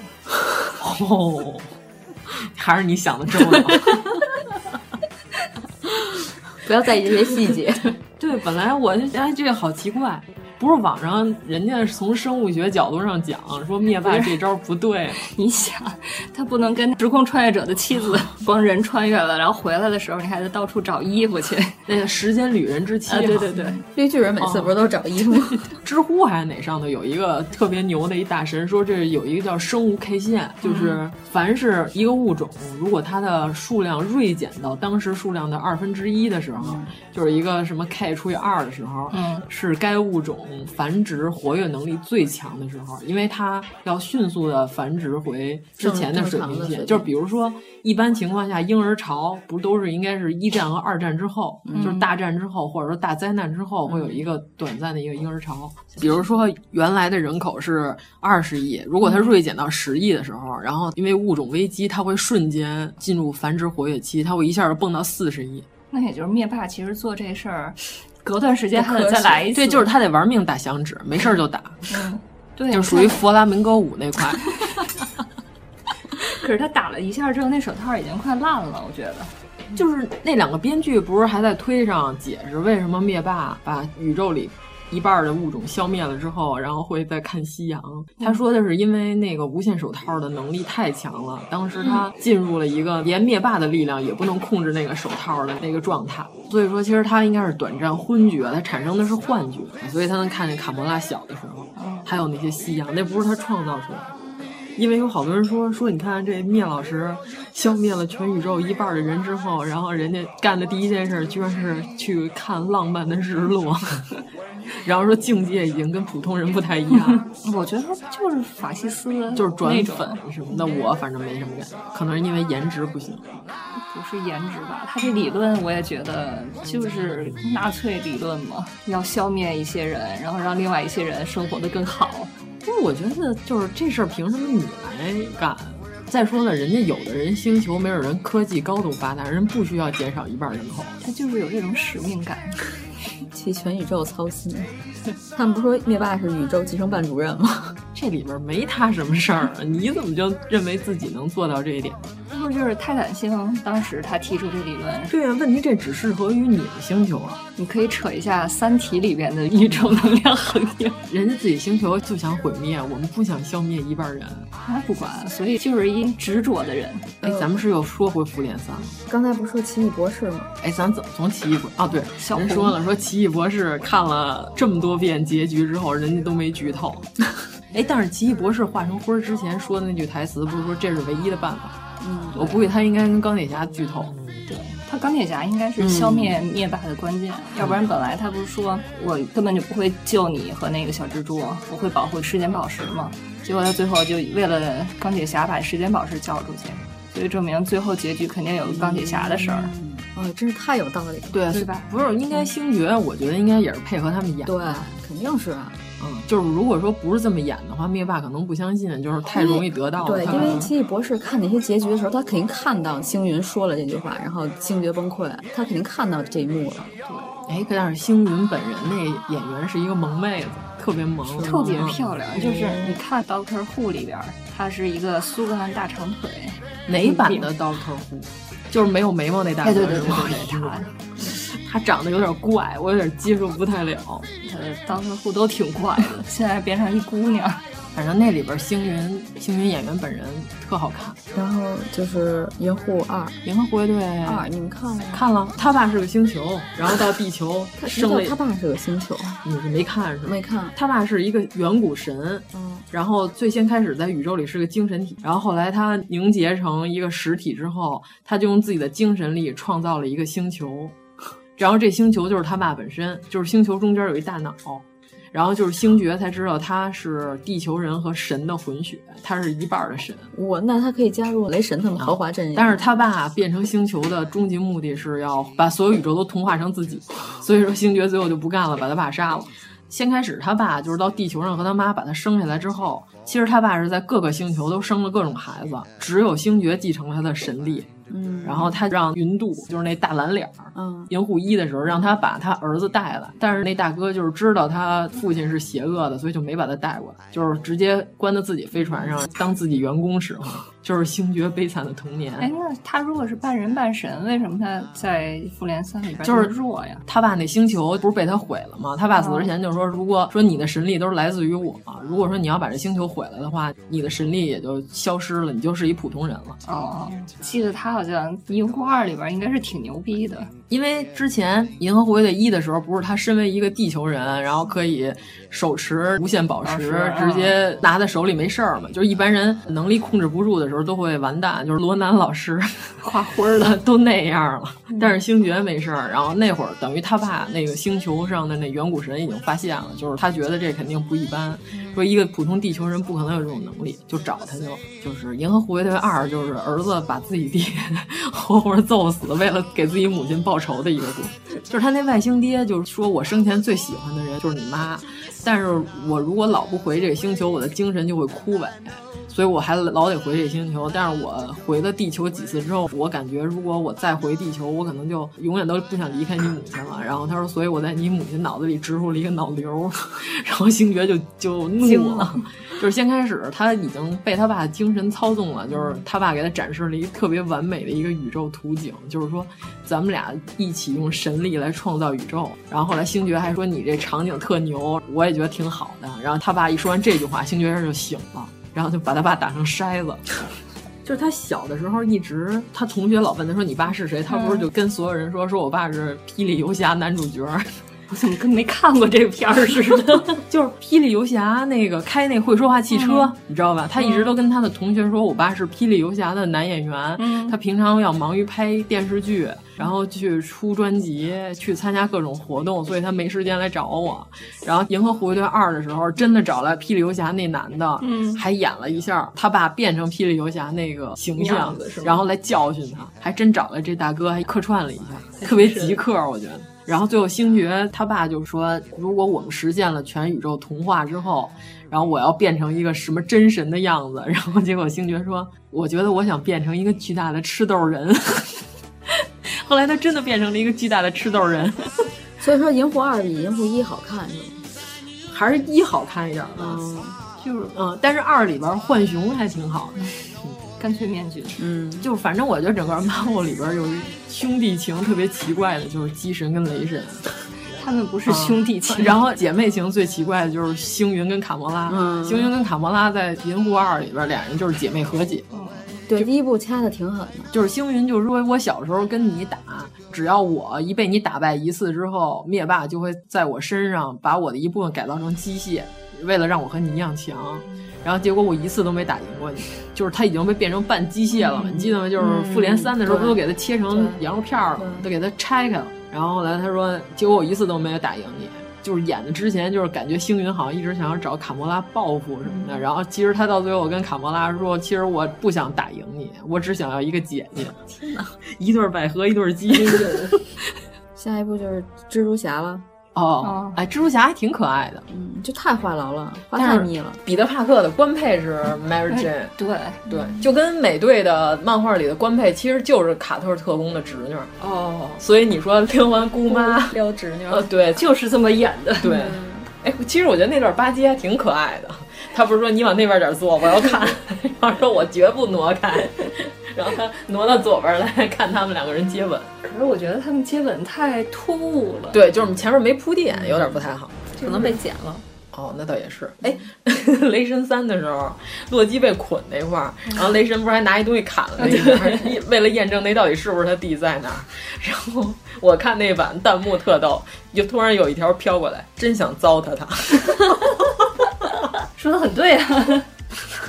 Speaker 8: 哦， 还是你想的周到。
Speaker 9: 不要在意这些细 节。
Speaker 8: 对，本来我就哎，这个好奇怪，不是网上人家从生物学角度上讲说灭霸这招不对。
Speaker 10: 你想，他不能跟时空穿越者的妻 子光人穿越了，然后回来的时候你还得到处找 衣服去。
Speaker 8: 那个时间旅人之妻、啊，
Speaker 10: 对对对，
Speaker 9: 绿巨人每次不是都找衣服？
Speaker 8: 哦、知乎还是哪上头有一个特别牛的一大神说，这有一个叫生物 K 线，就是凡是一个物种，如果它的数量锐减到当时数量的二分之一的时候，嗯、就是一个什么 K。除以二的时候，嗯，是该物种嗯繁殖活跃能力最强的时候，因为它要迅速的繁殖回之前的水平
Speaker 9: 正常的水
Speaker 8: 线。
Speaker 9: 平
Speaker 8: 就是比如说，一般情况下，婴儿潮不都是应该是一战和二战之后，
Speaker 9: 嗯
Speaker 8: 就是大战之后，或者说大灾难之后，会有一个短暂的一个婴儿潮。比如说，原来的人口是二十亿，如
Speaker 9: 嗯
Speaker 8: 果它锐减到十亿的时候，然后因为物种危机，它会瞬间进入繁殖活跃期，它会一下就蹦到四十亿。
Speaker 10: 那也就是灭霸其实做这事儿，隔段时间还得再来一次。
Speaker 8: 对，就是他得玩命打响指，没事儿就打，
Speaker 10: 对，
Speaker 8: 就属于佛拉明戈舞那块。
Speaker 10: 可是他打了一下之后，那手套已经快烂了，我觉得。
Speaker 8: 就是那两个编剧不是还在推上解释为什么灭霸把宇宙里一半儿的物种消灭了之后，然后会再看夕阳？他说的是因为那个无限手套的能力太强了，当时他进入了一个连灭霸的力量也不能控制那个手套的那个状态，所以说其实他应该是短暂昏厥，他产生的是幻觉，所以他能看见卡魔拉小的时候，还有那些夕阳，那不是他创造出来的。因为有好多人说说，你看这灭老师消灭了全宇宙一半的人之后，然后人家干的第一件事居然是去看浪漫的日落， 然后说境界已经跟普通人不太一样，
Speaker 10: 我觉得就是法西斯，
Speaker 8: 就是转
Speaker 10: 那种
Speaker 8: 粉什么的。我反正没什么感觉，可能是因为颜值不行。
Speaker 10: 不是颜值吧？他这理论我也觉得就是纳粹理论嘛，要消灭一些人，然后让另外一些人生活的更好。
Speaker 8: 但是我觉得就是这事儿凭什么你来干？再说了，人家有的人星球没有人科技高度发达，人不需要减少一半人口。
Speaker 10: 他就是有这种使命感。
Speaker 9: 替全宇宙操心。他们不说灭霸是宇宙计生办主任吗？
Speaker 8: 这里边没他什么事儿，你怎么就认为自己能做到这一点？
Speaker 10: 是不是就是泰坦星当时他提出这理论？
Speaker 8: 对啊，问题这只适合于你们星球啊，
Speaker 10: 你可以扯一下《三体》里边的宇宙能量恒定，
Speaker 8: 人家自己星球就想毁灭，我们不想消灭一半人。
Speaker 10: 他不管，所以就是一执着的人。
Speaker 8: 哎，咱们是又说回复联三了。
Speaker 9: 刚才不是说奇异博士吗？
Speaker 8: 哎，咱怎么从奇异博啊？对，
Speaker 10: 小
Speaker 8: 人
Speaker 10: 红
Speaker 8: 说了，说奇异博士看了这么多遍结局之后，人家都没剧透。 哎，但是奇异博士化成灰儿之前说的那句台词，不是说这是唯一的办法？嗯，我估计他应该跟钢铁侠剧透。
Speaker 10: 他钢铁侠应该是消灭灭霸的关键，要不然本来他不是说我根本就不会救你和那个小蜘蛛，我会保护时间宝石嘛。结果他最后就为了钢铁侠把时间宝石交出去，所以证明最后结局肯定有钢铁侠的事儿。
Speaker 9: 哦，真是太有道理了。
Speaker 8: 对啊
Speaker 10: 对吧？
Speaker 8: 不是，应该星爵，我觉得应该也是配合他们演。
Speaker 9: 对，肯定是啊。
Speaker 8: 嗯，就是如果说不是这么演的话，灭霸可能不相信，就是太容易得到了。
Speaker 9: 对，
Speaker 8: 他
Speaker 9: 因
Speaker 8: 可
Speaker 9: 为
Speaker 8: 能
Speaker 9: 奇异博士看那些结局的时候，他肯定看到星云说了这句话，然后星爵崩溃，他肯定看到这一幕了。
Speaker 8: 哎，可但是星云本人那演员是一个萌妹子，特别萌，
Speaker 10: 特别
Speaker 8: 嗯
Speaker 10: 漂亮，就是你看《Doctor Who》里边，她是一个苏格兰大长腿，
Speaker 8: 哪版的 Doctor Who？就是没有眉毛那大哥
Speaker 10: 哎，对对
Speaker 8: 是
Speaker 10: 对
Speaker 8: 吗
Speaker 10: 对对，她
Speaker 8: 他长得有点怪，我有点接受不太了。
Speaker 10: 她的 Doctor Who 都挺怪的，现在变成一姑娘。
Speaker 8: 反正那里边星云，星云演员本人特好看，
Speaker 9: 然后就是《银护二》，
Speaker 8: 《银河护卫队》
Speaker 10: 啊
Speaker 9: 二你们看了吗？
Speaker 8: 看了，他爸是个星球，然后到地球生了
Speaker 9: 他，爸是个星球，
Speaker 8: 你是没看是吗？
Speaker 9: 没看。
Speaker 8: 他爸是一个远古神，
Speaker 9: 嗯，
Speaker 8: 然后最先开始在宇宙里是个精神体，然后后来他凝结成一个实体之后，他就用自己的精神力创造了一个星球，然后这星球就是他爸本身，就是星球中间有一大脑，然后就是星爵才知道他是地球人和神的混血，他是一半儿的神，
Speaker 9: 我那他可以加入雷神他们豪华阵营，
Speaker 8: 但是他爸变成星球的终极目的是要把所有宇宙都同化成自己，所以说星爵最后就不干了，把他爸杀了。先开始他爸就是到地球上和他妈把他生下来之后，其实他爸是在各个星球都生了各种孩子，只有星爵继承了他的神力。
Speaker 9: 嗯，
Speaker 8: 然后他让云度，就是那大蓝脸儿，
Speaker 9: 嗯，
Speaker 8: 银护一的时候让他把他儿子带来，但是那大哥就是知道他父亲是邪恶的，所以就没把他带过来，就是直接关到自己飞船上当自己员工使唤，就是星爵悲惨的童年。
Speaker 10: 哎，那他如果是半人半神，为什么他在复联三里边
Speaker 8: 就是
Speaker 10: 这么弱呀？
Speaker 8: 他爸那星球不是被他毁了吗？他爸死之前就说，如果说你的神力都是来自于我，如果说你要把这星球毁了的话，你的神力也就消失了，你就是一普通人了。
Speaker 10: 哦，记得他好像《银护二》里边应该是挺牛逼的，
Speaker 8: 因为之前《银河护卫队一》的时候，不是他身为一个地球人，然后可以手持无限宝石，啊直接拿在手里没事儿嘛？就是一般人能力控制不住的时候都会完蛋。就是罗南老师
Speaker 10: 画花 儿的
Speaker 8: 都那样了，但是星爵没事儿。然后那会儿等于他爸那个星球上的那远古神已经发现了，就是他觉得这肯定不一般，说一个普通地球人不可能有这种能力，就找他就就是《银河护卫队二》，就是儿子把自己爹 活活揍死，为了给自己母亲报。报仇的一个故事，就是他那外星爹，就是说我生前最喜欢的人就是你妈，但是我如果老不回这个星球，我的精神就会枯萎，所以我还老得回这个星球。但是我回了地球几次之后，我感觉如果我再回地球，我可能就永远都不想离开你母亲了。然后他说，所以我在你母亲脑子里植入了一个脑瘤， 然后星爵就就怒了，就是先开始他已经被他爸精神操纵了，就是他爸给他展示了一个特别完美的一个宇宙图景，就是说咱们俩。一起用神力来创造宇宙，然后后来星爵还说你这场景特牛，我也觉得挺好的。然后他爸一说完这句话，星爵就醒了，然后就把他爸打成筛子。就是他小的时候一直，他同学老问他说你爸是谁，他不
Speaker 10: 嗯
Speaker 8: 是就跟所有人说说我爸是《霹雳游侠》男主角。
Speaker 10: 我怎么跟没看过这片儿似的？
Speaker 8: 就是《霹雳游侠》那个开那会说话汽车，嗯、你知道吧？他一直都跟他的同学说，我爸是《霹雳游侠》的男演员，嗯、他平常要忙于拍电视剧，然后去出专辑，去参加各种活动，所以他没时间来找我。然后《银河护卫队二》的时候，真的找来《霹雳游侠》那男的，嗯、还演了一下他爸变成霹雳游侠那个形象，然后来教训他，还真找来这大哥 还客串了一下，特别极客，我觉得。然后最后，星爵他爸就说：“如果我们实现了全宇宙童话之后，然后我要变成一个什么真神的样子。”然后结果星爵说：“我觉得我想变成一个巨大的吃豆人。”后来他真的变成了一个巨大的吃豆人。
Speaker 9: 所以说，《银狐二》比《银狐一》好看是吗？
Speaker 8: 还是一好看一点吧。嗯，
Speaker 10: 就是
Speaker 8: 嗯，但是二里边浣熊还挺好的。
Speaker 10: 干脆面具，
Speaker 8: 嗯，就是反正我觉得整个漫画里边有兄弟情特别奇怪的，就是鸡神跟雷神，
Speaker 10: 他们不是 兄弟情。嗯、
Speaker 8: 然后姐妹情最奇怪的就是星云跟卡魔拉，嗯、星云跟卡魔拉在《银狐二》里边俩人就是姐妹和解。嗯
Speaker 9: 对，第一部掐的挺狠的，
Speaker 8: 就是星云就是说，我小时候跟你打，只要我一被你打败一次之后，灭霸就会在我身上把我的一部分改造成机械，为了让我和你一样强。然后结果我一次都没打赢过你，就是他已经被变成半机械了。嗯、你记得吗？就是复联三的时候，不都给他切成羊肉片了，
Speaker 9: 嗯
Speaker 8: 都给他拆开了。然后后来他说，结果我一次都没有打赢你。就是演的之前，就是感觉星云好像一直想要找卡魔拉报复什么
Speaker 9: 嗯
Speaker 8: 的，然后其实他到最后跟卡魔拉说：“其实我不想打赢你，我只想要一个姐姐。”
Speaker 9: 天哪，
Speaker 8: 一对百合，一对鸡。
Speaker 9: 下一步就是蜘蛛侠了。
Speaker 8: 哦，哎，蜘蛛侠还挺可爱的，
Speaker 9: 嗯，就太话痨了，话太密了。
Speaker 8: 彼得·帕克的官配是
Speaker 9: 哎
Speaker 8: Mary Jane，
Speaker 10: 对
Speaker 8: 对，
Speaker 9: 嗯
Speaker 8: 就跟美队的漫画里的官配其实就是卡特特工的侄女
Speaker 10: 哦，
Speaker 8: 所以你说撩完姑妈
Speaker 9: 撩侄女，嗯
Speaker 8: 呃，对，
Speaker 10: 就是这么演的。
Speaker 8: 对，哎，其实我觉得那段巴基还挺可爱的，他不是说你往那边点坐，我要 看，然后说我绝不挪开。然后他挪到左边来看他们两个人接吻，
Speaker 10: 可是我觉得他们接吻太突兀了。嗯
Speaker 8: 对，就是我们前面没铺垫，有点不太好，
Speaker 9: 可能被剪了。
Speaker 8: 哦，那倒也是。哎，雷神三的时候，洛基被捆那块儿，然后雷神不是还拿一东西砍了那个，为了验证那到底是不是他弟在那儿。然后我看那版弹幕特逗，就突然有一条飘过来，真想糟蹋他。
Speaker 10: 说的很对啊。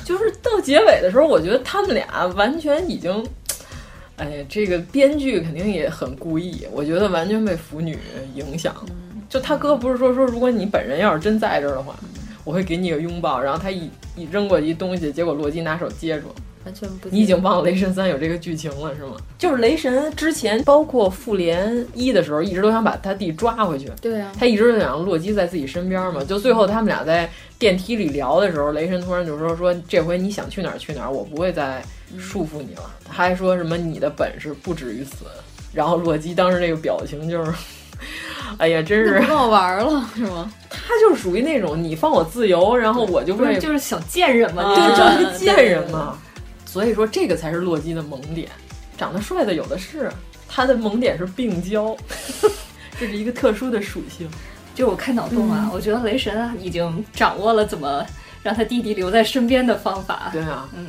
Speaker 8: 就是到结尾的时候，我觉得他们俩完全已经，哎，这个编剧肯定也很故意，我觉得完全被腐女影响。就他哥不是说说，如果你本人要是真在这儿的话，我会给你个拥抱。然后他一一扔过一东西，结果洛基拿手接住。
Speaker 9: 完全不，
Speaker 8: 你已经忘了《雷神三》有这个剧情了是吗？就是雷神之前，包括复联一的时候，一直都想把他弟抓回去。
Speaker 9: 对啊，
Speaker 8: 他一直想让洛基在自己身边嘛。就最后他们俩在电梯里聊的时候，雷神突然就说：“说这回你想去哪儿去哪儿，我不会再束缚你了。”他还说什么“你的本事不止于此”，然后洛基当时那个表情就是。 哎呀，真是
Speaker 9: 不跟我玩了是吗？
Speaker 8: 他就是属于那种你放我自由，然后我就会
Speaker 10: 就是想见人嘛，
Speaker 8: 对，就是个贱人嘛。所以说这个才是洛基的萌点，长得帅的有的是，他的萌点是病娇， 这是一个特殊的属性。
Speaker 10: 就我看脑洞啊，嗯、我觉得雷神已经掌握了怎么让他弟弟留在身边的方法。
Speaker 8: 对啊，
Speaker 10: 嗯，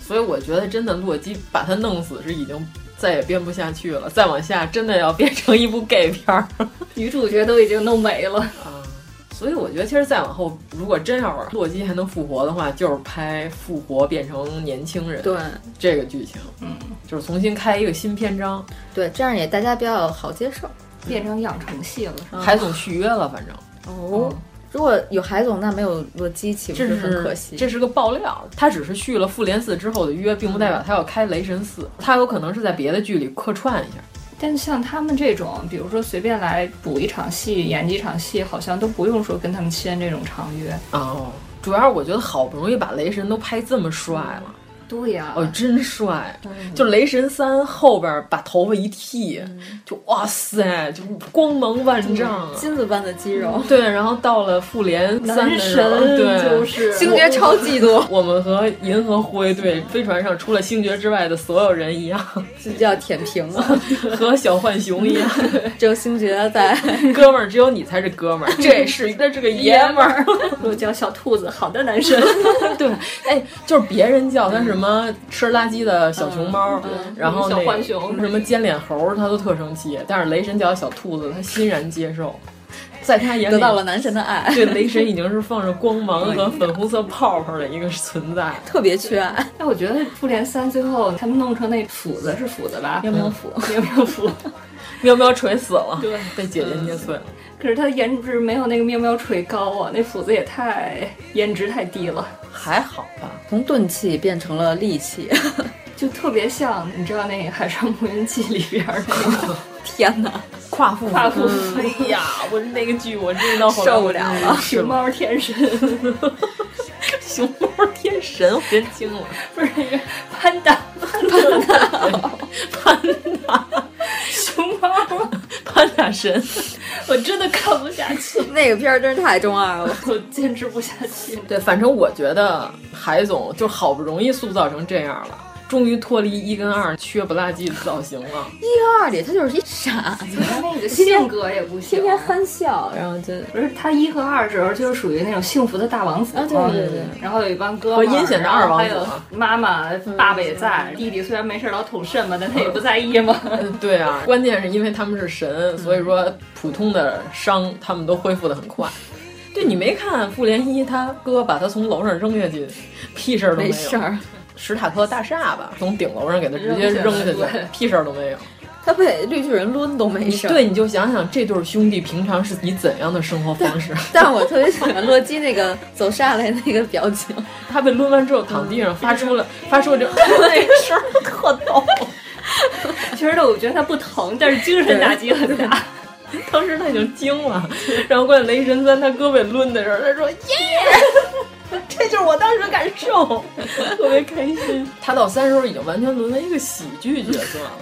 Speaker 8: 所以我觉得真的洛基把他弄死是已经再也编不下去了，再往下真的要变成一部 gay 片 儿，
Speaker 10: 女主角都已经弄没了
Speaker 8: 啊。所以我觉得，其实再往后，如果真要是洛基还能复活的话，就是拍复活变成年轻人，
Speaker 9: 对
Speaker 8: 这个剧情，
Speaker 10: 嗯，
Speaker 8: 就是重新开一个新篇章，
Speaker 9: 对，这样也大家比较好接受。
Speaker 10: 变成养成系了，
Speaker 8: 嗯、海总续约了，反正
Speaker 9: 哦。嗯如果有海总，那没有洛基，岂不
Speaker 8: 是
Speaker 9: 很可惜？
Speaker 8: 这是个爆料，他只是续了复联四之后的约，并不代表他要开雷神四，他有可能是在别的剧里客串一下。
Speaker 10: 但像他们这种，比如说随便来补一场戏、演几场戏，好像都不用说跟他们签这种长约。
Speaker 8: 哦，主要是我觉得好不容易把雷神都拍这么帅了。
Speaker 10: 对呀、啊，
Speaker 8: 哦，真帅！
Speaker 10: 嗯
Speaker 8: 就雷神三后边把头发一剃，嗯、就哇塞，就光芒万丈，
Speaker 9: 金子般的肌肉、嗯。
Speaker 8: 对，然后到了复联三的时候，对，
Speaker 10: 就是
Speaker 9: 星爵超嫉 妒。
Speaker 8: 我们和银河护卫队飞船上除了星爵之外的所有人一样，
Speaker 9: 就叫舔屏了，
Speaker 8: 和小浣熊一 样，
Speaker 9: 只有星爵 在。
Speaker 8: 哥们儿，只有你才是哥们儿，这是那是个爷们儿。
Speaker 10: 我叫小兔子，好的男生。
Speaker 8: 对，哎，就是别人叫他是。什么吃垃圾的小熊猫，嗯、然后
Speaker 10: 小浣熊，
Speaker 8: 什么尖脸猴，他都特生气。但是雷神叫小兔子，他欣然接受，在他眼里
Speaker 9: 得到了男神的爱。
Speaker 8: 对，雷神已经是放着光芒和粉红色泡泡的一个存 在，
Speaker 9: 特别缺爱。
Speaker 10: 那哎我觉得复联三最后他们弄成那斧子是斧子吧？
Speaker 9: 喵喵斧，
Speaker 10: 喵喵 斧，
Speaker 8: 喵喵锤死了，
Speaker 10: 对，
Speaker 8: 被姐姐捏碎了。
Speaker 10: 可是他的颜值没有那个喵喵锤高啊，那斧子也太颜值太低了。
Speaker 8: 还好吧，
Speaker 9: 从钝器变成了利器，
Speaker 10: 就特别像你知道那个《海上牧云记》里边那个。
Speaker 9: 天哪，
Speaker 8: 夸父
Speaker 10: 夸父！
Speaker 8: 哎呀，我那个剧我真的
Speaker 9: 受不了
Speaker 8: 嗯
Speaker 9: 了，
Speaker 10: 熊猫天神，
Speaker 8: 熊猫天神，我真惊了，
Speaker 10: 不是那个潘达
Speaker 9: 潘达
Speaker 8: 潘达
Speaker 10: 熊猫。
Speaker 8: 潘大神，
Speaker 10: 我真的看不下去。
Speaker 9: 那个片儿真是太中二了，
Speaker 10: 我坚持不下去。
Speaker 8: 对，反正我觉得海总就好不容易塑造成这样了，终于脱离一跟二缺不拉几的造型了。
Speaker 9: 一跟二里他就是一傻子，
Speaker 10: 他 那个性格也不行，
Speaker 9: 天天憨笑，然后就
Speaker 10: 不是他一和二的时候就是属于那种幸福的大王子嗯
Speaker 9: 啊，对对对。
Speaker 10: 然后有一帮哥
Speaker 8: 和阴险的二王
Speaker 10: 子，还有嗯妈妈、爸爸也在，弟弟虽然没事老捅肾嘛，但他也不在意嘛。
Speaker 8: 对啊，关键是因为他们是神，所以说普通的伤他们都恢复的很快。对你没看复联一，他哥把他从楼上扔下去，屁事儿都没有。
Speaker 9: 事儿。
Speaker 8: 史塔克大厦吧，从顶楼上给他直接扔下去，屁事儿都没有。
Speaker 9: 他被绿巨人抡都没事。
Speaker 8: 对，你就想想这对兄弟平常是以怎样的生活方式？
Speaker 9: 但我特别喜欢洛基那个走下来那个表 情，
Speaker 8: 他被抡完之后躺地上，发出了发 出了那
Speaker 9: 个声，特逗。
Speaker 10: 其实呢，我觉得 他不疼，但是精神打击很大。
Speaker 8: 当时他已经惊了，然后关键雷神三他胳膊抡的时候，他说耶。 这就是我当时的感 受，特别开心。他到三时候已经完全沦为一个喜剧角色了，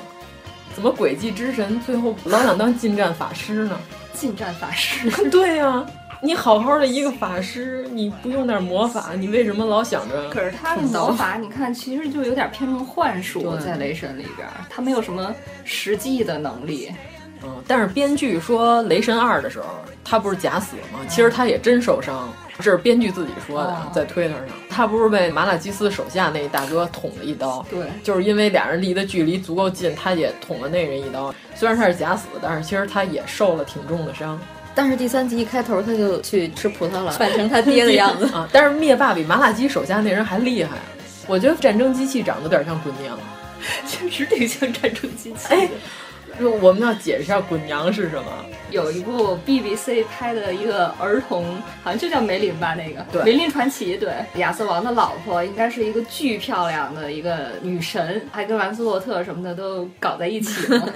Speaker 8: 怎么诡计之神最后老想当近战法师呢？
Speaker 10: 近战法师？
Speaker 8: 对呀、啊，你好好的一个法师，你不用点魔法，你为什么老想着？
Speaker 10: 可是他的魔法，你看其实就有点偏成幻术，在雷神里边，他没有什么实际的能力。
Speaker 8: 嗯，但是编剧说《雷神二》的时候，他不是假死吗？其实他也真受伤，这是编剧自己说的，在推特上，他不是被马拉基斯手下那大哥捅了一刀，
Speaker 10: 对，
Speaker 8: 就是因为俩人离的距离足够近，他也捅了那人一刀。虽然他是假死，但是其实他也受了挺重的伤。
Speaker 9: 但是第三集一开头，他就去吃葡萄了，扮成他爹的样 子
Speaker 8: 啊！但是灭霸比马拉基手下那人还厉害，我觉得战争机器长得有点像滚娘，
Speaker 10: 确实挺像战争机器。
Speaker 8: 哎。我们要解释一下“滚娘”是什么？
Speaker 10: 有一部 BBC 拍的一个儿童，好像就叫梅林吧，那个
Speaker 8: 对
Speaker 10: 《梅林传奇》对。亚瑟王的老婆应该是一个巨漂亮的一个女神，还跟兰斯洛特什么的都搞在一起 了。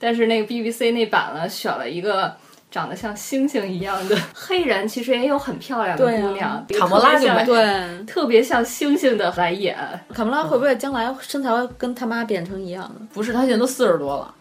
Speaker 10: 但是那个 BBC 那版呢，选了一个。长得像星星一样的啊黑人，其实也有很漂亮的
Speaker 9: 啊
Speaker 10: 姑娘，
Speaker 8: 卡莫拉就
Speaker 9: 对，
Speaker 10: 特别像星星的来演。
Speaker 9: 卡莫拉会不会将来身材跟他妈变成一样的？
Speaker 8: 不是，她现在都四十多了，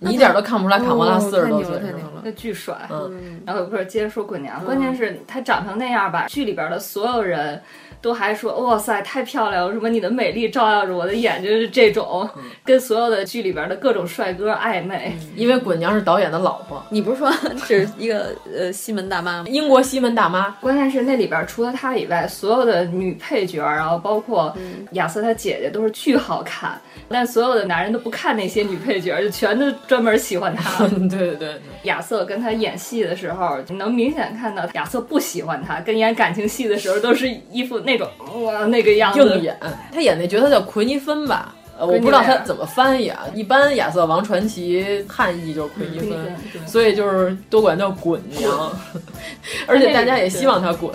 Speaker 8: 你一点都看不出来卡莫
Speaker 9: 哦
Speaker 8: 拉四十多岁，
Speaker 10: 那巨帅。
Speaker 9: 嗯
Speaker 10: 然后不是接着说滚娘，关键是她长成那样吧，剧里边的所有人都还说哇塞太漂亮了，什么你的美丽照耀着我的眼睛是这种，跟所有的剧里边的各种帅哥暧昧。
Speaker 8: 嗯因为滚娘是导演的老婆，
Speaker 9: 你不是说只。 是一个呃西门大妈，
Speaker 8: 英国西门大妈。
Speaker 10: 关键是那里边除了她以外，所有的女配角，然后包括亚瑟她姐姐都是巨好看，但所有的男人都不看那些女配角，就全都专门喜 欢 她。
Speaker 8: 对对对，
Speaker 10: 亚瑟跟她演戏的时候，能明显看到亚瑟不喜欢她，跟演感情戏的时候都是一副那种哇那个样子。
Speaker 8: 硬演，她演那角色叫奎尼芬吧。呃，我不知道他怎么翻译啊。一般亚瑟王传奇汉译就是奎尼芬，
Speaker 10: 嗯、
Speaker 8: 所以就是多管叫滚娘， 而且大家也希望他滚。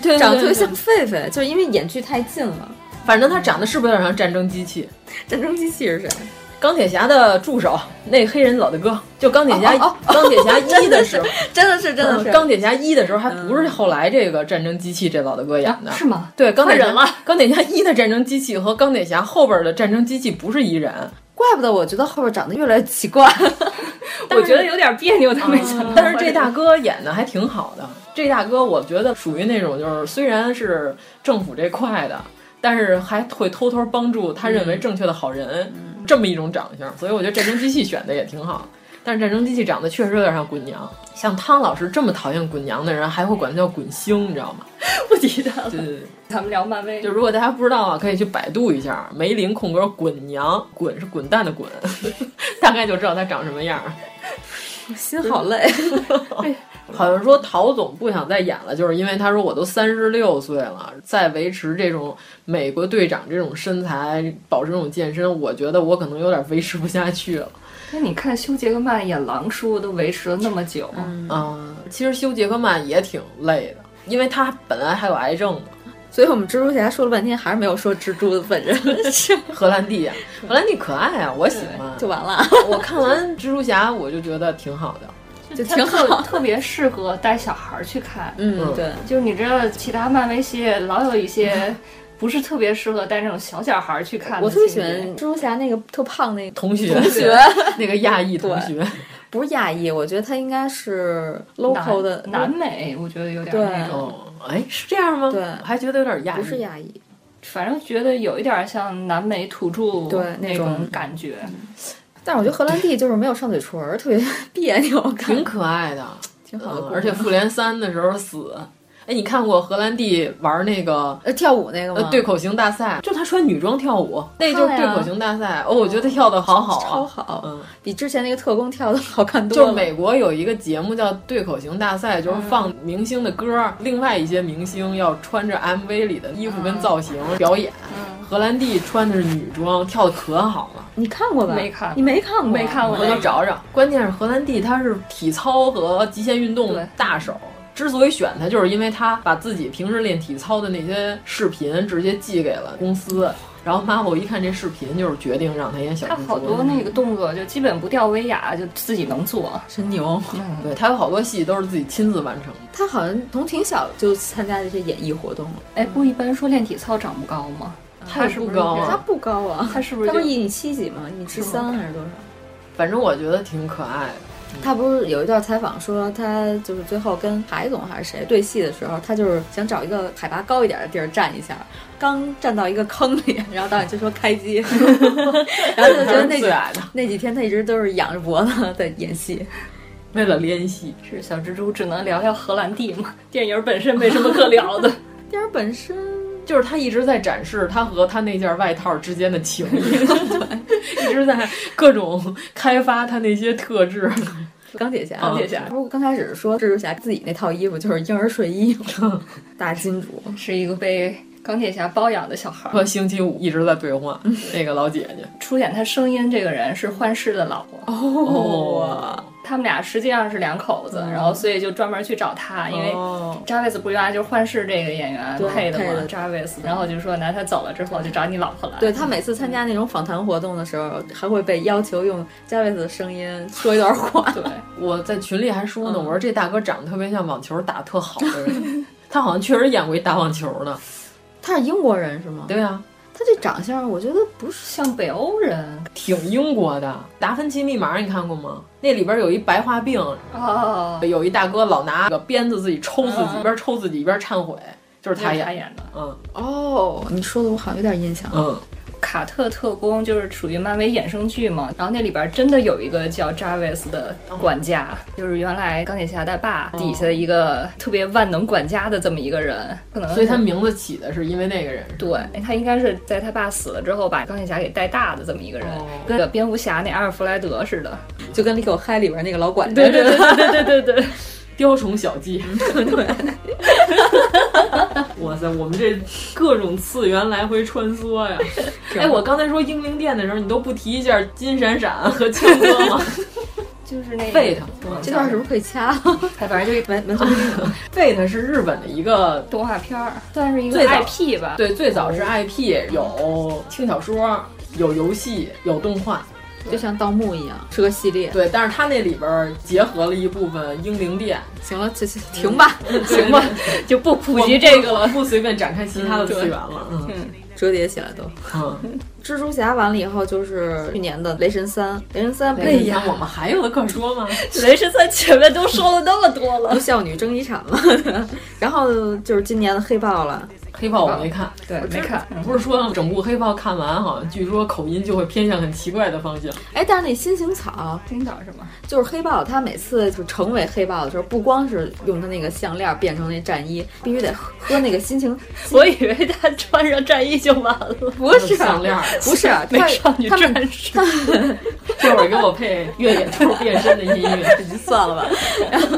Speaker 9: 对，长得特别像狒狒，就是因为眼距太近了。
Speaker 8: 反正他长得是不是有点像战争机器？
Speaker 9: 战争机器是谁？
Speaker 8: 钢铁侠的助手，那黑人老大哥，就钢铁侠，
Speaker 9: 哦
Speaker 8: 哦、 钢铁侠一
Speaker 9: 的
Speaker 8: 时候，嗯
Speaker 9: 真的是真的是
Speaker 8: 钢铁侠一的嗯时候，还不是后来这个战争机器这老大哥演的，
Speaker 10: 啊、是吗？
Speaker 8: 对，钢铁
Speaker 10: 人了，
Speaker 8: 钢铁侠一的战争机器和钢铁侠后边的战争机器不是一人，
Speaker 9: 怪不得我觉得后边长得越来越奇怪，
Speaker 10: 我觉得有点别扭，他没想
Speaker 9: 嗯
Speaker 10: 到。
Speaker 8: 但是这大哥演的还挺好的，这大哥我觉得属于那种就是虽然是政府这块的。但是还会偷偷帮助他认为正确的好人，嗯、这么一种长相，所以我觉得战争机器选的也挺好。但是战争机器长得确实有点像滚娘，像汤老师这么讨厌滚娘的人，还会管他叫滚星，你知道吗？
Speaker 10: 不提他了。
Speaker 8: 对对对，
Speaker 10: 咱们聊漫威。
Speaker 8: 就如果大家不知道啊，可以去百度一下梅林空格滚娘，滚是滚蛋的滚， 大概就知道他长什么样。哎
Speaker 9: 我 心好累。
Speaker 8: 好像说陶总不想再演了，就是因为他说我都三十六岁了，再维持这种美国队长这种身材，保持这种健身，我觉得我可能有点维持不下去了。
Speaker 10: 那你看休·杰克曼演狼叔都维持了那么久，
Speaker 8: 嗯,嗯，其实休·杰克曼也挺累的，因为他本来还有癌症嘛。
Speaker 9: 所以我们蜘蛛侠说了半天，还是没有说蜘蛛的本 人是
Speaker 8: 荷兰弟呀、啊，荷兰弟可爱啊，我喜欢。
Speaker 9: 就完 了。
Speaker 8: 我看完蜘蛛侠，我就觉得挺好的。
Speaker 9: 就挺好，
Speaker 10: 特别适合带小孩去看。
Speaker 9: 嗯，对，
Speaker 10: 就是你知道，其他漫威系老有一 些不是特别适合带那种小小孩去看的。
Speaker 9: 我特别喜欢蜘蛛侠那个特胖那个
Speaker 8: 同学，
Speaker 9: 同学
Speaker 8: 那个亚裔同学，
Speaker 9: 不是亚裔，我觉得他应该是 local 的
Speaker 10: 南美，我觉得有点那种。
Speaker 8: 哎，是这样吗？
Speaker 9: 对，
Speaker 8: 还觉得有点亚
Speaker 9: 嗯裔，不是亚裔。
Speaker 10: 反正觉得有一点像南美土著
Speaker 9: 对
Speaker 10: 那种感觉。
Speaker 9: 但是我觉得荷兰弟就是没有上嘴唇，特别别扭，
Speaker 8: 挺可爱的，
Speaker 9: 挺好的、
Speaker 8: 嗯。而且复联三的时候死，哎，你看过荷兰弟玩那个
Speaker 9: 呃跳舞那个吗？
Speaker 8: 呃，对口型大赛，就他穿女装跳舞，那就是对口型大赛。哦，我觉得跳的好好、啊，
Speaker 9: 超好，
Speaker 8: 嗯，
Speaker 9: 比之前那个特工跳的好看多
Speaker 8: 了。就美国有一个节目叫对口型大赛，
Speaker 10: 嗯
Speaker 8: 就是放明星的歌，嗯、另外一些明星要穿着 MV 里的衣服跟造型表演。
Speaker 10: 嗯
Speaker 8: 荷兰弟穿的是女装，跳的可好了。
Speaker 9: 你看过吧？
Speaker 10: 没看，
Speaker 9: 你没看过，
Speaker 10: 没看过。
Speaker 8: 回头找找。关键是荷兰弟他是体操和极限运动大手，之所以选他，就是因为他把自己平时练体操的那些视频直接寄给了公司。然后妈，我一看这视频，就是决定让他演小。
Speaker 10: 他好多那个动作就基本不掉威亚，就自己能做，
Speaker 9: 真牛。
Speaker 8: 嗯、对他有好多戏都是自己亲自完成。
Speaker 9: 他好像从挺小就参加这些演艺活动了。
Speaker 10: 哎，不一般说练体操长不高吗？
Speaker 8: 他
Speaker 10: 是
Speaker 8: 不高啊，
Speaker 9: 他不高啊，
Speaker 10: 他是不是
Speaker 9: 他不一米七几吗？一米七三还是多少？
Speaker 8: 反正我觉得挺可爱的。
Speaker 9: 他不是有一段采访说，他就是最后跟海总还是谁对戏的时候，他就是想找一个海拔高一点的地儿站一下，刚站到一个坑里，然后导演就说开 机， 然后就觉得那几那几天他一直都是仰着脖子在演戏，
Speaker 8: 为了练戏。
Speaker 10: 是小蜘蛛只能聊聊荷兰弟嘛？电影本身没什么可聊 的，
Speaker 9: 电影本身。
Speaker 8: 就是他一直在展示他和他那件外套之间的情谊， 一直在各种开发他那些特质。
Speaker 9: 钢铁侠，
Speaker 8: 钢铁侠，
Speaker 9: 不过刚开始说蜘蛛侠自己那套衣服就是婴儿睡衣，大金主
Speaker 10: 是一个被钢铁侠包养的小孩。
Speaker 8: 和星期五一直在对话，那个老姐姐
Speaker 10: 出演他声音这个人是幻视的老婆。
Speaker 8: 哦。
Speaker 10: 哦他们俩实际上是两口子，然后所以就专门去找他，因为扎维斯不原来就是幻视这个演员配
Speaker 9: 的
Speaker 10: 嘛，扎维斯，然后就说拿他走了之后就找你老婆来。
Speaker 9: 对他每次参加那种访谈活动的时候，还会被要求用扎维斯的声音说一段话。
Speaker 10: 对，
Speaker 8: 我在群里还说呢，我说这大哥长得特别像网球打特好的人，他好像确实演过一打网球的。
Speaker 9: 他是英国人是吗？
Speaker 8: 对啊。
Speaker 9: 他这长相，我觉得不是
Speaker 10: 像北欧人，
Speaker 8: 挺英国的。《达芬奇密码》你看过吗？那里边有一白化病，
Speaker 10: 哦，
Speaker 8: 有一大哥老拿个鞭子自己抽自
Speaker 10: 嗯
Speaker 8: 己，一边抽自己一边忏悔，就是他
Speaker 10: 演
Speaker 8: 的。嗯，
Speaker 9: 哦，你说的我好像有点印象。
Speaker 8: 嗯，
Speaker 10: 卡特特工》，就是属于漫威衍生剧嘛。然后那里边真的有一个叫 Jarvis 的管家，就是原来钢铁侠他爸底下的一个特别万能管家的这么一个人。可能
Speaker 8: 所以他名字起的是因为那个人。
Speaker 10: 对，他应该是在他爸死了之后把钢铁侠给带大的这么一个人，跟蝙蝠侠那阿尔弗莱德似的，
Speaker 9: 就跟《李狗嗨》里边那个老管
Speaker 10: 家。对对对对对对对。
Speaker 8: 雕虫小技，
Speaker 10: 对，
Speaker 8: 哇塞，我们这各种次元来回穿梭 呀！哎，我刚才说英灵殿的时候，你都不提一下金闪闪和青哥吗？
Speaker 10: 就是那嗯
Speaker 8: 沸腾，
Speaker 9: 这段是不是可以掐？
Speaker 10: 哎， 反正就没没
Speaker 8: 沸腾是日本的一个
Speaker 10: 动画片儿，算是一个
Speaker 8: IP
Speaker 10: 吧。
Speaker 8: 对，最早
Speaker 10: 哦
Speaker 8: 是 IP，有轻小说，有游戏，有动画。
Speaker 9: 就像盗墓一样，是个系列。
Speaker 8: 对，但是它那里边结合了一部分英灵 殿。
Speaker 9: 行了，这停吧，
Speaker 10: 行 吧，就不嗯普及这个了，
Speaker 8: 不随便展开其他的次元了。嗯，
Speaker 9: 折叠起来都。
Speaker 8: 嗯，
Speaker 9: 蜘蛛侠完了以后就是去年的雷神三，雷神三。
Speaker 8: 哎呀，我们还有的可说吗？
Speaker 10: 雷神三前面都说了那么多了，
Speaker 9: 少女争遗产了。 然后就是今年的黑豹了。
Speaker 8: 黑豹我没看，
Speaker 10: 对，没看。
Speaker 8: 不是说整部黑豹看完，好像据说口音就会偏向很奇怪的方向。
Speaker 9: 哎，但是那新型草，
Speaker 10: 新型草什么？
Speaker 9: 就是黑豹，他每次就成为黑豹的时候，不光是用他那个项链变成那战衣，必须得喝那个新型。
Speaker 10: 我以为他穿上战衣就完了，
Speaker 9: 不是啊
Speaker 8: 项链，
Speaker 9: 不是啊
Speaker 10: 美少女战士。
Speaker 8: 这会儿给我配越野兔变身的音乐，
Speaker 9: 你算了吧。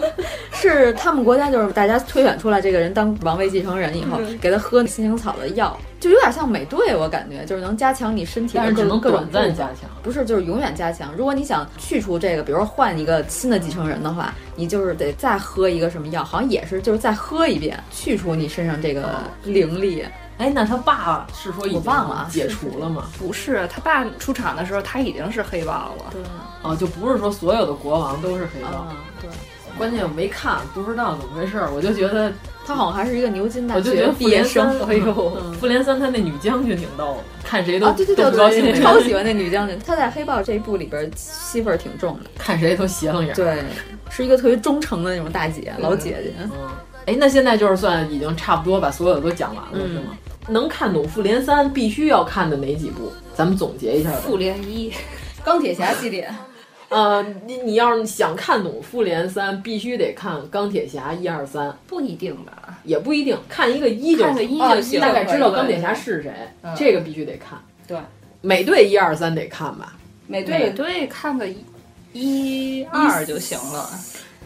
Speaker 9: 是他们国家就是大家推选出来这个人当王位继承人以后，给他喝新型草的药，就有点像美队，我感觉就是能加强你身体的各种各种
Speaker 8: 短暂加强，
Speaker 9: 不是就是永远加强。如果你想去除这个，比如说换一个新的继承人的话，你就是得再喝一个什么药，好像也是就是再喝一遍，去除你身上这个灵力。
Speaker 8: 哎，那他爸是说已经
Speaker 9: 忘了啊
Speaker 8: 解除了吗？
Speaker 10: 不是，他爸出场的时候他已经是黑豹了。
Speaker 9: 对，
Speaker 8: 哦，就不是说所有的国王都是黑豹。
Speaker 9: 啊对。
Speaker 8: 啊关键我没看，不知道怎么回事儿，我就觉得
Speaker 9: 他好像还是一个牛津大
Speaker 8: 学
Speaker 9: 毕业生。嗯
Speaker 8: 哎呦，复联三他那女将军挺逗的，看谁都
Speaker 9: 啊，对对
Speaker 8: 哦对
Speaker 9: 对，超喜欢那女将军。她在黑豹这一部里边戏份挺重的，
Speaker 8: 看谁都斜楞眼。
Speaker 9: 对，是一个特别忠诚的那种大姐，老姐姐。
Speaker 8: 嗯，哎，那现在就是算已经差不多把所有的都讲完了，
Speaker 9: 嗯
Speaker 8: 是吗？能看懂复联三必须要看的哪几部？咱们总结一下。
Speaker 10: 复联一，
Speaker 9: 钢铁侠系列。
Speaker 8: 呃，你你要是想看懂《复联三》，必须得看《钢铁侠》一二三，
Speaker 10: 不一定吧？
Speaker 8: 也不一定，看一个一就
Speaker 10: 看个一
Speaker 8: 哦，
Speaker 10: 就行
Speaker 8: 大概知道钢铁侠是谁，
Speaker 10: 嗯
Speaker 8: 这个必须得看。
Speaker 10: 对，
Speaker 8: 美队一二三得看吧，
Speaker 10: 美队美队看个一一二就行了。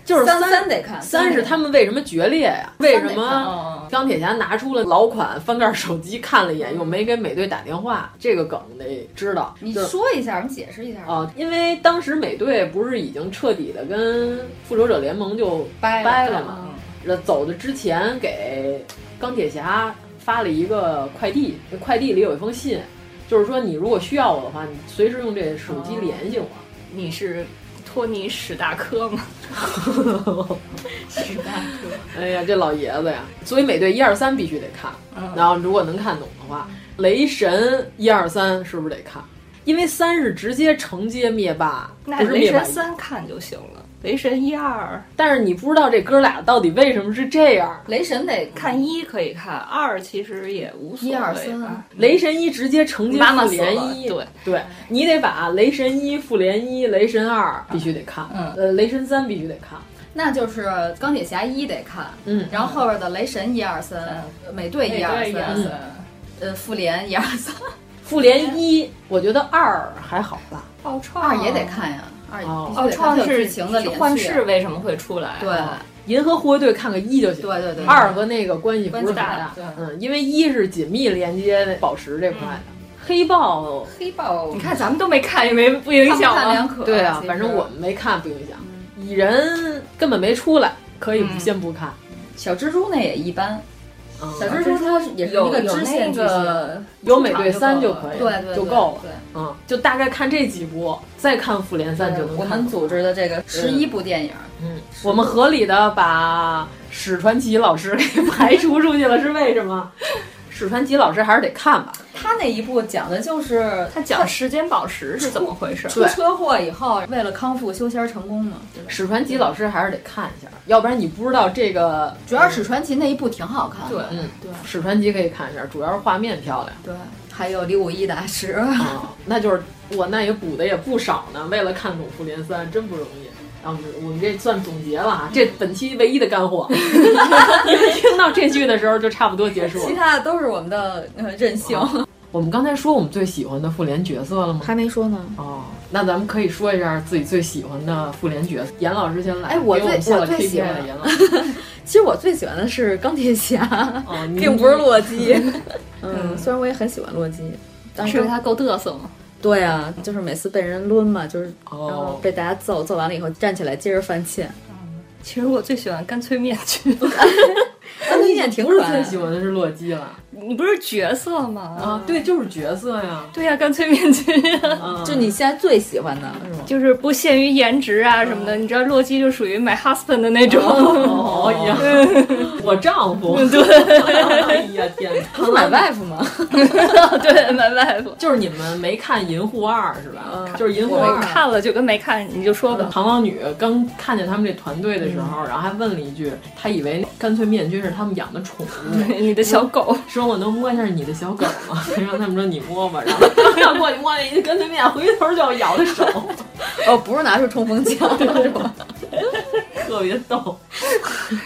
Speaker 8: 就是
Speaker 9: 三三得看，
Speaker 8: 三是他们为什么决裂呀、为什
Speaker 10: 哦
Speaker 8: 么钢铁侠拿出了老款翻盖手机看了一眼，又没给美队打电话？这个梗得知道。
Speaker 9: 你
Speaker 8: 就是
Speaker 9: 说一下，你解释一下。
Speaker 8: 啊，因为当时美队不是已经彻底的跟复仇者联盟就
Speaker 10: 掰了
Speaker 8: 掰了嗯嘛？那走的之前给钢铁侠发了一个快递，那快递里有一封信，就是说你如果需要我的话，你随时用这手机联系我。
Speaker 10: 你是托尼史大科吗？史大科。
Speaker 8: 哎呀，这老爷子呀！所以美队一二三必须得看，
Speaker 10: 嗯
Speaker 8: 然后如果能看懂的话，雷神一二三是不是得看？因为三是直接承接灭霸，
Speaker 10: 那
Speaker 8: 不是
Speaker 10: 雷
Speaker 8: 灭霸
Speaker 10: 神三看就行了，雷神一二
Speaker 8: 但是你不知道这哥俩到底为什么是这样。
Speaker 9: 雷神得
Speaker 10: 看一可以看，二其实也无所谓。
Speaker 9: 一二三
Speaker 10: 啊，
Speaker 8: 雷神一直接承接
Speaker 10: 妈妈
Speaker 8: 复
Speaker 10: 死了
Speaker 8: 联一，
Speaker 10: 对
Speaker 8: 对，你得把雷神一、复联一、雷神二必须得看，
Speaker 10: 嗯
Speaker 8: 呃，雷神三必须得看，
Speaker 9: 那就是钢铁侠一得看，
Speaker 8: 嗯
Speaker 9: 然后后边的雷神一二三，美队一二
Speaker 10: 美队一二
Speaker 9: 三，
Speaker 10: 三，
Speaker 9: 呃，复联一二三，
Speaker 8: 复联一，我觉得二还好吧，
Speaker 10: 奥创
Speaker 9: 二也得。看呀，二也
Speaker 8: 哦
Speaker 9: 必须
Speaker 10: 奥
Speaker 9: 得看
Speaker 10: 创
Speaker 9: 它有
Speaker 10: 是
Speaker 9: 剧情的连续
Speaker 10: 幻视，为什么会出来？啊哦
Speaker 9: 对
Speaker 8: 银河护卫队看个一就行，
Speaker 9: 对对对，
Speaker 8: 二和那个关系不是很大
Speaker 9: 关系，
Speaker 8: 嗯，因为一是紧密连接宝石这块的，
Speaker 9: 嗯
Speaker 8: 黑豹，
Speaker 9: 黑豹
Speaker 10: 你看咱们都没看，也没不影
Speaker 9: 看不
Speaker 10: 响
Speaker 9: 看两嗯
Speaker 10: 吗？
Speaker 9: 可，
Speaker 8: 对啊
Speaker 9: 其，实
Speaker 8: 反正我们没看不影响，蚁人根本没出来，可以
Speaker 10: 嗯
Speaker 8: 先不看，
Speaker 9: 小蜘蛛那也一般，
Speaker 8: 嗯
Speaker 9: 小蜘蛛它是也是一
Speaker 10: 有
Speaker 9: 个
Speaker 10: 有
Speaker 9: 支
Speaker 10: 那
Speaker 9: 线剧情，
Speaker 10: 个
Speaker 8: 有美队三就可以，
Speaker 9: 对对
Speaker 8: 就够了。
Speaker 9: 对。
Speaker 8: 嗯，就大概看这几部，再看复联三就能看
Speaker 9: 我们组织的这个十一部电影，
Speaker 8: 嗯，我们 合理的把史传奇老师给排除出去了，是为什么？史传奇老师还是得看吧。
Speaker 9: 他那一部讲的就是
Speaker 10: 他讲时间宝石是怎么回 事？
Speaker 9: 出车祸以后，为了康复修仙儿成功嘛。
Speaker 8: 史传奇老师还是得看一下，要不然你不知道这个。
Speaker 9: 主要是史传奇那一部挺好看
Speaker 8: 对
Speaker 9: 的，，
Speaker 8: 嗯，
Speaker 9: 对
Speaker 8: 史传奇可以看一下，主要是画面漂亮。
Speaker 9: 对，还有李武一大师，
Speaker 8: 啊， 那就是我那也补的也不少呢。为了看《鲁夫连三》，真不容易。然后我们我们这算总结了啊，这本期唯一的干 货。你们听到这句的时候，就差不多结束
Speaker 9: 其
Speaker 8: 了。
Speaker 9: 他的都是我们的呃任性。
Speaker 8: 我们刚才说我们最喜欢的复联角色了 吗？
Speaker 12: 还没说呢。
Speaker 8: 哦，那咱们可以说一下自己最喜欢的复联角色。严老师先来，
Speaker 9: 哎我
Speaker 8: 给我们
Speaker 9: 最
Speaker 8: 下了
Speaker 9: 我最
Speaker 8: KPI
Speaker 9: 喜欢
Speaker 8: 的 严老师，
Speaker 9: 其实我最喜欢的是钢铁 侠，
Speaker 8: 哦，你
Speaker 9: 并不是洛基。 嗯，虽然我也很喜欢洛基，但
Speaker 10: 是因
Speaker 9: 是
Speaker 10: 为他够嘚瑟吗？
Speaker 9: 对啊，就是每次被人抡嘛，就是
Speaker 8: 哦
Speaker 9: 然后被大家揍，揍完了以后站起来接着犯欠。
Speaker 10: 其实我最喜欢干脆面剧，
Speaker 9: 那哎你也挺
Speaker 8: 不是
Speaker 9: 可爱
Speaker 8: 最
Speaker 9: 的
Speaker 8: 喜欢的是洛基了
Speaker 10: 你不是角色吗？
Speaker 8: 啊？对，就是角色呀。
Speaker 10: 对呀、干脆面剧、
Speaker 8: 啊
Speaker 9: 就你现在最喜欢的是吗？
Speaker 10: 就是不限于颜值啊什么的。你知道洛基就属于 my husband 的那种，
Speaker 8: 哦呀，我丈夫。对，哎呀天哪！
Speaker 9: 不是买 wife 吗？
Speaker 10: 对 my wife。
Speaker 8: 就是你们没看《银护二》是吧？
Speaker 9: 嗯
Speaker 8: 就是《银护
Speaker 10: 我
Speaker 8: 二》
Speaker 10: 看了就跟没看，你就说吧。
Speaker 8: 螳螂女刚看见他们这团队的时候，然后还问了一句，她以为干脆面君是他们养的宠物，
Speaker 10: 你的小狗，
Speaker 8: 说我能摸一下你的小狗 吗？让他们说你摸吧，然后他过去摸了一个干脆面，回头就要咬他手，
Speaker 9: 哦，不是拿出冲锋枪是吧？
Speaker 8: 特别逗。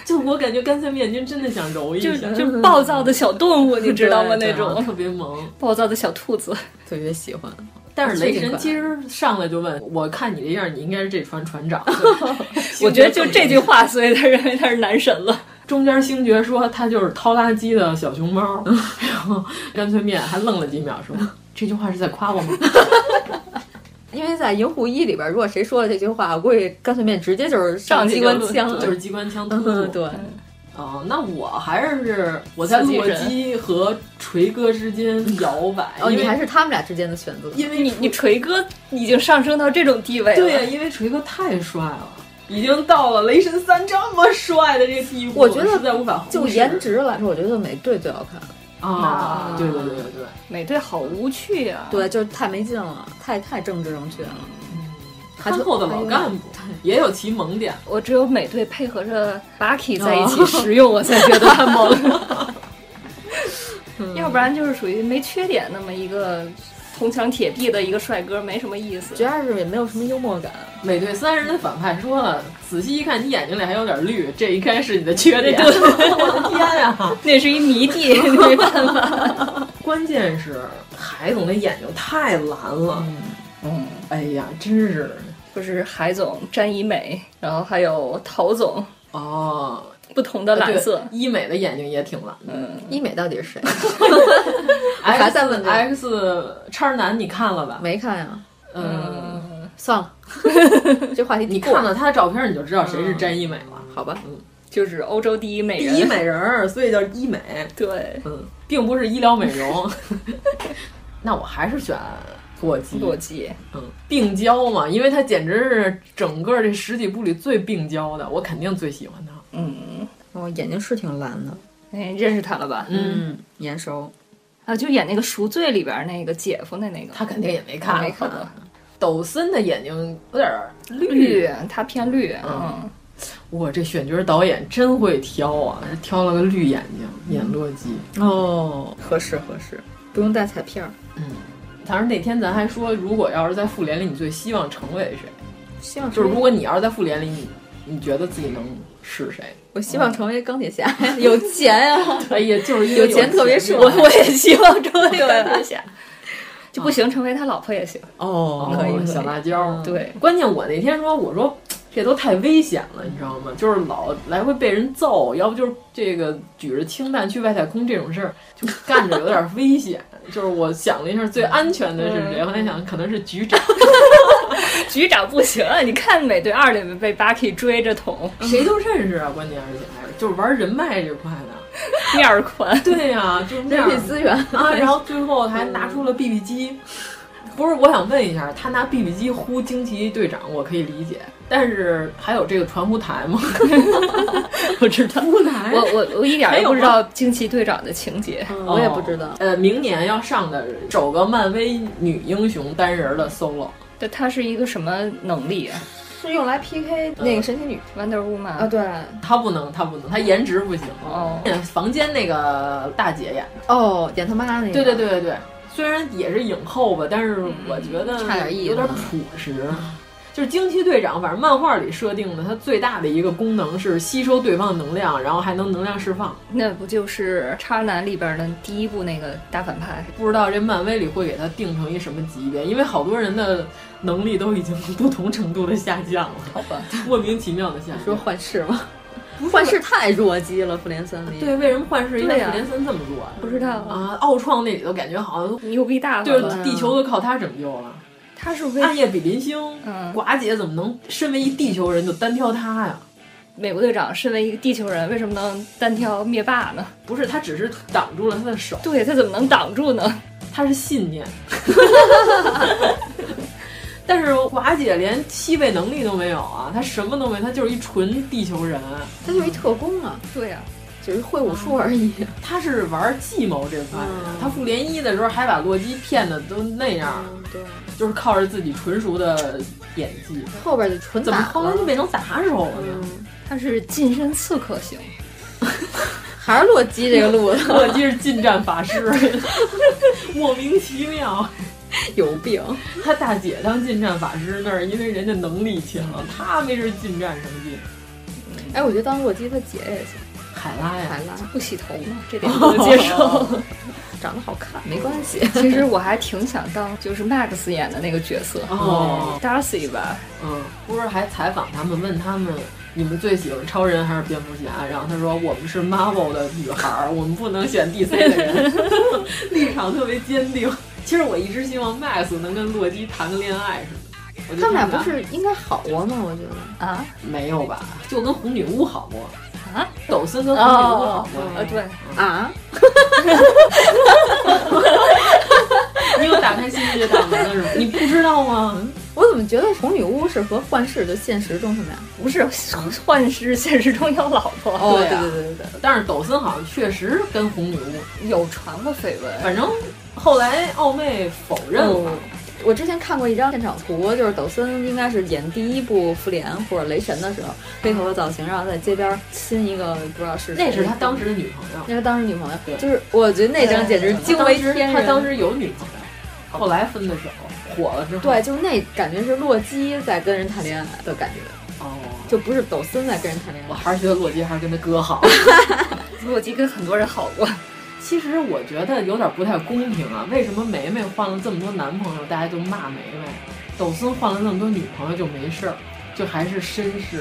Speaker 8: 就我感觉干脆面君真的想揉一
Speaker 10: 就
Speaker 8: 下，
Speaker 10: 就暴躁的小动物，你知道吗？
Speaker 8: 嗯对
Speaker 10: 那
Speaker 8: 对啊
Speaker 10: 种
Speaker 8: 特别萌。
Speaker 10: 暴躁的小兔子。
Speaker 9: 特别喜欢，
Speaker 8: 但是雷
Speaker 9: 确实
Speaker 8: 神
Speaker 9: 可爱
Speaker 8: 其实上来就问我，看你这样，你应该是这船船 长。
Speaker 10: 我觉得就这句话，所以他认为他是男神了。
Speaker 8: 中间星爵说他就是掏垃圾的小熊 猫，然后干脆面还愣了几秒说。这句话是在夸我吗？
Speaker 9: 因为在《银狐一》里边，如果谁说了这句话，我估计干脆面直接就是 上机关枪了，
Speaker 8: 就是机关枪突突。
Speaker 9: 嗯，对，
Speaker 8: 哦，那我还是我在
Speaker 10: 刺激
Speaker 8: 洛
Speaker 10: 人
Speaker 8: 基和锤哥之间摇摆，
Speaker 9: 哦，
Speaker 8: 因
Speaker 9: 你
Speaker 8: 为
Speaker 9: 还是他们俩之间的选择，
Speaker 8: 因为
Speaker 10: 你你锤哥已经上升到这种地位了，
Speaker 8: 对呀、啊因为锤哥太帅了，已经到了雷神三这么帅的这个地步，
Speaker 9: 我觉得
Speaker 8: 实在无法忽视
Speaker 9: 就颜值来说，我觉得美队最好看，
Speaker 8: 啊，对对对对对。
Speaker 10: 美队好无趣啊呀、
Speaker 9: 对，就是太没劲了，太太政治正确了，还
Speaker 8: 憨厚的老干部也有其萌点，
Speaker 10: 我只有美队配合着 Bucky 在一起使用，我才觉得他萌。 要不然就是属于没缺点那么一个铜墙铁壁的一个帅哥，没什么意思
Speaker 9: 主。要是也没有什么幽默感，
Speaker 8: 美队三人的反派说了，仔细一看，你眼睛里还有点绿，这应该是你的缺点。 我的天呀、
Speaker 10: 那是一迷弟， 没办 法。
Speaker 8: 关键是海总的眼睛太蓝了，嗯，哎呀，真是的
Speaker 10: 不是海总、詹以美，然后还有陶总，
Speaker 8: 哦，
Speaker 10: 不同的蓝色。
Speaker 8: 对医美的眼睛也挺蓝的。
Speaker 9: 医美到底是谁？啊
Speaker 8: X-
Speaker 9: 还在问这个
Speaker 8: X 叉男，你看了吧？
Speaker 9: 没看呀，
Speaker 8: 嗯，
Speaker 9: 算 了，这话题
Speaker 8: 你
Speaker 9: 过
Speaker 8: 看了他的照片，你就知道谁是詹医美了。
Speaker 9: 好吧？
Speaker 10: 就是欧洲第一美
Speaker 8: 第
Speaker 10: 人，
Speaker 8: 一美人儿，所以叫医美。
Speaker 10: 对，
Speaker 8: 嗯，并不是医疗美容。 那我还是选洛基，
Speaker 10: 洛基
Speaker 8: 嗯，病娇嘛，因为他简直是整个这十几部里最病娇的，我肯定最喜欢他。
Speaker 9: 哦，眼睛是挺蓝的，
Speaker 10: 哎，认识他了吧？
Speaker 9: 嗯，眼熟，
Speaker 10: 啊，就演那个《赎罪》里边那个姐夫的那个，
Speaker 8: 他肯定也没看，
Speaker 10: 没看过。
Speaker 8: 抖森的眼睛有点儿绿，
Speaker 10: 绿，他偏绿，嗯，
Speaker 8: 哇，这选角导演真会挑啊，挑了个绿眼睛演洛基。
Speaker 9: 哦，合适合适，不用带彩票，
Speaker 8: 当然那天咱还说，如果要是在复联里，你最希望成为谁？
Speaker 9: 希望
Speaker 8: 就是
Speaker 9: 成为
Speaker 8: 如果你要是在复联里，你你觉得自己能是谁？
Speaker 9: 我希望成为钢铁侠， 有钱 啊，
Speaker 8: 哎呀，就是因为
Speaker 9: 有钱特别
Speaker 8: 这
Speaker 9: 帅
Speaker 8: 个，
Speaker 10: 我也希望成为钢铁 侠，就不行，成为他老婆也行。
Speaker 9: 哦
Speaker 8: 可以小辣椒。
Speaker 10: 对
Speaker 8: 关键我那天说，我说这都太危险了，你知道吗？就是老来回被人揍，要不就是这个举着氢弹去外太空这种事儿，就干着有点危险。 就是我想了一下，最安全的是谁？后来想，可能是局长。
Speaker 10: 局长不行，啊你看《美队二》里面被 Bucky 追着捅，
Speaker 8: 谁都认识啊，关键而且还是就是玩人脉这块 的。
Speaker 10: 面儿宽。
Speaker 8: 对呀、就是那样
Speaker 9: 人 力资源
Speaker 8: 啊，然后最后还拿出了 BB 机。不是，我想问一下，他拿 BB 机呼惊奇队长，我可以理解，但是还有这个传呼台 吗？
Speaker 9: 我知道，
Speaker 8: 呼台，
Speaker 10: 我我我一点也不知道惊奇队长的情节，
Speaker 9: 我也不知道。
Speaker 8: 呃，明年要上的首个漫威女英雄单人的 solo，
Speaker 10: 对，她是一个什么能力啊？
Speaker 9: 是用来 PK 那个神奇女
Speaker 10: Wonder Woman
Speaker 9: 啊，对，
Speaker 8: 她不能，她不能，她颜值不行。哦，房间那个大姐演的，
Speaker 9: 哦，演他妈那个，嗯
Speaker 8: 对对对对对，虽然也是影后吧，但是我觉得
Speaker 9: 差点意
Speaker 8: 有点朴实。就是惊奇队长，反正漫画里设定的，它最大的一个功能是吸收对方能量，然后还能能量释放。
Speaker 10: 那不就是渣男里边的第一部那个大反派？
Speaker 8: 不知道这漫威里会给他定成一什么级别，因为好多人的能力都已经 不同程度的下降了。
Speaker 9: 好吧，
Speaker 8: 莫名其妙的下降。
Speaker 9: 说幻视吗？
Speaker 8: 幻
Speaker 9: 视太弱鸡了，复联三里。
Speaker 8: 对，为什么幻视一到复联三这么弱？
Speaker 9: 不知道
Speaker 8: 啊，奥创那里头感觉好像
Speaker 10: 牛逼大了，
Speaker 8: 对，地球都靠他拯救了。
Speaker 10: 他是
Speaker 8: 暗夜比邻星，
Speaker 10: 嗯，
Speaker 8: 寡姐怎么能身为一地球人就单挑他呀？
Speaker 10: 美国队长身为一个地球人，为什么能单挑灭霸呢？
Speaker 8: 不是，他只是挡住了他的手。
Speaker 10: 对他怎么能挡住呢？
Speaker 8: 他是信念。 但是寡姐连吸位能力都没有啊，她什么都没，她就是一纯地球人，
Speaker 9: 她就是一特工啊。
Speaker 10: 对呀、
Speaker 9: 啊。只是会武术而已。
Speaker 8: 他是玩计谋这块，他复联一的时候还把洛基骗的都那样，
Speaker 9: 对，
Speaker 8: 就是靠着自己纯熟的演技。
Speaker 9: 后边就纯
Speaker 8: 怎么后来就变成打手了呢？
Speaker 10: 他是近身刺客型，
Speaker 9: 还是洛基这个路 子？
Speaker 8: 洛基是近战法师， 莫名其妙
Speaker 9: 有病。
Speaker 8: 他大姐当近战法师那儿，因为人家能力强，他没事近战什么劲？
Speaker 9: 哎，我觉得当洛基他姐也行。
Speaker 8: 海拉呀，
Speaker 9: 海拉
Speaker 10: 不洗头嘛，这点不能接 受。哦、
Speaker 9: 长得好看没关系。
Speaker 10: 其实我还挺想当就是 Max 演的那个角色
Speaker 8: 哦
Speaker 10: ，Darcy 吧。
Speaker 8: 嗯，不是还采访他们，问他们你们最喜欢超人还是蝙蝠侠？然后他说我们是 Marvel 的女孩，我们不能选 DC 的人， 立场特别坚定。其实我一直希望 Max 能跟洛基谈个恋爱似的。我
Speaker 9: 他们俩不是应该好过吗？我觉得
Speaker 10: 啊，
Speaker 8: 没有吧，就跟红女巫好过。
Speaker 10: 啊，
Speaker 8: 抖森跟红女巫
Speaker 9: 哦
Speaker 8: 好过。
Speaker 10: 啊，对
Speaker 9: 啊，
Speaker 8: 你又打开新世界大门了是吗？你不知道吗？
Speaker 9: 我怎么觉得红女巫是和幻视就现实中什么呀？
Speaker 10: 不是幻视，现实中有老婆。
Speaker 9: 哦，对对对对对。
Speaker 8: 啊但是抖森好像确实跟红女巫
Speaker 10: 有传过绯闻，
Speaker 8: 反正后来奥妹否认了。
Speaker 9: 我之前看过一张现场图，就是抖森应该是演第一部复联或者雷神的时候，黑头发造型，然后在街边亲一个不知道是谁。
Speaker 8: 那是他当时的女朋友，
Speaker 9: 那是当时女朋友。就是我觉得那张简直惊为天人。
Speaker 8: 他当时有女朋友，后来分的手，火了之后。
Speaker 9: 对，就是那感觉是洛基在跟人谈恋爱的感觉。
Speaker 8: 哦，
Speaker 9: 就不是抖森在跟人谈恋爱。
Speaker 8: 我还是觉得洛基还是跟他哥 好。
Speaker 10: 洛基跟很多人好过。
Speaker 8: 其实我觉得有点不太公平啊！为什么梅梅换了这么多男朋友，大家就骂梅梅？抖森换了那么多女朋友就没事儿，就还是绅士。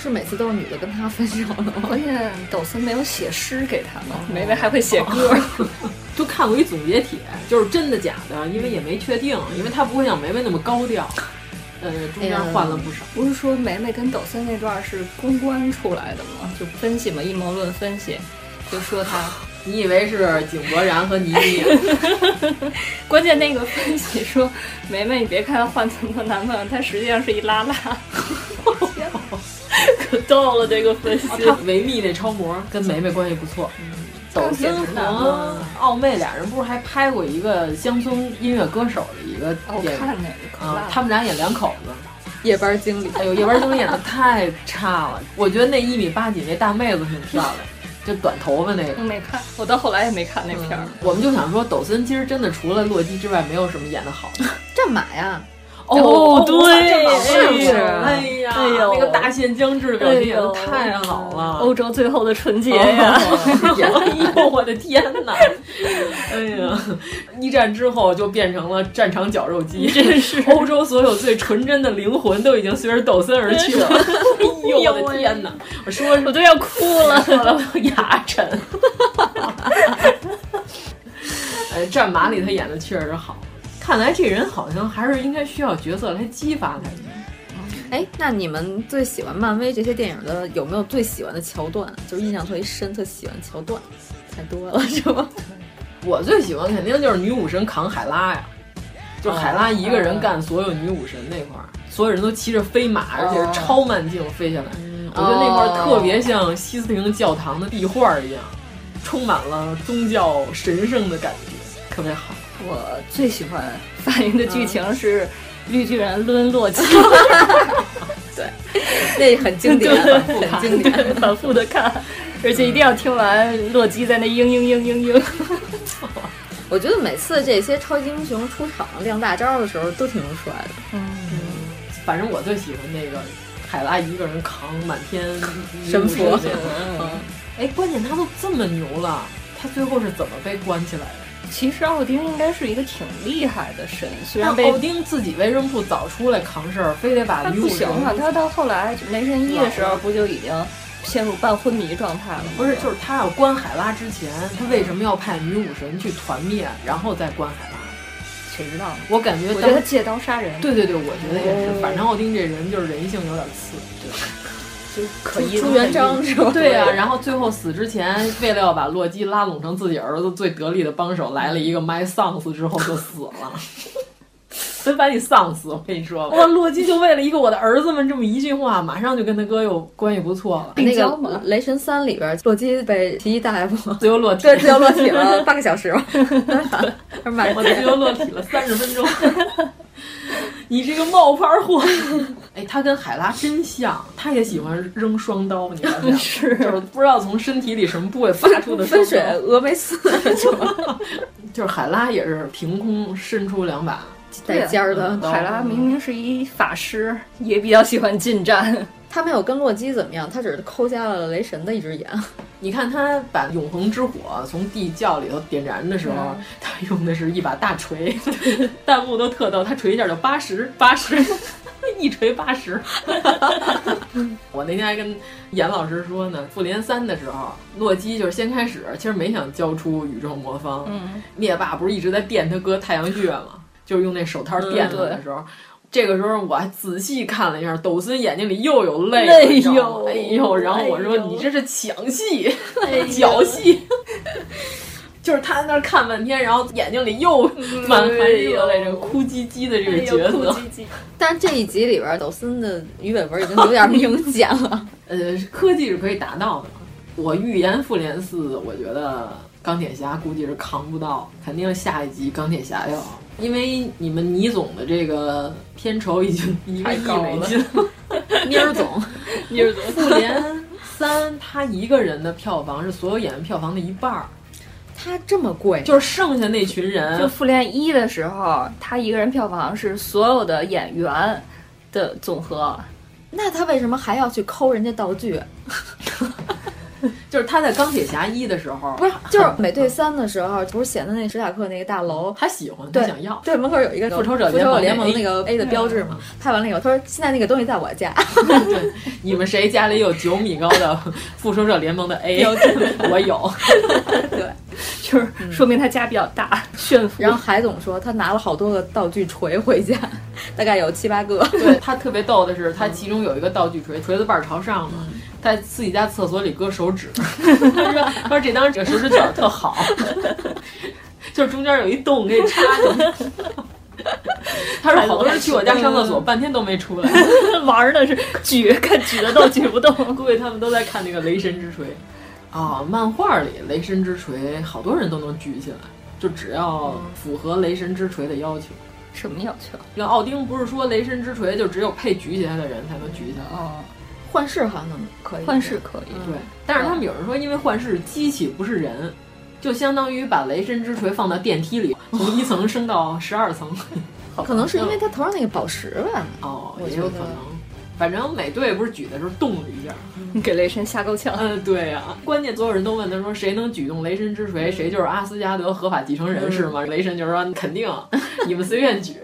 Speaker 9: 是每次都是女的跟他分手了吗？
Speaker 10: 关键抖森没有写诗给他们，梅梅还会写歌。
Speaker 8: 就看过一总结帖，就是真的假的，因为也没确定，因为他不会像梅梅那么高调。呃，中间换了不少。
Speaker 10: 不是说梅梅跟抖森那段是公关出来的吗？就分析嘛，阴谋论分析，就说他。
Speaker 8: 你以为是井柏然和倪 妮？
Speaker 10: 关键那个分析说，梅梅，你别看她换这么多男朋友，她实际上是一拉拉，可逗了这个分析。
Speaker 8: 他维密那超模跟梅梅关系不错，抖森和奥妹俩人不是还拍过一个乡村音乐歌手的一个电影？
Speaker 10: 看那个
Speaker 8: 啊，他们俩演两口子。
Speaker 9: 夜班经理，
Speaker 8: 哎呦，夜班经理演的太差了，我觉得那一米八几那大妹子挺漂亮，就短头发那个。
Speaker 10: 没看，我到后来也没看那片儿。
Speaker 8: 我们就想说，抖森其实真的除了洛基之外，没有什么演的好的。
Speaker 9: 战马呀，
Speaker 8: 哦，
Speaker 9: 对
Speaker 8: 是哎呀，
Speaker 10: 哎呦
Speaker 8: 那个大限将至的表情演的太好了，
Speaker 10: 欧洲最后的春节呀！
Speaker 8: 哎呦，我的天哪！哎呀， 一战之后就变成了战场绞肉机，
Speaker 10: 真是
Speaker 8: 欧洲所有最纯真的灵魂都已经随着抖森而去了。 哎呦，我的天哪！我说
Speaker 10: 我都要哭 了，
Speaker 8: 我牙碜。 哎，战马里他演的确实好，看来这人好像还是应该需要角色来激发他。
Speaker 9: 哎，那你们最喜欢漫威这些电影的有没有最喜欢的桥段？就是印象特别深、特喜欢的桥段， 太多了是吧？
Speaker 8: 我最喜欢肯定就是女武神扛海拉呀，就是海拉一个人干所有女武神那块儿，所有人都骑着飞马，而且是超慢镜飞下来。我觉得那块儿特别像西斯廷教堂的壁画一样，充满了宗教神圣的感觉，特别好。
Speaker 10: 嗯我最喜欢反映的剧情是绿巨人抡洛基。
Speaker 9: 对，那很经 典，啊很经典，
Speaker 10: 反复的看，而且一定要听完洛基在那嘤嘤嘤嘤嘤。
Speaker 9: 我觉得每次这些超级英雄出场亮大招的时候都挺帅的。
Speaker 8: 嗯，反正我最喜欢那个海拉一个人扛满天
Speaker 9: 神佛。
Speaker 10: 嗯
Speaker 8: 哎，关键他都这么牛了，他最后是怎么被关起来的？
Speaker 10: 其实奥丁应该是一个挺厉害的神，虽然
Speaker 8: 奥丁自己为什么不早出来扛事儿，非得把
Speaker 10: 啊他不行啊了。他到后来雷神一的时候，不就已经陷入半昏迷状态了吗？
Speaker 8: 不是，就是他要关海拉之前，他为什么要派女武神去团灭，然后再关海拉？
Speaker 10: 谁知道呢？
Speaker 8: 我感觉
Speaker 10: 我觉得借刀杀人。
Speaker 8: 对对对，我觉得也是。反正奥丁这人就是人性有点次。
Speaker 9: 就可疑朱元璋是吧？
Speaker 8: 对呀、啊，然后最后死之前，为了要把洛基拉拢成自己儿子最得力的帮手，来了一个 my sons 之后就死了， 真把你丧死！我跟你说，哇，洛基就为了一个我的儿子们这么一句话，马上就跟他哥又关系不错了。
Speaker 9: 那个雷神三里边，洛基被皮衣大夫
Speaker 8: 自由落体，
Speaker 9: 对，自由 落体 了半个小时吧，
Speaker 8: 我自由落体了三十分钟。 你这个冒牌货！哎，他跟海拉真像，他也喜欢扔双刀，你知道吗？
Speaker 9: 是，
Speaker 8: 就是不知道从身体里什么部位发出的
Speaker 9: 嗯分水峨眉刺，
Speaker 8: 就是海拉也是凭空伸出两把
Speaker 9: 带尖儿的
Speaker 10: 海拉，明明是一法师，也比较喜欢近战。
Speaker 9: 他没有跟洛基怎么样，他只是抠瞎了雷神的一只眼。
Speaker 8: 你看他把永恒之火从地窖里头点燃的时候，嗯、他用的是一把大锤， 弹幕都特逗，他锤一下就八十八十， 一锤八十。 我那天还跟严老师说呢，复联三的时候，洛基就是先开始其实没想交出宇宙魔方，
Speaker 10: 嗯、
Speaker 8: 灭霸不是一直在电他哥太阳穴吗？就是用那手套电他的时候。嗯这个时候我还仔细看了一下，抖森眼睛里又有泪，
Speaker 10: 哎
Speaker 8: 呦，哎呦！然后我说：“你这是抢戏， 脚戏。”就是他在那看半天，然后眼睛里又满含热泪，这哭唧唧的这个角色。
Speaker 9: 但是这一集里边，抖森的鱼尾纹已经有点明显 了。
Speaker 8: 呃，科技是可以达到的。我预言复联四，我觉得钢铁侠估计是扛不到，肯定下一集钢铁侠要。因为你们倪总的这个片酬已经 一个亿美金了，
Speaker 9: 妮儿总，
Speaker 10: 妮儿总，
Speaker 8: 复联三他一个人的票房是所有演员票房的一半儿，
Speaker 9: 他这么贵，
Speaker 8: 就是剩下那群人。
Speaker 10: 就复联一的时候，他一个人票房是所有的演员的总和，
Speaker 9: 那他为什么还要去抠人家道具？
Speaker 8: 就是他在钢铁侠一的时候，
Speaker 9: 不是就是美队三的时候，不是显得那史塔克那个大楼，
Speaker 8: 他喜欢，他想要，
Speaker 9: 对，门口有一个
Speaker 8: 复仇者
Speaker 9: 联盟那个 A 哎的标志嘛。拍完了以后，他说：“现在那个东西在我家。”
Speaker 8: 对，你们谁家里有九米高的复仇者联盟的 A？我 有。
Speaker 9: 对，
Speaker 10: 就是说明他家比较大，炫富。
Speaker 9: 然后海总说他拿了好多个道具锤回家，大概有七八个。
Speaker 8: 对他特别逗的是，他其中有一个道具锤，锤子把朝上嘛。在自己家厕所里搁手指，他说：“他说这当这手指卷特好，就是中间有一洞可以插进去。”他说：“好多人去我家上厕所，半天都没出来，
Speaker 10: 玩的是举，看举得动举不动。
Speaker 8: 估计他们都在看那个《雷神之锤》啊、哦，漫画里《雷神之锤》好多人都能举起来，就只要符合《雷神之锤》的要求。”
Speaker 10: 什么要求？
Speaker 8: 那奥丁不是说《雷神之锤》就只有配举起来的人才能举起来啊
Speaker 10: 哦。
Speaker 9: 幻视好像能可以，
Speaker 10: 幻视可以，
Speaker 8: 对。但是他们有人说，因为幻视机器不是人，就相当于把雷神之锤放到电梯里，从一层升到十二层。
Speaker 9: 可能是因为他头上那个宝石吧？
Speaker 8: 哦，也有可能。反正美队不是举的时候动了一下，
Speaker 10: 你给雷神吓够呛。
Speaker 8: 嗯，对呀。关键所有人都问他说，谁能举动雷神之
Speaker 9: 嗯
Speaker 8: 锤，谁就是阿斯加德合法继承人，是吗？雷神就说肯 定，你们随便举。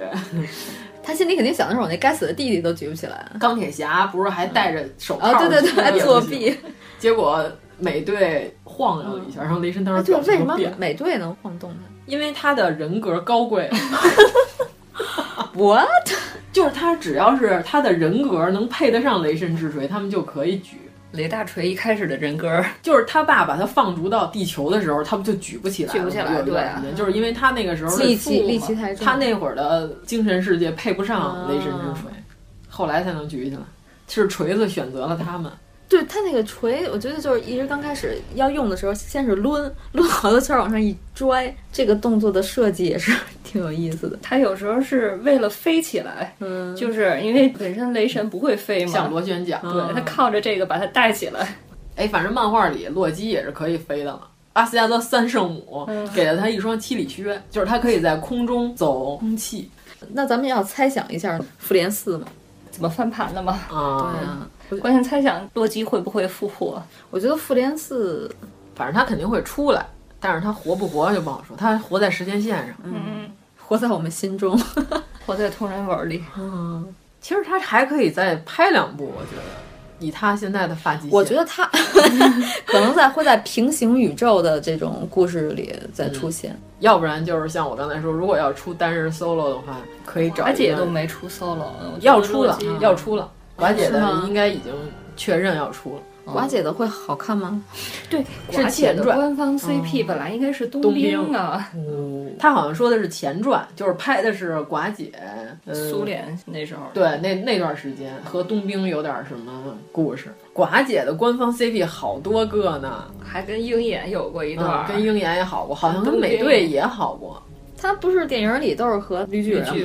Speaker 9: 他心里肯定想的是我那该死的弟弟都举不起来。
Speaker 8: 钢铁侠不是还戴着手套、
Speaker 9: 嗯？哦，对对对，还作弊。
Speaker 8: 结果美队晃悠了一下，然后雷神当时
Speaker 9: 就哎为什么美队能晃动他？
Speaker 8: 因为他的人格高 贵。
Speaker 9: What？
Speaker 8: 就是他只要是他的人格能配得上雷神之锤，他们就可以举。
Speaker 10: 雷大锤一开始的人格，
Speaker 8: 就是他爸把他放逐到地球的时候，他不就举不起来了？
Speaker 10: 举不起来，
Speaker 8: 对、
Speaker 10: 啊，
Speaker 8: 就是因为他那个时候
Speaker 9: 力气力气太重，
Speaker 8: 他那会儿的精神世界配不上雷神之锤，啊、后来才能举起来，是锤子选择了他们。
Speaker 9: 对他那个锤，我觉得就是一直刚开始要用的时候，先是抡抡好多圈往上一拽，这个动作的设计也是 挺有意思的。
Speaker 10: 他有时候是为了飞起来，嗯，就是因为本身雷神不会飞嘛，
Speaker 8: 像螺旋桨，
Speaker 10: 对、嗯、他靠着这个把它带起来。
Speaker 8: 哎，反正漫画里洛基也是可以飞的嘛。阿斯加德三圣母
Speaker 9: 嗯
Speaker 8: 给了他一双七里靴，嗯、就是他可以在空中走空气。
Speaker 9: 那咱们要猜想一下复联四嘛，
Speaker 10: 怎么翻盘的嘛？
Speaker 8: 啊、
Speaker 9: 嗯，对啊。
Speaker 10: 关键猜想洛基会不会复活？
Speaker 9: 我觉得复联四，
Speaker 8: 反正他肯定会出来，但是他活不活就不好说。他活在时间线上，
Speaker 10: 嗯，
Speaker 9: 活在我们心中，
Speaker 10: 活在同人文里。
Speaker 8: 嗯，其实他还可以再拍两部，我觉得。以他现在的发际，
Speaker 9: 我觉得他 可能在会在平行宇宙的这种故事里再出现、嗯，
Speaker 8: 要不然就是像我刚才说，如果要出单人 solo 的话，可以找。嗯而
Speaker 10: 且都没出 solo，
Speaker 8: 要出了，嗯、要出了。寡姐
Speaker 9: 的
Speaker 8: 应该已经确认要出了。
Speaker 9: 寡姐的会好看吗？
Speaker 10: 对，
Speaker 8: 是前传。嗯
Speaker 10: 官方 CP 本来应该是
Speaker 8: 冬
Speaker 10: 兵啊，
Speaker 8: 他好像说的是前传，就是拍的是寡姐呃
Speaker 10: 苏联那时候。
Speaker 8: 对，那那段时间和冬兵有点什么故事。寡姐的官方 CP 好多个呢，
Speaker 10: 还跟鹰眼有过一段，
Speaker 8: 嗯跟鹰眼也好过，好像跟美队也好过。
Speaker 9: 他不是电影里都是和
Speaker 10: 绿
Speaker 9: 巨人
Speaker 10: 好，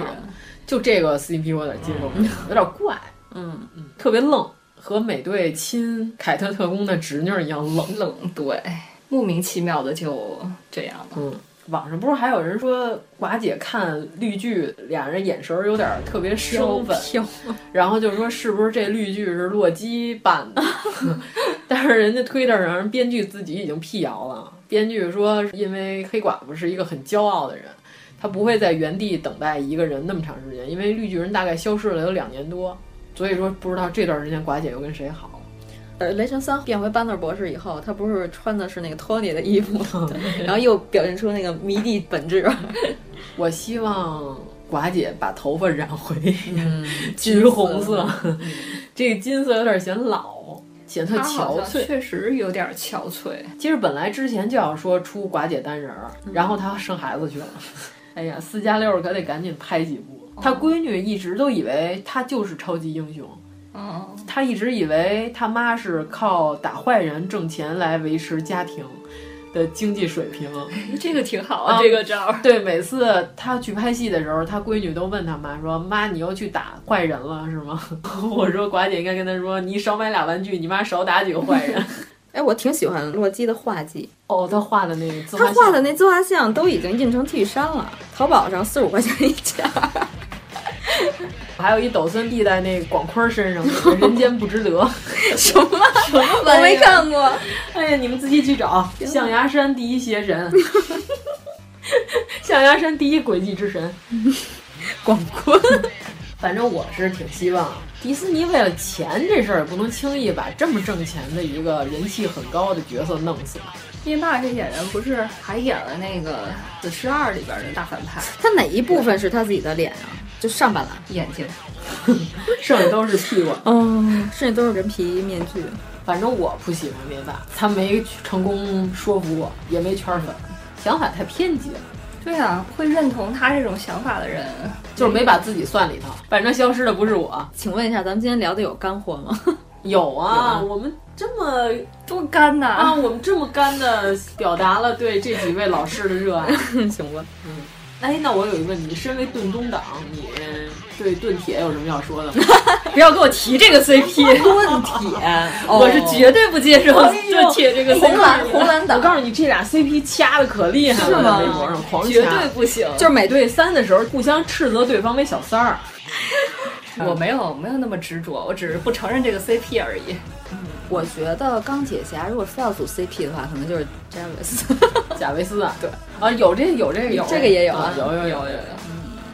Speaker 8: 就这个 CP 我有点接受不了， 有点怪。
Speaker 9: 嗯嗯，
Speaker 8: 特别愣，和美队亲凯特特工的侄女一样冷
Speaker 10: 冷，对，莫名其妙的就这样了。
Speaker 8: 嗯，网上不是还有人说寡姐看绿巨，俩人眼神有点特别生分，然后就说是不是这绿巨是洛基扮的？ 但是人家推特上编剧自己已经辟谣了，编剧说因为黑寡妇是一个很骄傲的人。他不会在原地等待一个人那么长时间，因为绿巨人大概消失了有两年多。所以说，不知道这段时间寡姐又跟谁好。
Speaker 9: 呃，雷神三变回班纳博士以后，他不是穿的是那个托尼的衣服， 然后又表现出那个迷弟本质。
Speaker 8: 我希望寡姐把头发染回、嗯、橘红色，
Speaker 9: 嗯、
Speaker 8: 这个金色有点显老，显得憔悴，
Speaker 10: 确实有点憔悴。
Speaker 8: 其实本来之前就要说出寡姐单人，然后她生孩子去了。嗯 哎呀，四加六可得赶紧拍几部。她闺女一直都以为她就是超级英雄，
Speaker 10: 哦，
Speaker 8: 她一直以为她妈是靠打坏人挣钱来维持家庭的经济水 平，
Speaker 10: 这个挺好啊，
Speaker 8: 嗯
Speaker 10: 这个招。
Speaker 8: 对，每次她去拍戏的时候，她闺女都问她妈说：“妈，你又去打坏人了是吗？” 我说：“寡姐应该跟她说，你少买俩玩具，你妈少打几个坏人。”
Speaker 9: 哎，我挺喜欢洛基的画技
Speaker 8: 哦，他画的那个自
Speaker 9: 画像，他画的那自画像都已经印成 T 恤衫了，淘宝上四十五块钱一件。
Speaker 8: 还有一抖森递在那广坤身上， 那个、人间不值得。
Speaker 9: 什么
Speaker 10: 什么
Speaker 9: 玩意？我没看过。
Speaker 8: 哎呀，你们自己去找。象牙山第一邪 神，象牙山第一诡计之神，
Speaker 9: 广坤。
Speaker 8: 反正我是挺希望迪士尼为了钱这事儿也不能轻易把这么挣钱的一个人气很高的角色弄死。
Speaker 10: 灭霸这演员不是还演了那个《死侍二》里边的大反派？
Speaker 9: 他哪一部分是他自己的脸啊？就上半拉
Speaker 10: 眼睛，
Speaker 8: 剩下都是屁股。
Speaker 9: 嗯，剩下都是人皮面具。
Speaker 8: 反正我不喜欢灭霸，他没成功说服我，也没圈粉，想法太偏激了。
Speaker 10: 对啊，会认同他这种想法的人，
Speaker 8: 就是没把自己算里头。反正消失的不是我。
Speaker 9: 请问一下，咱们今天聊的有干货吗？
Speaker 8: 有啊，有我们这么
Speaker 10: 多干呐、
Speaker 8: 啊、啊，我们这么干的表达了对这几位老师的热 爱，
Speaker 9: 行吧？
Speaker 8: 嗯，哎，那我有一个问题，身为盾东党，你对盾铁有什么要说 的吗？
Speaker 10: 不要跟我提这个 CP，
Speaker 9: 盾铁，哦、哎
Speaker 10: 我是绝对不接受盾铁这个 CP。
Speaker 9: 红蓝红蓝党，
Speaker 8: 我告诉你，这俩 CP 掐的可厉害了，在微博上狂掐，
Speaker 10: 绝对不行。
Speaker 8: 就是美队三的时候，互相斥责对方为小三儿。
Speaker 10: 我没有没有那么执着，我只是不承认这个 CP 而已。
Speaker 9: 嗯、我觉得钢铁侠如果非要组 CP 的话，可能就是贾维斯，
Speaker 8: 贾维斯啊，
Speaker 10: 对
Speaker 8: 啊，有这有这有
Speaker 9: 这个也有啊，
Speaker 8: 有有有有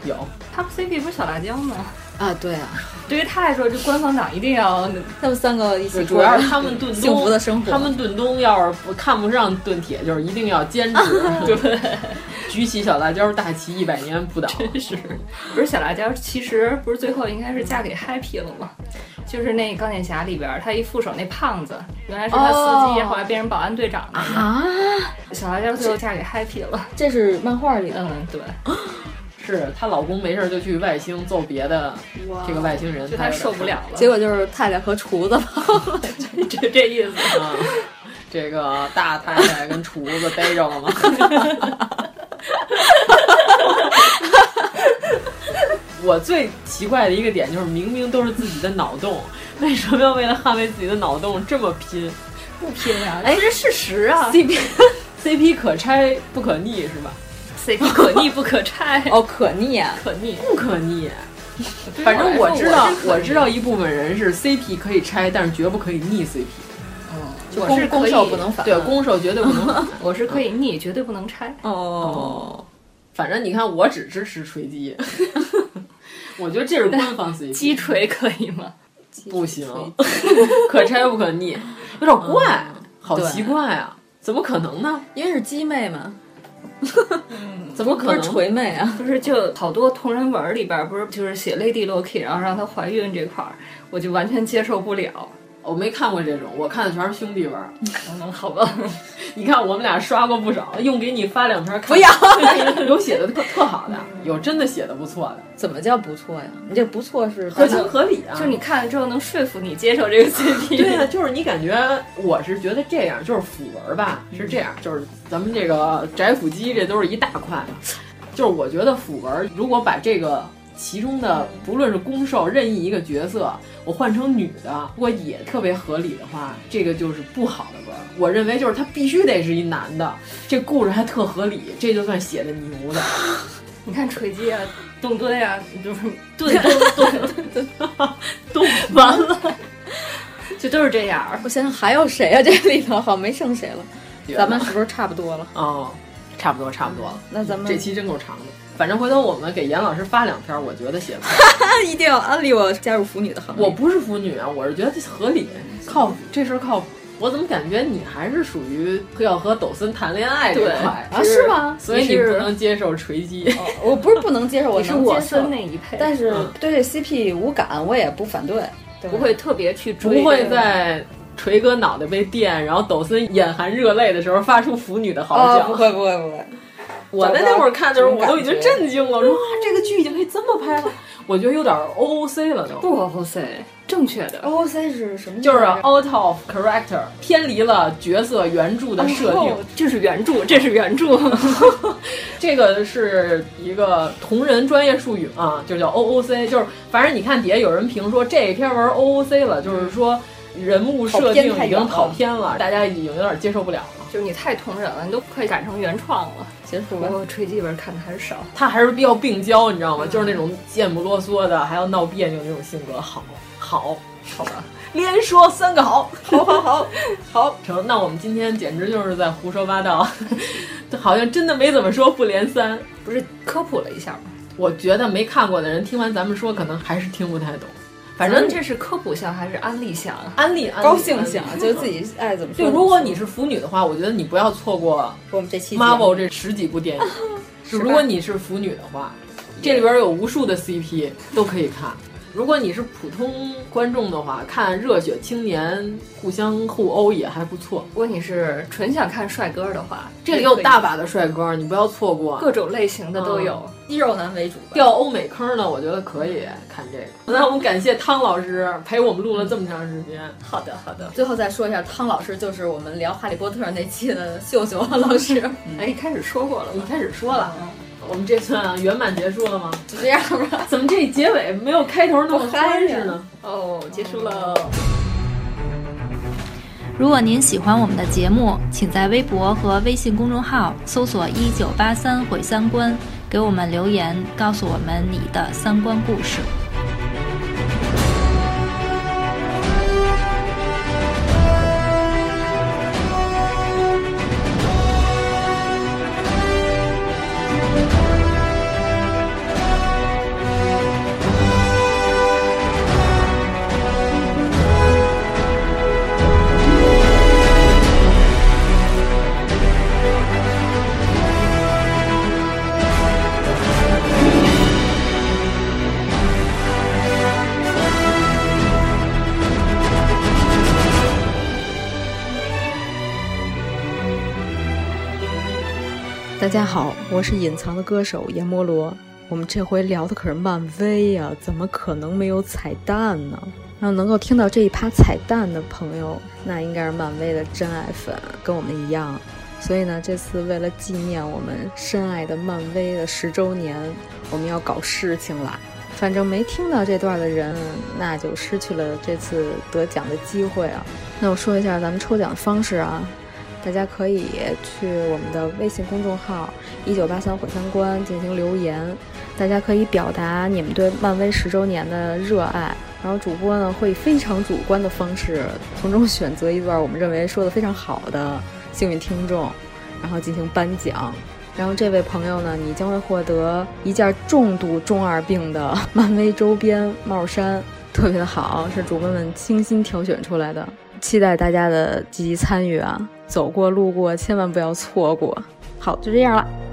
Speaker 8: 有有。
Speaker 10: 他们 CP 不是小辣椒吗？
Speaker 9: 啊，对啊。
Speaker 10: 对于他来说，这官方党一定要
Speaker 9: 他们三个一起，
Speaker 8: 主要是他们盾东
Speaker 9: 幸福的生活。
Speaker 8: 他们盾东要是不看不上盾铁，就是一定要坚持。
Speaker 10: 对，
Speaker 8: 举起小辣椒，大旗一百年不倒。
Speaker 10: 真是，不是小辣椒，其实不是最后应该是嫁给 Happy 了吗？就是那钢铁侠里边，他一副手那胖子，原来是他司机，
Speaker 9: 哦
Speaker 10: 后来变成保安队长的
Speaker 9: 啊。
Speaker 10: 小辣椒最后嫁给 Happy 了。
Speaker 9: 这是漫画里的，
Speaker 10: 嗯，对，
Speaker 8: 是她老公没事儿就去外星揍别的这个外星人，
Speaker 10: 就他受不了了。
Speaker 9: 结果就是太太和厨子吧。
Speaker 10: 这这意思。
Speaker 8: 啊， 这个大太太跟厨子逮着了吗？ 我最奇怪的一个点就是，明明都是自己的脑洞，为什么要为了捍卫自己的脑洞这么拼哎
Speaker 10: 不拼呀、这是事实啊。
Speaker 8: ？CP CP 可拆不可逆是吧？
Speaker 10: CP 可逆不可拆，
Speaker 9: 哦，可逆啊，
Speaker 10: 可逆。
Speaker 8: 不可逆。反正我知道，我知道一部分人是 CP 可以拆，但是绝不可以逆 CP。哦
Speaker 10: 我是
Speaker 9: 攻
Speaker 10: 可以
Speaker 9: 受不能反。
Speaker 8: 对，攻受绝对不能 反。
Speaker 10: 我是可以逆，绝对不能拆。
Speaker 9: 哦，
Speaker 8: 反正你看，我只支持锤击， 我觉得这是官方 CP，
Speaker 10: 击锤可以吗？
Speaker 8: 不行， 可拆不可逆，有点怪，好奇怪啊！怎么可能呢？
Speaker 9: 因为是鸡妹嘛，
Speaker 8: 怎么
Speaker 9: 嗯不
Speaker 8: 可
Speaker 9: 是
Speaker 8: 能？
Speaker 9: 锤妹啊。
Speaker 10: 不是，就好多同人文里边儿不是就是写 Lady Loki，然后让她怀孕这块儿，我就完全接受不了。
Speaker 8: 我没看过这种，我看的全是兄弟文。
Speaker 10: 嗯，好吧，
Speaker 8: 你看我们俩刷过不少，用给你发两篇看。不要， 有写的特特好的，有真的写的不错的，
Speaker 9: 怎么叫不错呀？你这不错是
Speaker 8: 合情合理啊。
Speaker 10: 就是你看了之后能说服你接受这个 CP。
Speaker 8: 对啊，就是你感觉，我是觉得这样，就是腐文吧，是这样，就是咱们这个宅腐鸡，这都是一大块嘛。就是我觉得腐文，如果把这个其中的不论是攻受任意一个角色，我换成女的，如果也特别合理的话，这个就是不好的文。我认为就是他必须得是一男的，这故事还特合理，这就算写的牛的。
Speaker 10: 你看锤击啊， 动蹲呀、 就是蹲蹲蹲蹲
Speaker 8: 都
Speaker 10: 完了，就都是这样儿。
Speaker 9: 我想想还有谁啊？这 里头好像没剩谁了。咱们是不是差不多了？
Speaker 8: 哦，差不多，差不多了。
Speaker 9: 那咱们
Speaker 8: 这期真够长的，反正回头我们给严老师发两篇，我觉得写 的。
Speaker 9: 那一定要安利我加入腐女的行列。
Speaker 8: 我不是腐女啊，我是觉得这合理，靠谱，这事儿靠谱。我怎么感觉你还是属于要和抖森谈恋爱这
Speaker 10: 对
Speaker 8: 块
Speaker 9: 啊是吗
Speaker 8: 所以
Speaker 9: 你
Speaker 8: 你哦
Speaker 9: 是
Speaker 8: 不能接受锤击，
Speaker 9: 我不是不能接受，我
Speaker 10: 你是
Speaker 9: 能
Speaker 10: 我
Speaker 9: 接受
Speaker 10: 分，那一配，
Speaker 9: 但是
Speaker 8: 嗯
Speaker 9: 对这 CP 无感，我也不反对。
Speaker 10: 不会特别去追这个，
Speaker 8: 不会在锤哥脑袋被电，然后抖森眼含热泪的时候发出腐女的嚎
Speaker 9: 哦，
Speaker 8: 叫。
Speaker 9: 不会不会不会，
Speaker 8: 我在那会儿看的时候，我都已经
Speaker 9: 这种感觉
Speaker 8: 震惊了，我说哇，这个剧已经可以这么拍了，我觉得有点 O O C 了都。
Speaker 10: 不 OOC 正确的。
Speaker 9: OOC 是什么意思？
Speaker 8: 就是
Speaker 10: 嗯
Speaker 8: out of character，偏离了角色原著的设定
Speaker 10: 哦。这是原著，这是原著。
Speaker 8: 这个是一个同人专业术语啊，就叫 OOC，就是反正你看底下有人评说这篇文 OOC 了，就是说人物设定已经跑偏了，大家已经有点接受不了了。
Speaker 10: 就是你太同人了，你都快改成原创了。
Speaker 9: 结束吧。
Speaker 10: 我吹这边看的还是少，
Speaker 8: 他还是比较病娇，你知道吗？就是那种贱不啰嗦的，还要闹别扭那种性格，好好
Speaker 10: 好吧？
Speaker 8: 连说三个好，好好好好 成。那我们今天简直就是在胡说八道， 好像真的没怎么说不连三。
Speaker 10: 不是科普了一下吗？
Speaker 8: 我觉得没看过的人听完咱们说，可能还是听不太懂。反
Speaker 10: 反
Speaker 8: 正
Speaker 10: 正这是科普项还是安利项啊？
Speaker 8: 安利安利
Speaker 9: 高兴性
Speaker 8: 安，利
Speaker 9: 就是自 己爱怎么说。
Speaker 8: 对，如果你是腐女的话，我觉得你不要错过
Speaker 9: 我们这期节目
Speaker 8: Marvel 这十几部电影。
Speaker 9: 吧
Speaker 8: 如果你是腐女的话，这里边有无数的 CP 都可以看。如果你是普通观众的话，看热血青年互相互殴也还不错。
Speaker 10: 如果你是纯想看帅哥的话，
Speaker 8: 这里
Speaker 10: 也可以嗯
Speaker 8: 有大把的帅哥，你不要错过。
Speaker 10: 各种类型的都有。
Speaker 9: 肌肉男为主吧。
Speaker 8: 掉欧美坑呢，我觉得可以看这个。那我们感谢汤老师陪我们录了这么长时间。
Speaker 9: 好的好的。最后再说一下，汤老师就是我们聊《哈利波特》那期的秀秀老师，
Speaker 10: 哎，一开始说过了
Speaker 8: 你
Speaker 10: 吧？
Speaker 8: 嗯
Speaker 10: 嗯
Speaker 8: 开始说了，我们这算圆满结束了吗？
Speaker 9: 就这样吧。
Speaker 8: 怎么这结尾没有开头那么欢实呢？
Speaker 10: 哦，结束了。
Speaker 1: 如果您喜欢我们的节目，请在微博和微信公众号搜索“一九八三毁三观”，给我们留言，告诉我们你的三观故事。
Speaker 9: 大家好，我是隐藏的歌手阎摩罗。我们这回聊的可是漫威呀、怎么可能没有彩蛋呢？然后能够听到这一趴彩蛋的朋友，那应该是漫威的真爱粉，啊跟我们一样。所以呢，这次为了纪念我们深爱的漫威的十周年，我们要搞事情啦。反正没听到这段的人，那就失去了这次得奖的机会啊。那我说一下咱们抽奖的方式啊，大家可以去我们的微信公众号“一九八三毁三观”进行留言，大家可以表达你们对漫威十周年的热爱。然后主播呢会以非常主观的方式，从中选择一段我们认为说的非常好的幸运听众，然后进行颁奖。然后这位朋友呢，你将会获得一件重度中二病的 漫威周边帽衫，特别的好，是主播们精心挑选出来的。期待大家的积极参与啊！走过路过千万不要错过。好，就这样了。